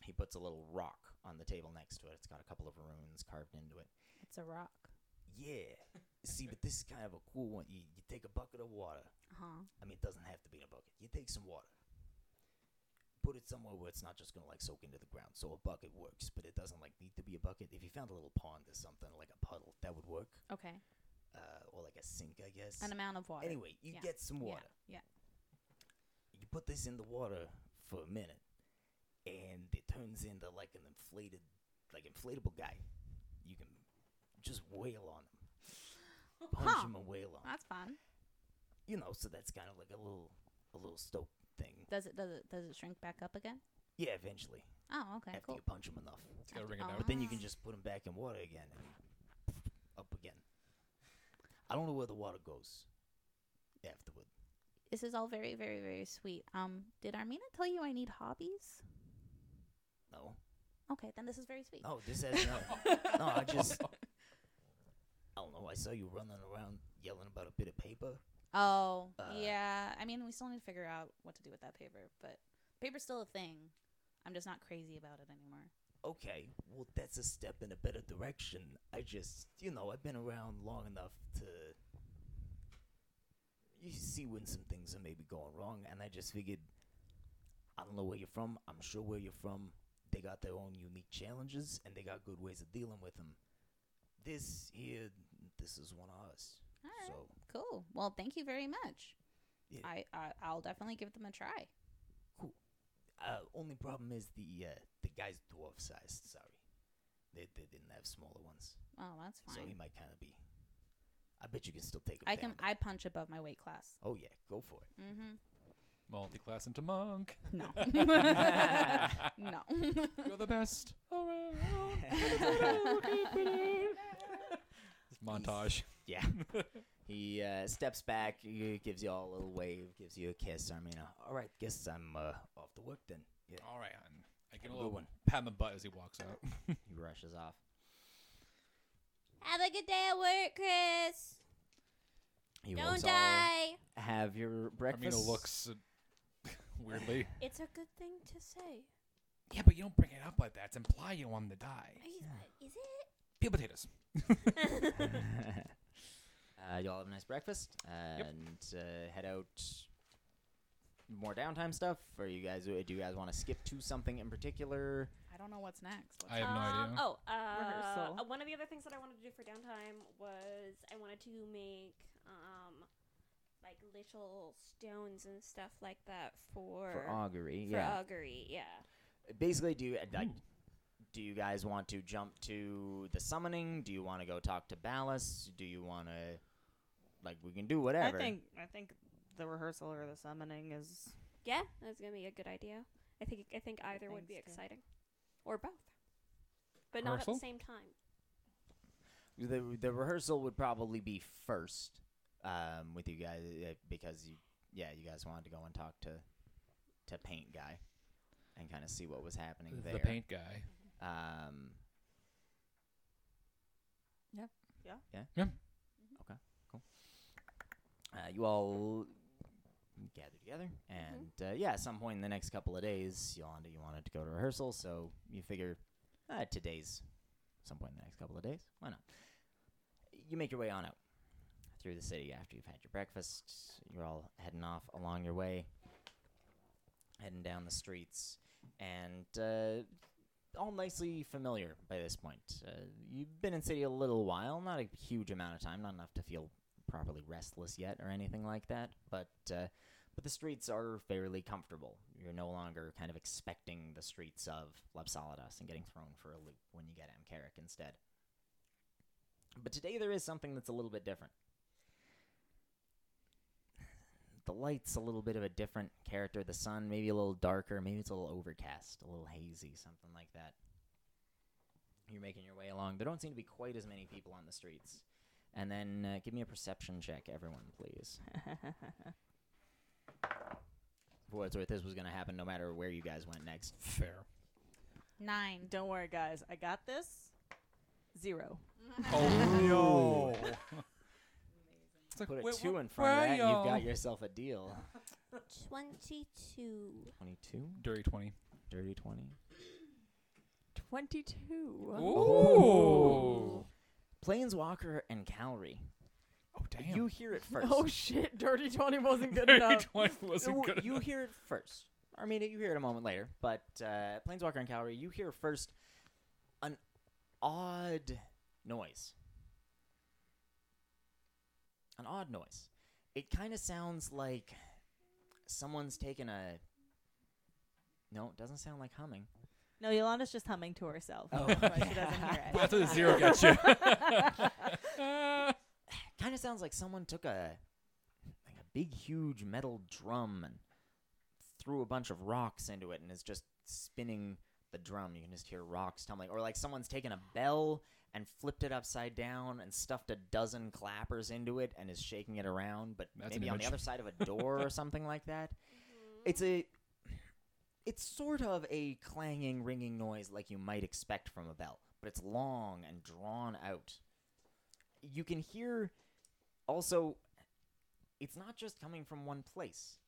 S2: he puts a little rock on the table next to it. It's got a couple of runes carved into it.
S3: It's a rock.
S2: Yeah. See, but this is kind of a cool one. You, you take a bucket of water.
S3: Uh huh.
S2: I mean, it doesn't have to be in a bucket. You take some water, put it somewhere where it's not just gonna like soak into the ground. So a bucket works, but it doesn't like need to be a bucket. If you found a little pond or something like a puddle, that would work.
S3: Okay.
S2: Uh, or like a sink, I guess.
S3: An amount of water.
S2: Anyway, you
S3: Yeah.
S2: get some
S3: Yeah,
S2: water.
S3: yeah.
S2: You put this in the water for a minute, and it turns into like an inflated, like inflatable guy. You can just wail on him, punch
S3: Huh.
S2: him and wail on. him.
S3: That's fun.
S2: You know, so that's kind of like a little, a little stoke thing.
S3: Does it does it does it shrink back up again?
S2: Yeah, eventually
S3: Oh, okay,
S2: after
S3: cool.
S2: you punch him enough,
S4: It's gotta ring it out.
S2: but then you can just put him back in water again, and up again. I don't know where the water goes afterward.
S3: This is all very, very, very sweet. Um, did Armina tell you I need hobbies?
S2: No, Oh.
S3: Okay, then this is very sweet.
S2: no, this has no. No, I just Oh, I saw you running around yelling about a bit of paper.
S3: Oh,
S2: Uh,
S3: yeah. I mean, we still need to figure out what to do with that paper, but paper's still a thing. I'm just not crazy about it anymore.
S2: Okay, well, that's a step in a better direction. I just, you know, I've been around long enough to. You see when some things are maybe going wrong, and I just figured, I don't know where you're from. I'm sure where you're from. They got their own unique challenges, and they got good ways of dealing with them. This here, this is one of us.
S3: All right.
S2: So,
S3: Cool. Well, thank you very much.
S2: Yeah.
S3: I, I I'll definitely give them a try.
S2: uh, only problem is the uh, the guy's dwarf sized. Sorry, they they didn't have smaller ones,
S3: Oh, that's
S2: so he
S3: fine.
S2: might kind of be. I bet you can still take him.
S3: I can
S2: down.
S3: I punch above my weight class.
S2: Oh yeah, go for it.
S3: Mm-hmm.
S4: Multi-class into monk.
S3: No. no.
S4: You're the best around. This montage.
S2: yeah. He uh, steps back, he gives you all a little wave, gives you a kiss. I mean, uh, all right, guess I'm uh, off to work then. Yeah.
S4: All right, hon. I give
S2: Have a good
S4: him a little
S2: one.
S4: pat on the butt as he walks out.
S2: He rushes off.
S6: Have a good day at work, Chris.
S2: You
S6: Don't die.
S2: have your breakfast.
S4: Armina looks uh, weirdly.
S6: It's a good thing to say.
S4: yeah, but you don't bring it up like that. It's imply you want him to die.
S6: Are you- Is it?
S4: Peel potatoes.
S2: uh, y'all have a nice breakfast and uh, head out. More downtime stuff, or you guys? uh, Do you guys want to skip to something in particular?
S3: I don't know what's next. What's
S4: I have no
S6: Um,
S4: idea.
S6: Oh, uh,
S7: Rehearsal.
S6: uh, one of the other things that I wanted to do for downtime was I wanted to make um, like little stones and stuff like that for
S2: For augury,
S6: for
S2: yeah.
S6: augury. Yeah.
S2: basically do you uh,
S4: Hmm.
S2: like, do you guys want to jump to the summoning do you want to go talk to ballast do you want to like we can do whatever
S7: I think I think the rehearsal or the summoning is
S6: Yeah, that's gonna be a good idea. I think I think either would be
S7: things to-
S6: exciting, or both, but not at
S4: Rehearsal?
S6: the same time.
S2: the, the rehearsal would probably be first um, with you guys uh, because you yeah you guys wanted to go and talk to to paint guy and kind of see what was happening there
S4: The paint guy.
S2: um
S1: Yeah.
S7: Yeah.
S2: yeah Mm-hmm.
S4: Yeah.
S2: okay cool uh, you all gather together and uh, yeah at some point in the next couple of days yolanda you wanted to go to rehearsal so you figure uh, today's some point in the next couple of days why not you make your way on out through the city after you've had your breakfast you're all heading off along your way heading down the streets and uh, all nicely familiar by this point. Uh, you've been in city a little while, not a huge amount of time, not enough to feel properly restless yet or anything like that. But uh, but the streets are fairly comfortable. You're no longer kind of expecting the streets of Lepsolidas and getting thrown for a loop when you get Amcaric instead. But today there is something that's a little bit different. The light's a little bit of a different character. The sun, maybe a little darker. Maybe it's a little overcast, a little hazy, something like that. You're making your way along. There don't seem to be quite as many people on the streets. And then uh, give me a perception check, everyone, please. For what it's worth, this was going to happen no matter where you guys went next.
S4: Fair.
S3: Nine.
S7: Don't worry guys, I got this. Zero.
S4: Oh no. It's like,
S2: Put a
S4: wait,
S2: two
S4: what-
S2: in front of
S4: where
S2: that,
S4: y'all?
S2: you've got yourself a deal.
S6: Twenty-two.
S2: 22?
S4: dirty twenty.
S2: Dirty 20?
S1: 22.
S4: Oh.
S2: Planeswalker and Calorie.
S4: Oh damn.
S2: You hear it first.
S1: Oh shit, Dirty 20 wasn't good
S4: dirty
S1: enough.
S4: twenty
S2: Uh,
S4: wasn't
S2: w-
S4: good
S2: you
S4: enough.
S2: hear it first. I mean, you hear it a moment later, but uh, Planeswalker and Calorie, you hear first an odd noise. An odd noise. It kind of sounds like someone's taken a. No, it doesn't sound like humming.
S5: No, Yolanda's just humming to herself.
S2: Oh.
S5: That's why she doesn't hear it.
S4: That's what the zero gets you.
S2: Kind of sounds like someone took a like a big, huge metal drum and threw a bunch of rocks into it, and is just spinning the drum. You can just hear rocks tumbling, or like someone's taken a bell and flipped it upside down and stuffed a dozen clappers into it and is shaking it around, but
S4: That's an
S2: maybe on the
S4: image.
S2: other side of a door or something like that. Mm-hmm. It's a it's sort of a clanging, ringing noise like you might expect from a bell, but it's long and drawn out. you can hear also it's not just coming from one place.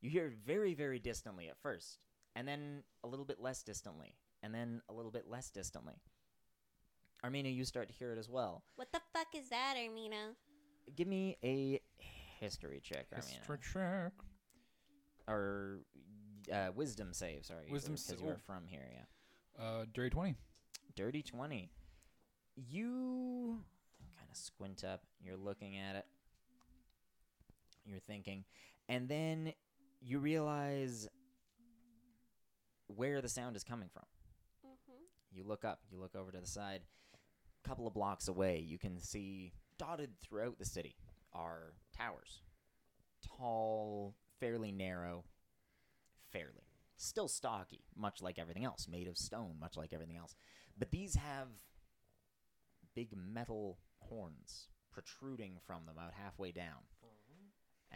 S2: You hear it very, very distantly at first, and then a little bit less distantly, and then a little bit less distantly. Armina, you start to hear it as well.
S6: What the fuck is that, Armina?
S2: Give me a history check, Armina.
S4: Extra check.
S2: or uh, wisdom save, sorry.
S4: Wisdom
S2: because
S4: sa-
S2: you
S4: ooh.
S2: are from here, yeah.
S4: Uh, dirty twenty.
S2: Dirty 20. You kind of squint up. You're looking at it. You're thinking. And then you realize where the sound is coming from.
S6: Mm-hmm.
S2: You look up, you look over to the side. A couple of blocks away, you can see dotted throughout the city are towers. Tall, fairly narrow, fairly. Still stocky, much like everything else, made of stone, much like everything else. But these have big metal horns protruding from them about halfway down.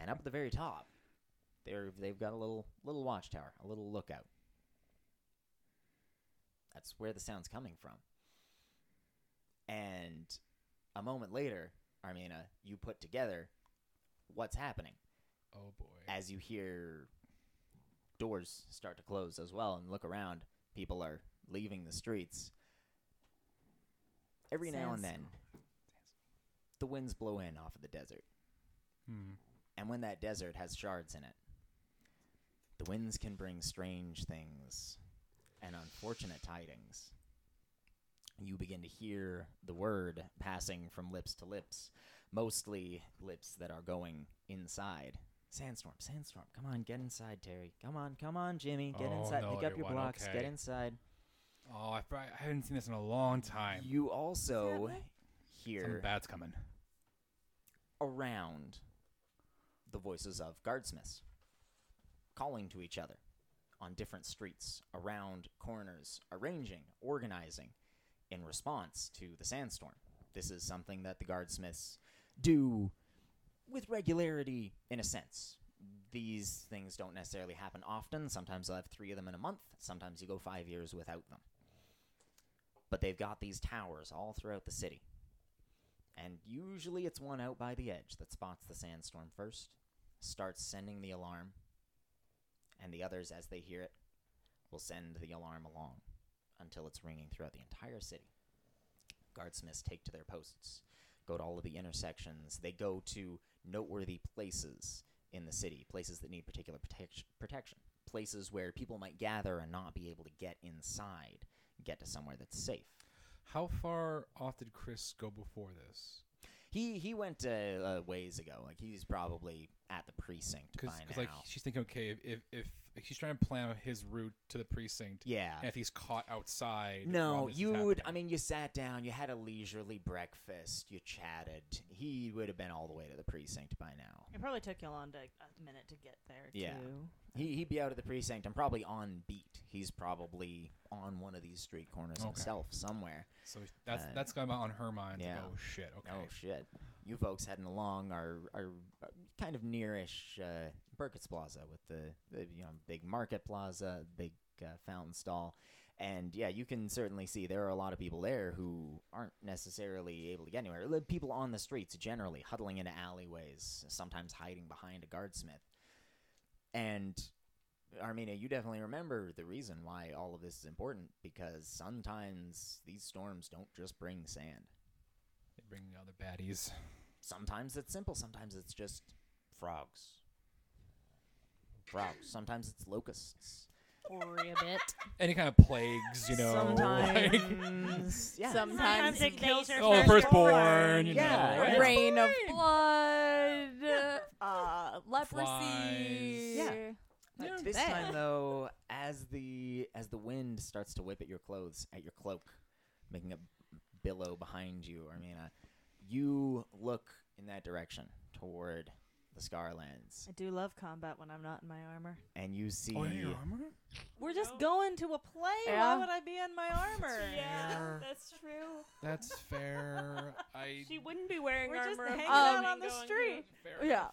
S2: And up at the very top, they're, they've got a little little watchtower, a little lookout. That's where the sound's coming from. And a moment later, Armina, you put together what's happening
S4: Oh boy.
S2: as you hear doors start to close as well and look around. People are leaving the streets. Every now and then, the winds blow in off of the desert.
S4: Hmm.
S2: And when that desert has shards in it, the winds can bring strange things and unfortunate tidings. You begin to hear the word passing from lips to lips, mostly lips that are going inside. Sandstorm, sandstorm, come on, get inside, Terry. Come on, come on, Jimmy, get
S4: Oh,
S2: inside. Pick
S4: no,
S2: up your
S4: everyone,
S2: blocks, get
S4: okay.
S2: inside.
S4: Oh, I, fr- I haven't seen this in a long time.
S2: You also
S4: Some
S2: hear
S4: bad's coming.
S2: around the voices of guardsmiths calling to each other on different streets, around corners, arranging, organizing in response to the sandstorm. This is something that the guardsmiths do with regularity, in a sense. These things don't necessarily happen often. Sometimes they'll have three of them in a month. Sometimes you go five years without them. But they've got these towers all throughout the city and usually it's one out by the edge that spots the sandstorm first, starts sending the alarm, and the others, as they hear it, will send the alarm along until it's ringing throughout the entire city. Guardsmiths take to their posts, go to all of the intersections, they go to noteworthy places in the city, places that need particular protec- protection, places where people might gather and not be able to get inside, get to somewhere that's safe.
S4: How far off did Chris go before this?
S2: He he went uh, uh, ways ago. Like he's probably at the precinct by
S4: Because
S2: now.
S4: like she's thinking, okay, if, if if like, she's trying to plan his route to the precinct,
S2: yeah.
S4: and if he's caught outside, while
S2: No,
S4: this is
S2: you would. I
S4: happening.
S2: mean, you sat down, you had a leisurely breakfast, you chatted. He would have been all the way to the precinct by now.
S5: It probably took Yolanda a minute to get there.
S2: Yeah.
S5: too.
S2: He he'd be out at the precinct and probably on beat. He's probably on one of these street corners
S4: Okay.
S2: himself somewhere.
S4: so that's
S2: uh,
S4: that's going on her mind. It's like,
S2: yeah.
S4: oh shit. Okay.
S2: Oh shit! You folks heading along are are uh, kind of nearish uh, Burkett's Plaza with the, the you know big market plaza, big uh, fountain stall, and yeah, you can certainly see there are a lot of people there who aren't necessarily able to get anywhere. Li- People on the streets generally huddling into alleyways, sometimes hiding behind a guardsmith, and. Armina, you definitely remember the reason why all of this is important because sometimes these storms don't just bring sand
S4: They bring the other baddies.
S2: sometimes it's simple, sometimes it's just frogs. Frogs. Sometimes it's locusts.
S3: Ribbit.
S4: Any kind of plagues, you know. like-
S2: Sometimes, yeah.
S1: Sometimes
S5: Sometimes it kills your
S4: Oh, firstborn. You
S2: Yeah,
S4: Know, right?
S2: yeah.
S1: rain of blood, uh, leprosy.
S4: Flies.
S2: Yeah.
S3: But
S2: This
S3: that-
S2: time though, as the as the wind starts to whip at your clothes, at your cloak, making a billow behind you, Armina, you look in that direction toward the Scarlands,
S5: I do love combat when I'm not in my armor.
S2: and you see
S4: Oh, yeah, your armor.
S5: We're just going to a play.
S1: Yeah.
S5: Why would I be in my armor?
S6: Yeah,
S4: Fair.
S6: that's true.
S4: That's fair. I.
S6: She wouldn't be wearing
S5: We're just
S6: armor. of
S5: hanging
S1: out
S6: bone
S5: on
S6: and
S5: the
S6: going
S5: street.
S6: to-
S4: fair.
S1: Yeah.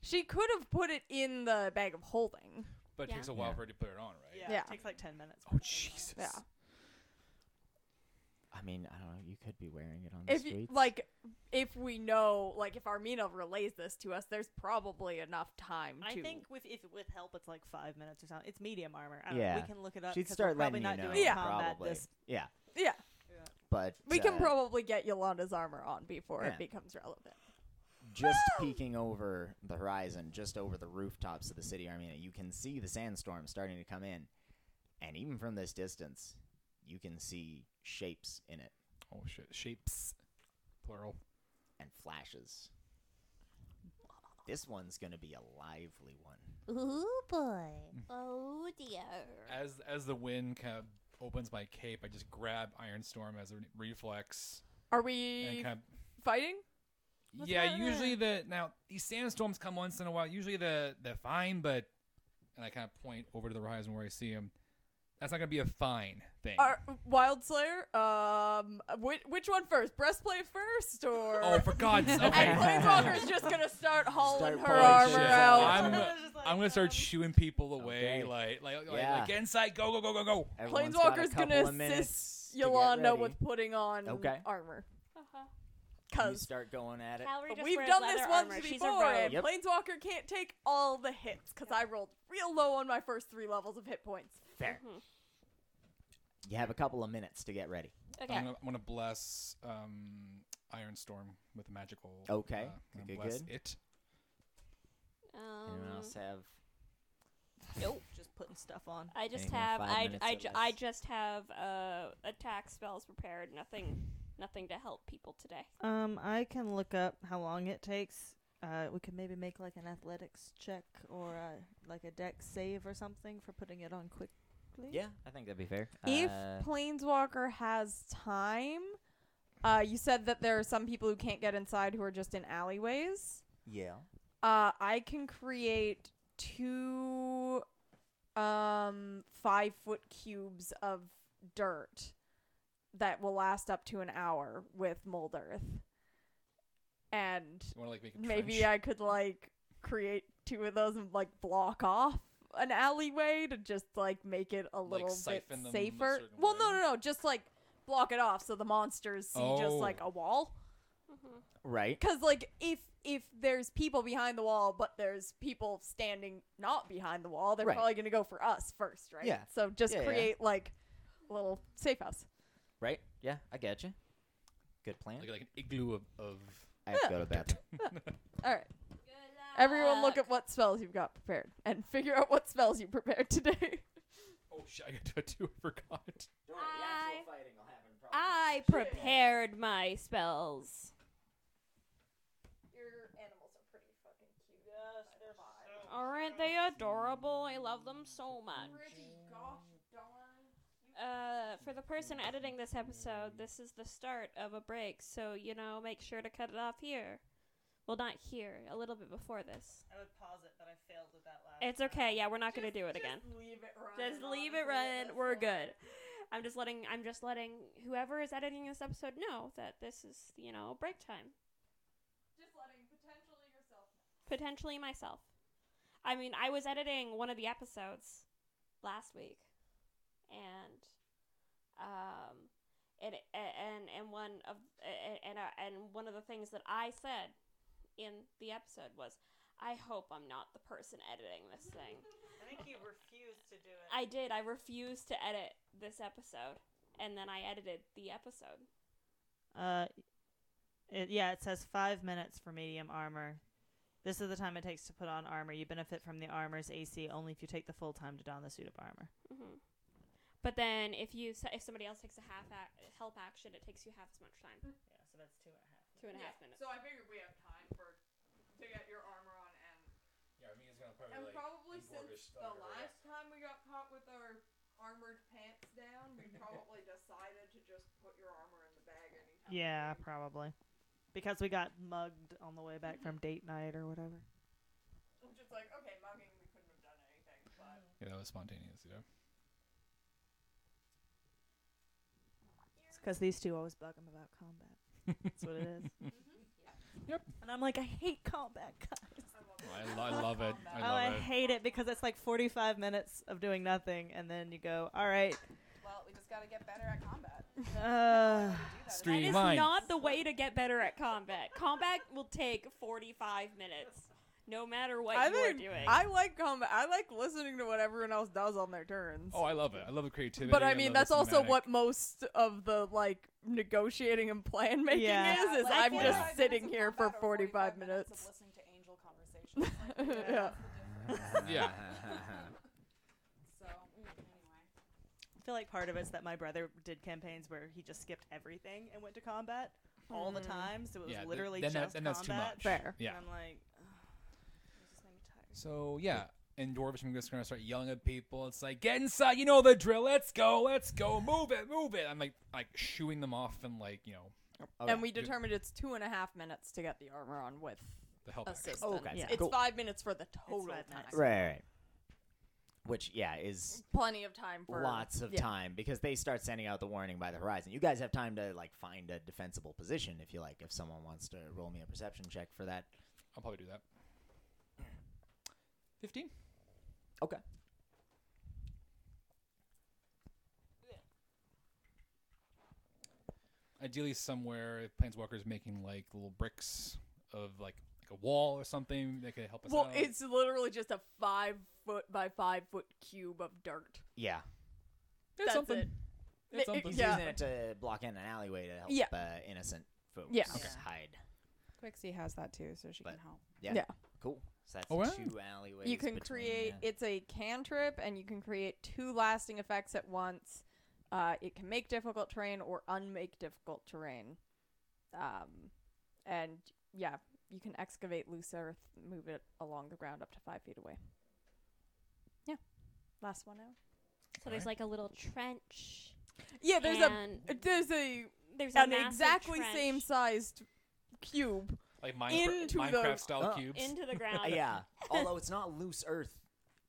S1: She could have put it in the bag of holding.
S4: But it Oh,
S6: Yeah.
S4: takes a while
S2: Yeah.
S4: for her to put it on, right?
S1: Yeah.
S5: It takes like 10 minutes.
S4: Oh Jesus.
S1: Yeah.
S2: I mean, I don't know. You could be wearing it on the
S1: if you,
S2: streets.
S1: like if we know like if Armina relays this to us, there's probably enough time
S5: I
S1: to
S5: think with if with help, it's like five minutes or something. It's medium armor. I don't know.
S2: Yeah.
S5: We can look it up.
S2: she'd
S5: 'cause
S2: start
S5: we're probably
S2: letting
S5: not
S2: you know.
S5: doing
S1: Yeah.
S5: combat
S2: probably.
S5: this.
S2: Yeah,
S1: Yeah.
S2: but
S1: We can
S2: uh,
S1: probably get Yolanda's armor on before
S2: Yeah.
S1: it becomes relevant.
S2: just peeking over the horizon, just over the rooftops of the city, Armina. You can see the sandstorm starting to come in, and even from this distance, you can see shapes in it
S4: Oh shit, shapes, plural.
S2: and flashes. This one's gonna be a lively one.
S8: Ooh boy.
S7: Oh dear.
S4: As as the wind kind of opens my cape, I just grab Iron Storm as a re- reflex
S1: Are
S4: and
S1: we
S4: kind of
S1: fighting? What's
S4: yeah,
S1: happening?
S4: usually the now these sandstorms come once in a while. Usually the they're fine, but and I kind of point over to the horizon where I see them. That's not gonna be a fine thing.
S1: Are Wild Slayer? Um, which, which one first? Breastplate first, or
S4: oh, for God's sake!
S1: and
S4: I'm
S1: Planeswalker's just gonna start hauling
S2: Start
S1: her
S2: pulling
S1: armor
S2: shit
S1: out.
S2: out.
S4: I'm- gonna start shooing people away,
S2: Okay.
S4: like like, like,
S2: Yeah.
S4: like get inside, go go go go go.
S2: Everyone's got a
S1: Planeswalker's
S2: couple
S1: gonna
S2: of minutes
S1: assist
S2: to get
S1: Yolanda
S2: ready.
S1: with putting on
S2: Okay.
S1: armor.
S7: Uh-huh.
S2: You
S1: Cause
S2: start going at it.
S7: Calorie just
S1: we've
S7: wears
S1: done
S7: leather
S1: this once
S7: armor. She's a
S1: before, and
S2: Yep.
S7: rogue.
S1: Planeswalker can't take all the hits because I rolled real low on my first three levels of hit points.
S2: Fair. You have a couple of minutes to get ready.
S7: Okay.
S4: I'm, gonna, I'm gonna bless um, Iron Storm with a magical.
S2: Okay,
S4: uh, I'm
S2: good,
S4: gonna bless
S2: good.
S4: It.
S2: Anyone
S7: Um,
S2: else have?
S5: Nope. Just putting stuff on.
S7: I just
S2: Anything
S7: have
S2: five
S7: I,
S2: minutes
S7: I,
S2: or
S7: ju- I
S2: less.
S7: just have uh, attack spells prepared. Nothing nothing to help people today.
S5: Um, I can look up how long it takes. Uh, we could maybe make like an athletics check or uh, like a deck save or something for putting it on quickly.
S2: Yeah, I think that'd be fair.
S1: If
S2: Uh,
S1: Planeswalker has time, uh, you said that there are some people who can't get inside who are just in alleyways.
S2: yeah.
S1: Uh, I can create two um, five foot cubes of dirt that will last up to an hour with mold earth. And
S4: You wanna like make a
S1: maybe
S4: trench?
S1: I could like create two of those and like block off an alleyway to just like make it a little bit
S4: siphon them a
S1: safer.
S4: certain
S1: Well, no,
S4: way?
S1: no, no, just like block it off so the monsters see just
S4: Oh.
S1: like a wall.
S2: Right.
S1: Because like if if there's people behind the wall, but there's people standing not behind the wall, they're
S2: Right.
S1: probably gonna go for us first, right?
S2: Yeah.
S1: So just
S2: Yeah, yeah.
S1: create like a little safe house.
S2: Right. Yeah, I get you. Good plan.
S4: like, like an igloo of, of
S2: I have to go to bed.
S1: All right. Everyone,
S7: Uh,
S1: look at what spells you've got prepared and figure out what spells you prepared today.
S4: oh shit, I got to do it too. I forgot.
S7: Uh, I-
S2: fighting will happen
S7: I prepared my spells.
S1: Your animals are pretty fucking cute.
S7: Aren't they adorable? I love them so much. Uh, for the person editing this episode, this is the start of a break, so you know, make sure to cut it off here. Well, not here, a little bit before this.
S5: I would pause it, but I failed at that last.
S7: It's okay. Yeah, we're not gonna do it again.
S1: Leave it
S7: Just leave it running. We're good. I'm just letting I'm just letting whoever is editing this episode know that this is, you know, break time.
S1: Just letting potentially yourself.
S7: Potentially myself. I mean, I was editing one of the episodes last week and um and and and one of and and, I- and one of the things that I said in the episode was I hope I'm not the person editing this thing.
S5: I think you refused to do it.
S7: I did. I refused to edit this episode, and then I edited the episode.
S5: Uh, it, yeah, it says five minutes for medium armor. This is the time it takes to put on armor. You benefit from the armor's AC only if you take the full time to don the suit of armor.
S6: Mm-hmm.
S7: hmm But then, if you s- if somebody else takes a half ac- help action, it takes you half as much time,
S5: Yeah, so that's two and a half.
S7: two and a half minutes.
S1: So I figured we have time for to get your armor on, and
S4: Yeah, I mean it's gonna probably
S1: and probably since the last time we got caught with our armored pants down, we probably decided to just put your armor in the bag anytime.
S5: Yeah, probably. Because we got mugged on the way back from date night or whatever.
S1: I'm just like, okay, mugging, we couldn't have done anything, but
S4: Yeah, that was spontaneous. You know.
S5: It's because these two always bug him about combat. That's what it is.
S4: Yep.
S5: And I'm like, I hate combat, guys.
S1: Oh,
S4: I, lo- I love it. I
S5: Oh,
S4: love
S5: I
S4: it.
S5: hate it because it's like 45 minutes of doing nothing, and then you go, all right,
S3: Well, we just got to get better at combat.
S5: Uh,
S4: Stream
S6: that is
S4: mine.
S6: not the way to get better at combat. combat will take 45 minutes, no matter what
S1: I
S6: you are
S1: think
S6: doing.
S1: I like combat. I like listening to what everyone else does on their turns.
S4: Oh, I love it. I love the creativity.
S1: but I mean,
S4: love the
S1: that's also
S4: thematic.
S1: what most of the like negotiating and plan making
S5: Yeah.
S1: is. Is
S6: Like,
S1: I'm
S6: yeah.
S1: just sitting here for 45 minutes.
S9: listening to angel conversations.
S1: yeah.
S4: Yeah.
S9: so, mm, anyway.
S5: I feel like part of it's that my brother did campaigns where he just skipped everything and went to combat all the time, so it was
S4: Yeah, th-
S5: literally
S4: then that-
S5: just
S4: then
S5: combat.
S4: that's too much.
S5: Mm-hmm. Fair.
S4: Yeah.
S5: And I'm like, ugh, this is gonna be tired.
S4: So yeah, in Dwarvish, I'm just gonna start yelling at people. It's like, get inside. You know the drill. Let's go. Let's go. Move it. Move it. I'm like, like shooing them off and like, you know,
S2: Okay.
S1: And we determined it's two and a half minutes to get the armor on with
S4: the help. action.
S1: assistance.
S2: Oh, gotcha.
S1: It's
S2: Cool.
S1: five minutes for the total time.
S5: five minutes.
S2: Right, right, right. Which yeah is
S1: Plenty of time for
S2: lots of
S1: yeah.
S2: time because they start sending out the warning by the horizon. You guys have time to like find a defensible position if you like. If someone wants to roll me a perception check for that.
S4: I'll probably do that. Fifteen.
S2: Okay.
S4: Ideally, somewhere if Planeswalker's making like little bricks of like like a wall or something that could help us
S1: Well,
S4: out.
S1: it's literally just a five foot by five foot cube of dirt.
S2: Yeah.
S1: That's
S4: something.
S1: it.
S4: It's
S1: It- it-
S4: something.
S2: He's
S1: yeah.
S2: using it to block in an alleyway to help
S1: Yeah.
S2: uh, innocent folks
S1: Yeah.
S5: Okay.
S2: hide.
S9: Quixie has that too, so she
S2: But-
S9: can help.
S2: Yeah.
S1: Yeah.
S2: Cool. So that's
S4: Oh, wow.
S2: two alleyways.
S1: you can
S2: between,
S1: create
S2: uh,
S1: it's a cantrip and you can create two lasting effects at once uh, it can make difficult terrain or unmake difficult terrain um, and yeah you can excavate loose earth move it along the ground up to five feet away yeah last one out
S6: so there's like a little trench.
S1: yeah there's
S6: and
S1: a there's a
S6: there's a
S1: an
S6: massive
S1: exactly
S6: trench
S1: same sized cube
S4: like Minecraft,
S1: into the-
S4: Minecraft style
S2: Oh.
S4: cubes.
S6: into the ground.
S2: yeah. Although it's not loose earth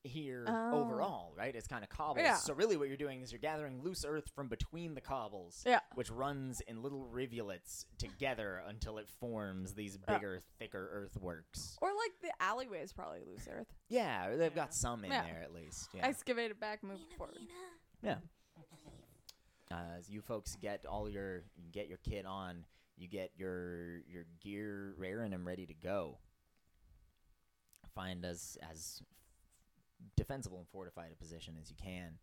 S2: here
S1: Oh.
S2: overall, right? It's kind of cobbles.
S1: Yeah.
S2: So really, what you're doing is you're gathering loose earth from between the cobbles,
S1: Yeah.
S2: which runs in little rivulets together until it forms these
S1: Yeah.
S2: bigger, thicker earthworks.
S1: or like the alleyway is probably loose earth
S2: Yeah, they've got some in
S1: Yeah.
S2: there at least. Yeah.
S1: excavate it back move it forward
S2: uh, as you folks get all your you get your kit on, you get your your gear raring and ready to go. Find as as defensible and fortified a position as you can.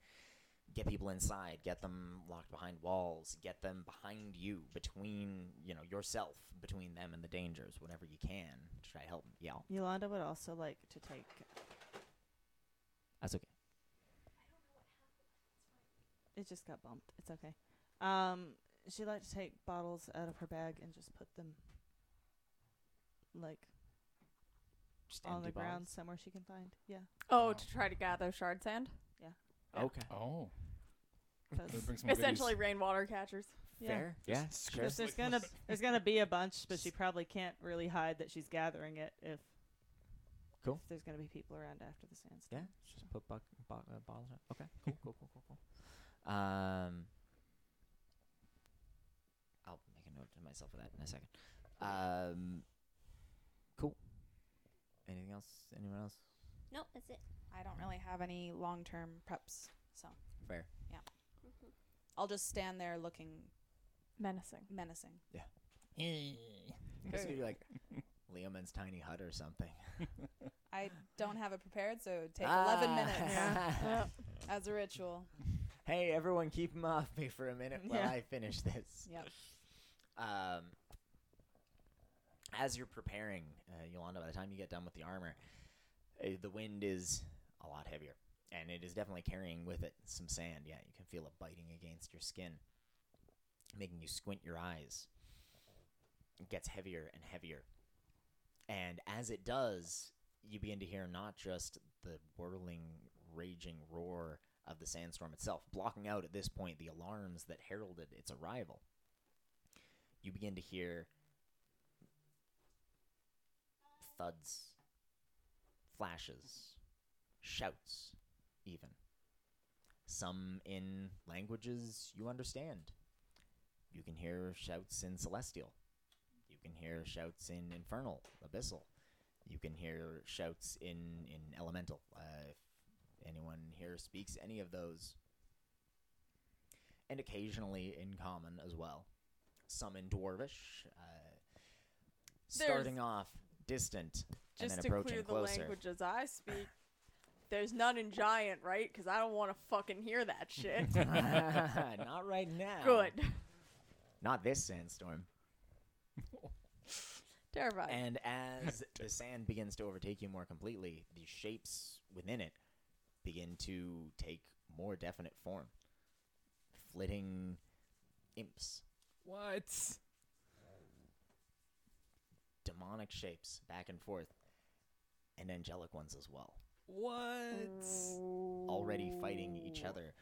S2: Get people inside. Get them locked behind walls. Get them behind you, between you know yourself, between them and the dangers. Whatever you can to try to help. Yeah,
S5: Yolanda would also like to take.
S2: that's okay.
S5: It just got bumped. It's okay. Um, she'd like to take bottles out of her bag and just put them like
S2: Just
S5: on
S2: empty
S5: the ground
S2: bottles.
S5: somewhere she can find. Yeah.
S1: oh
S4: Wow.
S1: to try to gather shard sand
S2: Okay.
S4: Oh,
S5: Because
S4: that brings me goodies.
S1: essentially rainwater catchers
S5: yeah.
S2: Fair. Yeah. Sure.
S5: there's gonna there's gonna be a bunch, but she probably can't really hide that she's gathering it if.
S2: Cool.
S5: if there's gonna be people around after the sandstorm.
S2: Yeah, just put buck, bo- uh, bottles up. Okay, cool, cool, cool, cool, cool. Um, I'll make a note to myself of that in a second. Um, cool. Anything else? Anyone else?
S6: No, that's it.
S9: I don't really have any long term preps, so
S2: Fair.
S6: Mm-hmm.
S9: I'll just stand there looking
S1: menacing
S9: menacing.
S2: This could be like Leoman's tiny hut or something.
S9: I don't have it prepared, so it'd
S4: Ah.
S9: take 11
S2: Ah.
S9: minutes as a ritual.
S2: hey, everyone, keep him off me for a minute while
S5: Yeah.
S2: I finish this.
S9: Yep.
S2: Um, as you're preparing, uh, Yolanda, by the time you get done with the armor, uh, the wind is a lot heavier, and it is definitely carrying with it some sand. Yeah, you can feel it biting against your skin, making you squint your eyes. It gets heavier and heavier, and as it does, you begin to hear not just the whirling, raging roar of the sandstorm itself, blocking out at this point the alarms that heralded its arrival. You begin to hear thuds, flashes, shouts, even. Some in languages you understand. You can hear shouts in celestial. You can hear shouts in infernal, abyssal. You can hear shouts in, in elemental. Uh, if anyone here speaks any of those, and occasionally in common as well. Some in Dwarvish. Uh, starting off distant and
S1: Just
S2: then
S1: to
S2: approaching
S1: clear the
S2: closer.
S1: languages I speak, there's none in giant, right? Because I don't want to fucking hear that shit.
S2: Not right now.
S1: Good.
S2: Not this sandstorm.
S1: Terrified.
S2: And as the sand begins to overtake you more completely, the shapes within it begin to take more definite form. Flitting imps,
S4: What?
S2: demonic shapes back and forth, and angelic ones as well.
S4: What?
S2: Already fighting each other.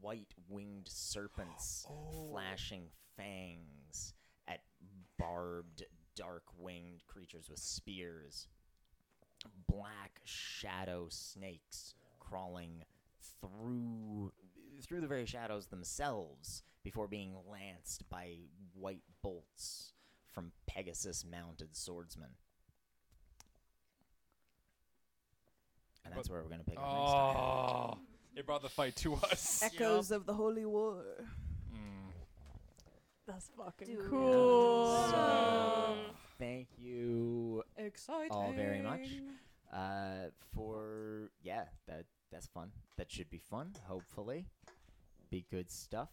S2: White winged serpents, flashing fangs at barbed, dark winged creatures with spears. Black shadow snakes crawling through through the very shadows themselves before being lanced by white bolts from Pegasus mounted swordsmen. And that's where we're going to pick up next time.
S4: Oh, they brought the fight to us.
S9: Echoes of the Holy War.
S4: Mm.
S1: That's fucking
S6: Dude.
S1: cool.
S2: So, thank you
S9: Exciting.
S2: all very much uh, for yeah that that's fun. That should be fun. Hopefully, be good stuff.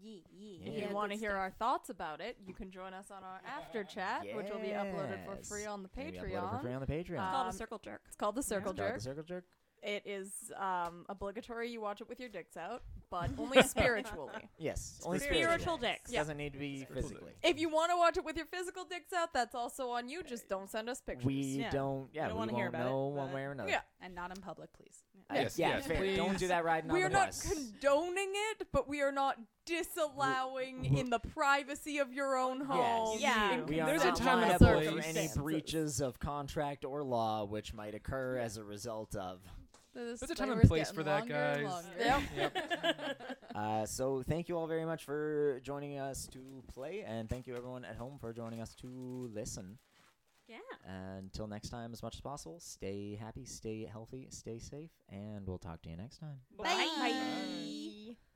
S6: Yee, yee.
S2: Yeah.
S1: If you want to hear our thoughts about it, you can join us on our after chat, which will be uploaded for
S2: Yes.
S1: free on the
S2: Maybe upload it for free
S1: Patreon.
S2: on the
S1: Uh,
S2: Patreon.
S6: It's called
S1: Um,
S6: a circle jerk.
S1: It's called the Circle
S2: Start
S1: Jerk.
S2: the circle jerk.
S1: It is um, obligatory you watch it with your dicks out, but only spiritually.
S2: Yes, only
S6: spiritual. dicks.
S1: Yeah.
S2: Doesn't need to be
S4: Spiritual
S2: physically.
S1: If you want to watch it with your physical dicks out, that's also on you. Just don't send us pictures.
S2: We
S5: Yeah.
S2: don't. Yeah,
S5: don't
S2: we
S5: wanna hear
S2: won't
S5: about it,
S2: know one
S5: but-
S2: way or another.
S1: Yeah.
S3: And not in public, please.
S2: Uh,
S4: Yes,
S2: yeah,
S4: yes,
S2: fair. Don't do
S4: please.
S2: that riding
S1: we are
S2: on the
S1: not
S2: bus.
S1: condoning it, but we are not disallowing
S2: w-
S1: in the privacy of your own home.
S2: Yes.
S6: Yeah.
S1: you
S2: We are
S4: There's a
S2: not
S4: time and a
S2: liable for
S4: place.
S2: any breaches of contract or law which might occur as a result of.
S4: There's a time and place for that, guys.
S1: Yep.
S2: Uh, so thank you all very much for joining us to play, and thank you everyone at home for joining us to listen.
S6: Yeah.
S2: And until next time, as much as possible, stay happy, stay healthy, stay safe, and we'll talk to you next time.
S6: Bye.
S3: Bye.